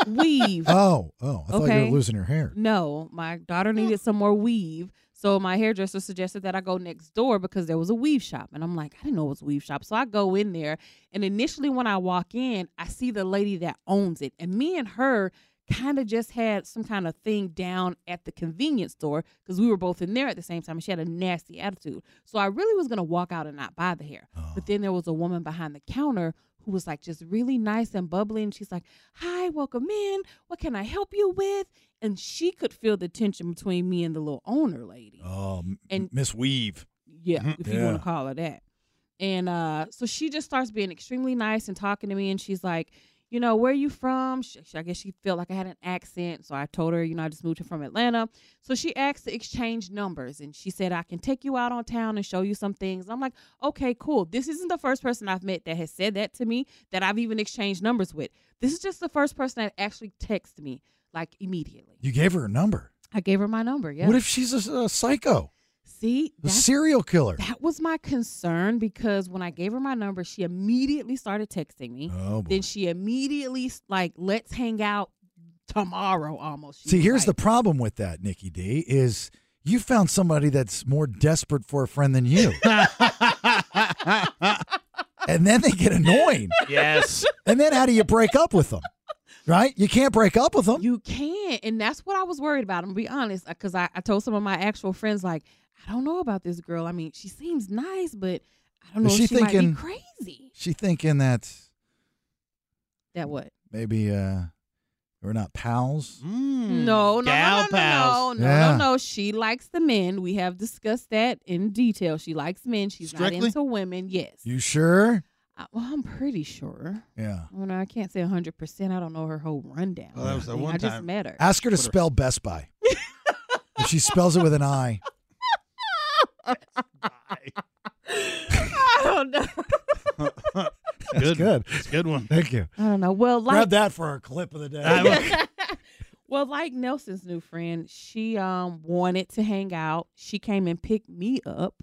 Speaker 7: weave.
Speaker 9: Oh, oh, I thought you were losing your hair.
Speaker 7: No, my daughter needed some more weave. So my hairdresser suggested that I go next door because there was a weave shop. And I'm like, I didn't know it was a weave shop. So I go in there. And initially, when I walk in, I see the lady that owns it. And me and her kind of just had some kind of thing down at the convenience store because we were both in there at the same time. And she had a nasty attitude. So I really was going to walk out and not buy the hair. But then there was a woman behind the counter who was like just really nice and bubbly. And she's like, Hi, welcome in. What can I help you with? And she could feel the tension between me and the little owner lady.
Speaker 9: Oh,
Speaker 7: And-
Speaker 9: and Miss Weave.
Speaker 7: Yeah, if you
Speaker 9: Yeah.
Speaker 7: want to call her that. And uh, so she just starts being extremely nice and talking to me, and she's like, you know, where you from? She, she- I guess she felt like I had an accent, so I told her, you know, I just moved here from Atlanta. So she asked to exchange numbers, and she said, I can take you out on town and show you some things. I'm like, okay, cool. This isn't the first person I've met that has said that to me that I've even exchanged numbers with. This is just the first person that actually texted me like immediately.
Speaker 9: You gave her a number.
Speaker 7: I gave her my number. Yeah.
Speaker 9: What if she's a, a psycho,
Speaker 7: see
Speaker 9: a
Speaker 7: that's-
Speaker 9: serial killer?
Speaker 7: that was my concern because when I gave her my number, she immediately started texting me.
Speaker 9: Oh, boy.
Speaker 7: then she immediately like, let's hang out tomorrow almost. She
Speaker 9: See,
Speaker 7: was
Speaker 9: here's
Speaker 7: like-
Speaker 9: the problem with that, Nikki D, is you found somebody that's more desperate for a friend than you. and then they get annoying.
Speaker 10: Yes.
Speaker 9: And then how do you break up with them? Right? You can't break up with them.
Speaker 7: You can. And that's what I was worried about. I'm going to be honest. Because I, I told some of my actual friends, like, I don't know about this girl. I mean, she seems nice, but I don't know
Speaker 9: Is
Speaker 7: if
Speaker 9: she
Speaker 7: she
Speaker 9: thinking-
Speaker 7: might be crazy.
Speaker 9: She thinking that
Speaker 7: That what?
Speaker 9: maybe uh we're not pals.
Speaker 10: Mm.
Speaker 7: No, no,
Speaker 9: Hmm. Gal
Speaker 7: no, no, no, no,
Speaker 9: pals.
Speaker 7: no,
Speaker 9: Yeah.
Speaker 7: no, no. She likes the men. We have discussed that in detail. She likes men. She's not
Speaker 9: Strictly?
Speaker 7: into women. Yes.
Speaker 9: You sure?
Speaker 7: I, well, I'm pretty sure.
Speaker 9: Yeah.
Speaker 7: Well, no, I can't say 100%. I don't know her whole rundown.
Speaker 9: Oh, that was the
Speaker 7: I mean,
Speaker 9: one
Speaker 7: I just
Speaker 9: time.
Speaker 7: met her.
Speaker 9: Ask her to spell Best Buy. if she spells it with an I,
Speaker 7: I don't know.
Speaker 9: that's good. good.
Speaker 10: It's a good one.
Speaker 9: Thank you.
Speaker 7: I don't know. Well, like
Speaker 9: Grab that for our clip of the day.
Speaker 7: well, like Nelson's new friend, she um wanted to hang out. She came and picked me up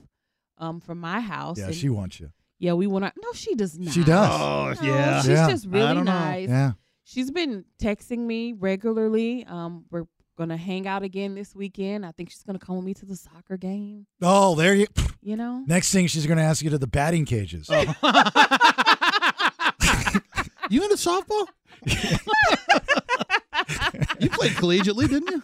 Speaker 7: um from my house.
Speaker 9: yeah,
Speaker 7: and-
Speaker 9: she wants you.
Speaker 7: Yeah, we want to. No, she does not.
Speaker 9: She does.
Speaker 7: No, She's just really nice.
Speaker 9: Yeah.
Speaker 7: She's been texting me regularly. Um, we're gonna hang out again this weekend. I think she's gonna come with me to the soccer game.
Speaker 9: Oh, there you.
Speaker 7: You know.
Speaker 9: Next thing she's going to ask you to the batting cages.
Speaker 7: Oh.
Speaker 10: Oh. You into softball? you played collegiately, didn't you?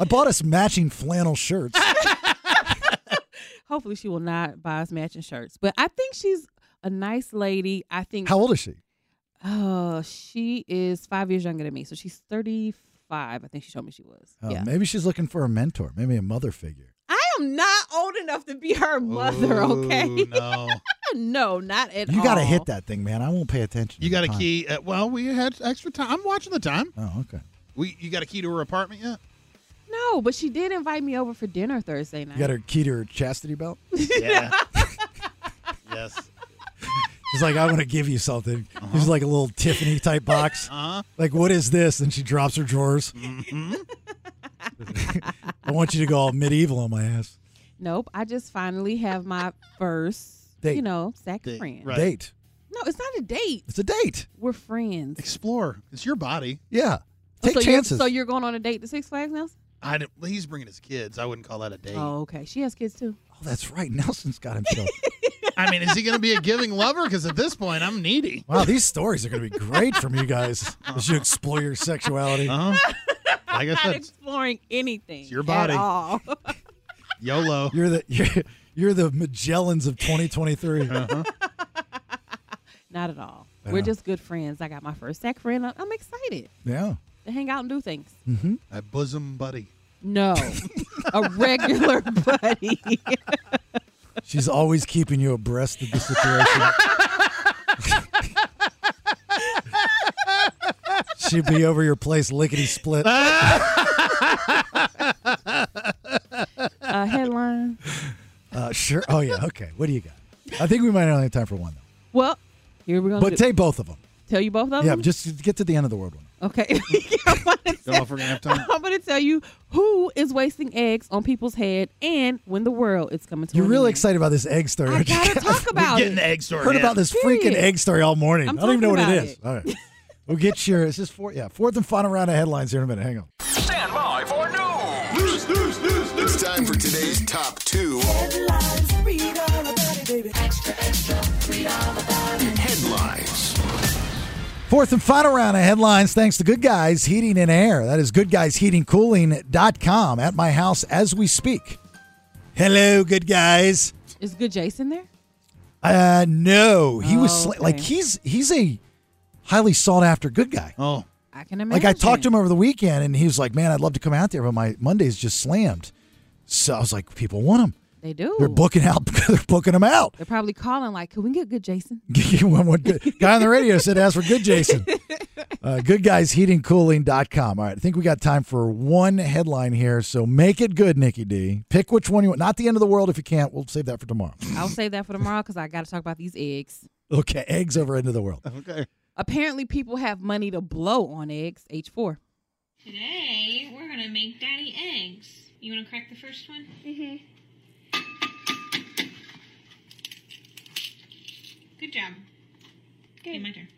Speaker 9: I bought us matching flannel shirts.
Speaker 7: Hopefully, she will not buy us matching shirts. But I think she's a nice lady. I think.
Speaker 9: How old is she?
Speaker 7: Oh, she is five years younger than me, so she's thirty-five. I think she told me she was.
Speaker 9: Oh,
Speaker 7: yeah.
Speaker 9: Maybe she's looking for a mentor, maybe a mother figure.
Speaker 7: I am not old enough to be her mother. okay.
Speaker 10: no.
Speaker 7: no, not at
Speaker 9: You
Speaker 7: all.
Speaker 9: got to hit that thing, man. I won't pay attention.
Speaker 10: You
Speaker 9: to the
Speaker 10: got a
Speaker 9: time.
Speaker 10: key? Uh, well, we had extra time. I'm watching the time.
Speaker 9: Oh, okay.
Speaker 10: We you got a key to her apartment yet?
Speaker 7: No, but she did invite me over for dinner Thursday night.
Speaker 9: You got her key to her chastity belt?
Speaker 10: Yeah. yes.
Speaker 9: She's like, I want to give you something. There's like a little Tiffany type box.
Speaker 10: Uh-huh.
Speaker 9: Like, what is this? And she drops her drawers. I want you to go all medieval on my ass.
Speaker 7: Nope. I just finally have my first,
Speaker 9: Date.
Speaker 7: you know, sack friend.
Speaker 9: Date.
Speaker 7: No, it's not a date.
Speaker 9: It's a date.
Speaker 7: We're friends.
Speaker 10: Explore. It's your body.
Speaker 9: Yeah.
Speaker 7: Oh,
Speaker 9: Take
Speaker 7: so
Speaker 9: chances.
Speaker 7: You're, so you're going on a date to Six Flags now?
Speaker 10: I don't- he's bringing his kids. I wouldn't call that a date.
Speaker 7: Oh, okay. She has kids too.
Speaker 9: oh, that's right. Nelson's got himself.
Speaker 10: I mean, is he going to be a giving lover? Because at this point, I'm needy.
Speaker 9: wow, these stories are going to be great from you guys as you explore your sexuality.
Speaker 10: Uh-huh. Like I
Speaker 7: Not
Speaker 10: said,
Speaker 7: exploring anything.
Speaker 10: your body.
Speaker 7: At all.
Speaker 10: YOLO.
Speaker 9: You're the you're, you're the Magellans of 2023.
Speaker 7: not at all.
Speaker 9: I
Speaker 7: We're
Speaker 9: know.
Speaker 7: just good friends. I got my first sack friend. I- I'm excited
Speaker 9: Yeah.
Speaker 7: to hang out and do things.
Speaker 9: Mm-hmm.
Speaker 10: A bosom buddy.
Speaker 7: No, a regular buddy.
Speaker 9: She's always keeping you abreast of the situation. She'd be over your place lickety split.
Speaker 7: uh, headline.
Speaker 9: Uh, sure. Oh yeah. Okay. What do you got? I think we might only have time for one though.
Speaker 7: Well, here we go.
Speaker 9: But take both of them.
Speaker 7: Tell you both of
Speaker 9: yeah.
Speaker 7: them.
Speaker 9: Just get to the end of the world one.
Speaker 7: Okay.
Speaker 10: Don't know if we're gonna have time.
Speaker 7: I'm going to tell you who is wasting eggs on people's head and when the world is coming to
Speaker 9: You're
Speaker 7: an
Speaker 9: really
Speaker 7: end.
Speaker 9: excited about this egg story. I
Speaker 7: gotta talk about
Speaker 10: getting
Speaker 7: it.
Speaker 10: the egg story.
Speaker 9: Heard about this freaking
Speaker 7: Period.
Speaker 9: egg story all morning.
Speaker 7: I'm
Speaker 9: I don't even know what
Speaker 7: talking
Speaker 9: it
Speaker 7: about
Speaker 9: is. All right. We'll get your. Is this fourth? Yeah, fourth and final round of headlines here in a minute. Hang on.
Speaker 3: Stand by for news. News, news, news, news.
Speaker 4: It's time for today's top two headlines.
Speaker 9: Fourth and final round of headlines thanks to Good Guys Heating and Air. That is goodguysheatingcooling.com at my house as we speak. Hello, Good Guys.
Speaker 7: Is good Jason there?
Speaker 9: Uh no, he was
Speaker 7: Oh,
Speaker 9: sla- like
Speaker 7: okay.
Speaker 9: he's he's a highly sought after good guy.
Speaker 10: Oh.
Speaker 7: I can imagine.
Speaker 9: Like I talked to him over the weekend and he was like, "Man, I'd love to come out there, but my Monday's just slammed." So I was like, "People want him.
Speaker 7: They do.
Speaker 9: They're booking out. They're booking him out."
Speaker 7: They're probably calling like, "Can we get good Jason?"
Speaker 9: One- one good- guy on the radio said, "Ask for good Jason." Uh, goodguysheatingcooling.com. All right, I think we got time for one headline here, so make it good, Nikki D. Pick which one you want. Not the end of the world if you can't. We'll save that for tomorrow.
Speaker 7: I'll save that for tomorrow because I got to talk about these eggs.
Speaker 9: Okay, eggs over end of the world.
Speaker 10: Okay.
Speaker 7: Apparently, people have money to blow on eggs. H four.
Speaker 21: Today, we're gonna make daddy eggs. You wanna crack the first one? Mm-hmm. Good job. Good. my turn.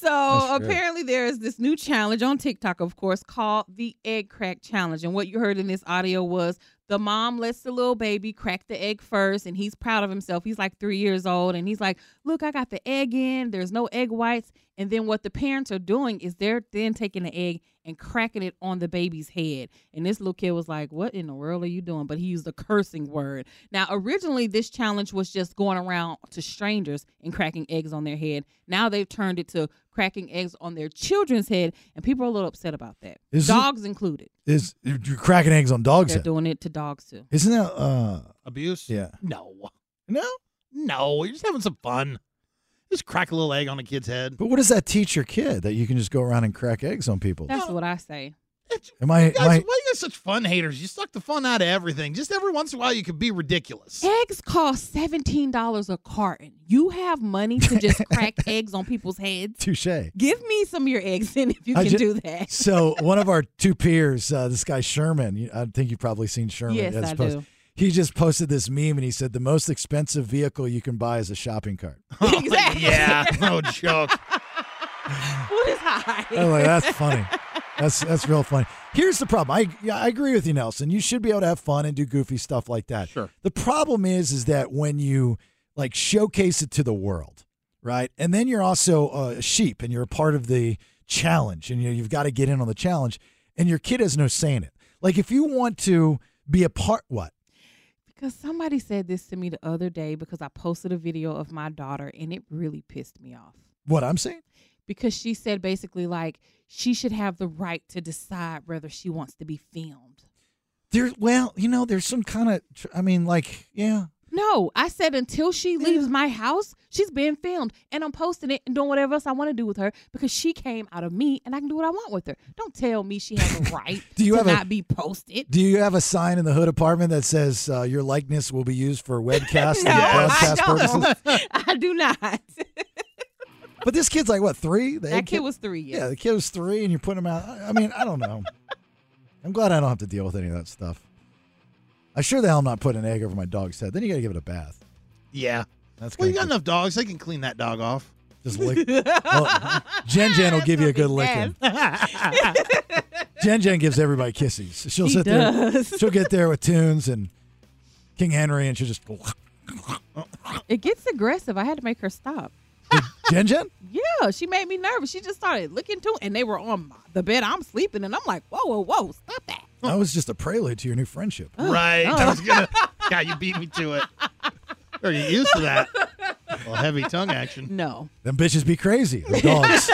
Speaker 7: So
Speaker 21: great.
Speaker 7: apparently there is this new challenge on TikTok, of course, called the egg crack challenge. And what you heard in this audio was the mom lets the little baby crack the egg first, and he's proud of himself. He's like three years old, and he's like, Look, I got the egg in, there's no egg whites. And then what the parents are doing is they're then taking the egg and cracking it on the baby's head. And this little kid was like, What in the world are you doing? But he used a cursing word. Now, originally, this challenge was just going around to strangers and cracking eggs on their head. Now they've turned it to cracking eggs on their children's head, and people are a little upset about that.
Speaker 9: Is it-
Speaker 7: Dogs included.
Speaker 9: Is you're cracking eggs on dogs?
Speaker 7: They're
Speaker 9: head.
Speaker 7: doing it to dogs too.
Speaker 9: Isn't that uh
Speaker 10: Abuse?
Speaker 9: Yeah.
Speaker 10: No.
Speaker 9: No?
Speaker 10: No. You're just having some fun. Just crack a little egg on a kid's head.
Speaker 9: But what does that teach your kid that you can just go around and crack eggs on people?
Speaker 7: That's what I say.
Speaker 9: Am I,
Speaker 10: You guys,
Speaker 9: am I
Speaker 10: why you guys such fun haters? You suck the fun out of everything. Just every once in a while, you could be ridiculous.
Speaker 7: Eggs cost seventeen dollars a carton. You have money to just crack eggs on people's heads.
Speaker 9: touche?
Speaker 7: Give me some of your eggs in if you
Speaker 9: I
Speaker 7: can
Speaker 9: ju-
Speaker 7: do that.
Speaker 9: so one of our two peers, uh, this guy Sherman, you- I think you've probably seen Sherman.
Speaker 7: Yes,
Speaker 9: as
Speaker 7: I
Speaker 9: opposed-
Speaker 7: do.
Speaker 9: He just posted this meme and he said the most expensive vehicle you can buy is a shopping cart.
Speaker 7: exactly.
Speaker 10: yeah, no joke.
Speaker 7: What is high?
Speaker 9: I'm like, that's funny. That's that's real funny. Here's the problem. I yeah, I agree with you, Nelson. You should be able to have fun and do goofy stuff like that. Sure. The problem is, is that when you like showcase it to the world, right? And then you're also a sheep, and you're a part of the challenge, and you know, you've got to get in on the challenge, and your kid has no say in it. Like if you want to be a part, what?
Speaker 7: Because somebody said this to me the other day because I posted a video of my daughter and it really pissed me off.
Speaker 9: What I'm saying?
Speaker 7: Because she said basically like she should have the right to decide whether she wants to be filmed.
Speaker 9: There. Well, you know, there's some kind of. I mean, like, yeah.
Speaker 7: No, I said until she leaves my house, she's being filmed and I'm posting it and doing whatever else I want to do with her because she came out of me and I can do what I want with her. Don't tell me she has a right
Speaker 9: Do you
Speaker 7: to
Speaker 9: have a-
Speaker 7: not be posted.
Speaker 9: Do you have a sign in the hood apartment that says uh, your likeness will be used for webcast
Speaker 7: No,
Speaker 9: and
Speaker 7: I
Speaker 9: broadcast purposes?
Speaker 7: don't. I do not.
Speaker 9: But this kid's like what three? The
Speaker 7: That
Speaker 9: egg
Speaker 7: kid was three. Yes.
Speaker 9: Yeah, the kid was three, and you're putting him out. I I mean, I don't know. I'm glad I don't have to deal with any of that stuff. I sure the hell am not putting an egg over my dog's head. Then you got to give it a bath.
Speaker 10: Yeah.
Speaker 9: That's
Speaker 10: well, you
Speaker 9: kinda
Speaker 10: got enough dogs. They can clean that dog off.
Speaker 9: Just lick. Well, Jen Jen will give you a good licking. Jen Jen gives everybody kisses. She'll
Speaker 10: She
Speaker 9: sit
Speaker 10: does.
Speaker 9: there. She'll get there with tunes and King Henry, and she'll just go.
Speaker 7: It gets aggressive. I had to make her stop.
Speaker 9: Jen Jen.
Speaker 7: Yeah, she made me nervous. She just started looking too, and they were on my, the bed. I'm sleeping, and I'm like, whoa, whoa, whoa, stop that.
Speaker 9: That was just a prelude to your new friendship.
Speaker 10: Right. I was gonna. God, you beat me to it. Are you used to that? Well, heavy tongue action.
Speaker 7: No.
Speaker 9: Them bitches be crazy. Them dogs.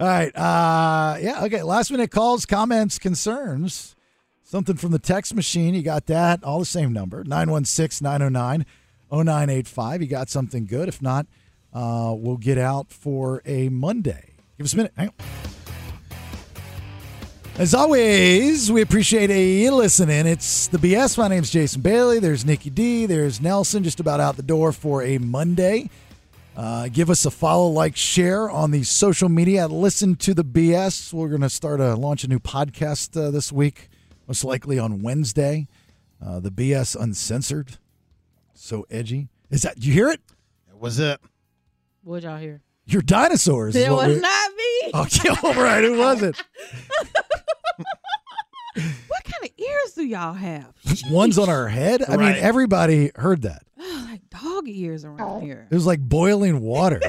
Speaker 9: All right. Uh, yeah. Okay. Last minute calls, comments, concerns. Something from the text machine. You got that. All the same number 916 909 0985. You got something good. If not, uh, we'll get out for a Monday. Give us a minute. Hang on. As always, we appreciate you listening. It's the BS. My name's Jason Bailey. There's Nikki D. There's Nelson, just about out the door for a Monday. Uh, give us a follow, like, share on the social media. at Listen to the BS. We're going to start a launch a new podcast uh, this week, most likely on Wednesday. Uh, the BS Uncensored. So edgy. Is that? Do you hear it?
Speaker 10: That was it.
Speaker 7: What y'all hear?
Speaker 9: Your dinosaurs. is
Speaker 7: It
Speaker 9: what
Speaker 7: was
Speaker 9: we- Uh,
Speaker 7: not me.
Speaker 9: Okay, all right. Who was it?
Speaker 7: What kind of ears do y'all have?
Speaker 9: One's on our head. I mean,
Speaker 7: Right.
Speaker 9: everybody heard that.
Speaker 7: Like dog ears around here.
Speaker 9: It was like boiling water,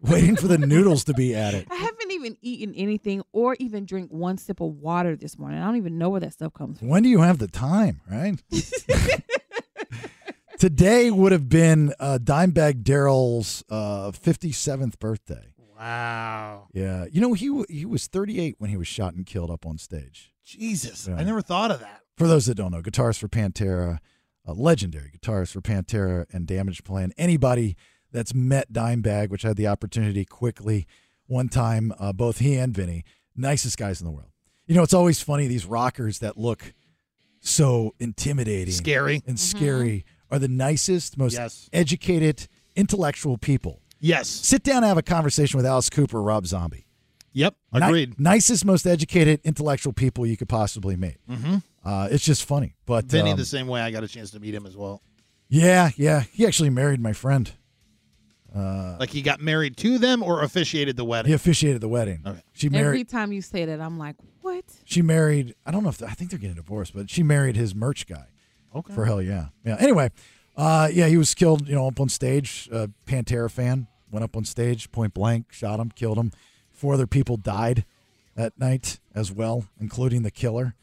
Speaker 9: waiting for the noodles to be at it.
Speaker 7: I haven't even eaten anything or even drink one sip of water this morning. I don't even know where that stuff comes from.
Speaker 9: When do you have the time, right? Today would have been uh, Dimebag Daryl's uh, 57th birthday.
Speaker 10: Wow.
Speaker 9: Yeah, you know he w- he was 38 when he was shot and killed up on stage.
Speaker 10: Jesus.
Speaker 9: Yeah.
Speaker 10: I never thought of that.
Speaker 9: For those that don't know, guitarist for Pantera, a legendary guitarist for Pantera and Damage Plan. Anybody that's met Dimebag, which I had the opportunity quickly one time, uh, both he and Vinny, nicest guys in the world. You know, it's always funny these rockers that look so intimidating,
Speaker 10: Scary.
Speaker 9: and scary are the nicest, most
Speaker 10: Yes.
Speaker 9: educated, intellectual people.
Speaker 10: Yes.
Speaker 9: Sit down and have a conversation with Alice Cooper, Rob Zombie.
Speaker 10: Yep.
Speaker 9: Ni-
Speaker 10: Agreed.
Speaker 9: nicest, most educated, intellectual people you could possibly meet.
Speaker 10: mm-hmm.
Speaker 9: Uh, it's just funny. But
Speaker 10: Vinny,
Speaker 9: um,
Speaker 10: the same way. I got a chance to meet him as well.
Speaker 9: yeah, yeah, he actually married my friend. Uh,
Speaker 10: Like he got married to them or officiated the wedding.
Speaker 9: he officiated the wedding. She married.
Speaker 7: Every time you say that, I'm like, what?
Speaker 9: she married. I don't know if I think they're getting divorced, but she married his merch guy.
Speaker 10: Okay.
Speaker 9: For hell yeah, yeah. Anyway, uh, yeah, he was killed. You know, up on stage. A Pantera fan went up on stage, point blank, shot him, killed him. Four other people died that night as well, including the killer.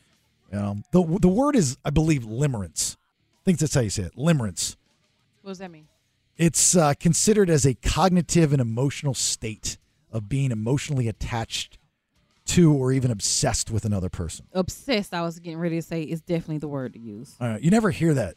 Speaker 9: Um, the the word is, I believe, limerence. I think that's how you say it. Limerence.
Speaker 7: What does that mean?
Speaker 9: It's uh, considered as a cognitive and emotional state of being emotionally attached to or even obsessed with another person.
Speaker 7: Obsessed, I was getting ready to say, is definitely the word to use.
Speaker 9: All right, you never hear that,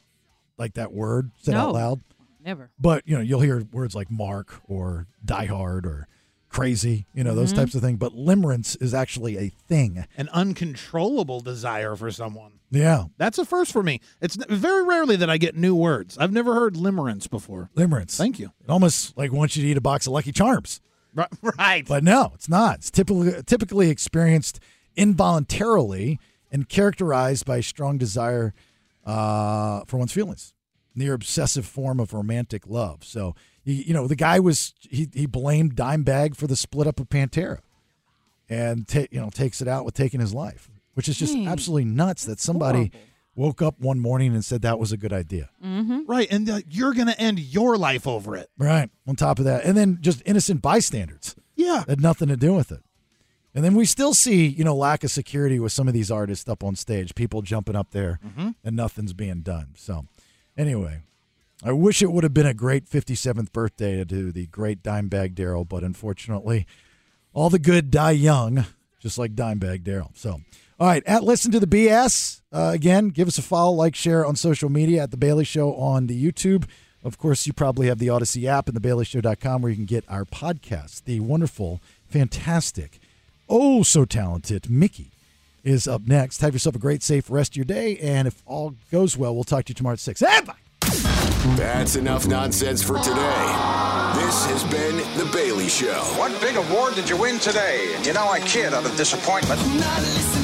Speaker 9: like that word said
Speaker 7: No.
Speaker 9: out loud.
Speaker 7: Never.
Speaker 9: But you know, you'll hear words like "mark" or "die hard" or "crazy." You know those
Speaker 10: Mhm.
Speaker 9: types of things. But limerence is actually a thing.
Speaker 10: An uncontrollable desire for someone.
Speaker 9: Yeah,
Speaker 10: That's a first for me. It's n- very rarely that I get new words. I've never heard limerence before.
Speaker 9: limerence.
Speaker 10: Thank you.
Speaker 9: It almost like wants you to eat a box of Lucky Charms.
Speaker 10: Right. right.
Speaker 9: But no, it's not. It's typically typically experienced involuntarily and characterized by a strong desire uh, for one's feelings, near obsessive form of romantic love. So you, you know, the guy was he he blamed Dimebag for the split up of Pantera, and ta- you know takes it out with taking his life, which is just
Speaker 10: Dang.
Speaker 9: absolutely nuts that somebody woke up one morning and said that was a good idea.
Speaker 10: Mm-hmm. Right. And uh, you're going to end your life over it.
Speaker 9: Right. On top of that, and then just innocent bystanders.
Speaker 10: Yeah.
Speaker 9: Had nothing to do with it. And then we still see, you know, lack of security with some of these artists up on stage, people jumping up there
Speaker 10: Mhm.
Speaker 9: and nothing's being done. So, anyway, I wish it would have been a great 57th birthday to the great Dimebag Daryl, but unfortunately, all the good die young, just like Dimebag Daryl. So, all right, at Listen to the BS. Uh, again, give us a follow, like, share on social media at The Bailey Show on the YouTube. Of course, you probably have the Odyssey app and thebaileyshow.com where you can get our podcast. The wonderful, fantastic, oh so talented Mickey is up next. Have yourself a great, safe rest of your day. And if all goes well, we'll talk to you tomorrow at 6. Eh, bye.
Speaker 4: That's enough nonsense for today. This has been The Bailey Show.
Speaker 1: What big award did you win today? You know, I kid out of disappointment.
Speaker 2: Not listening.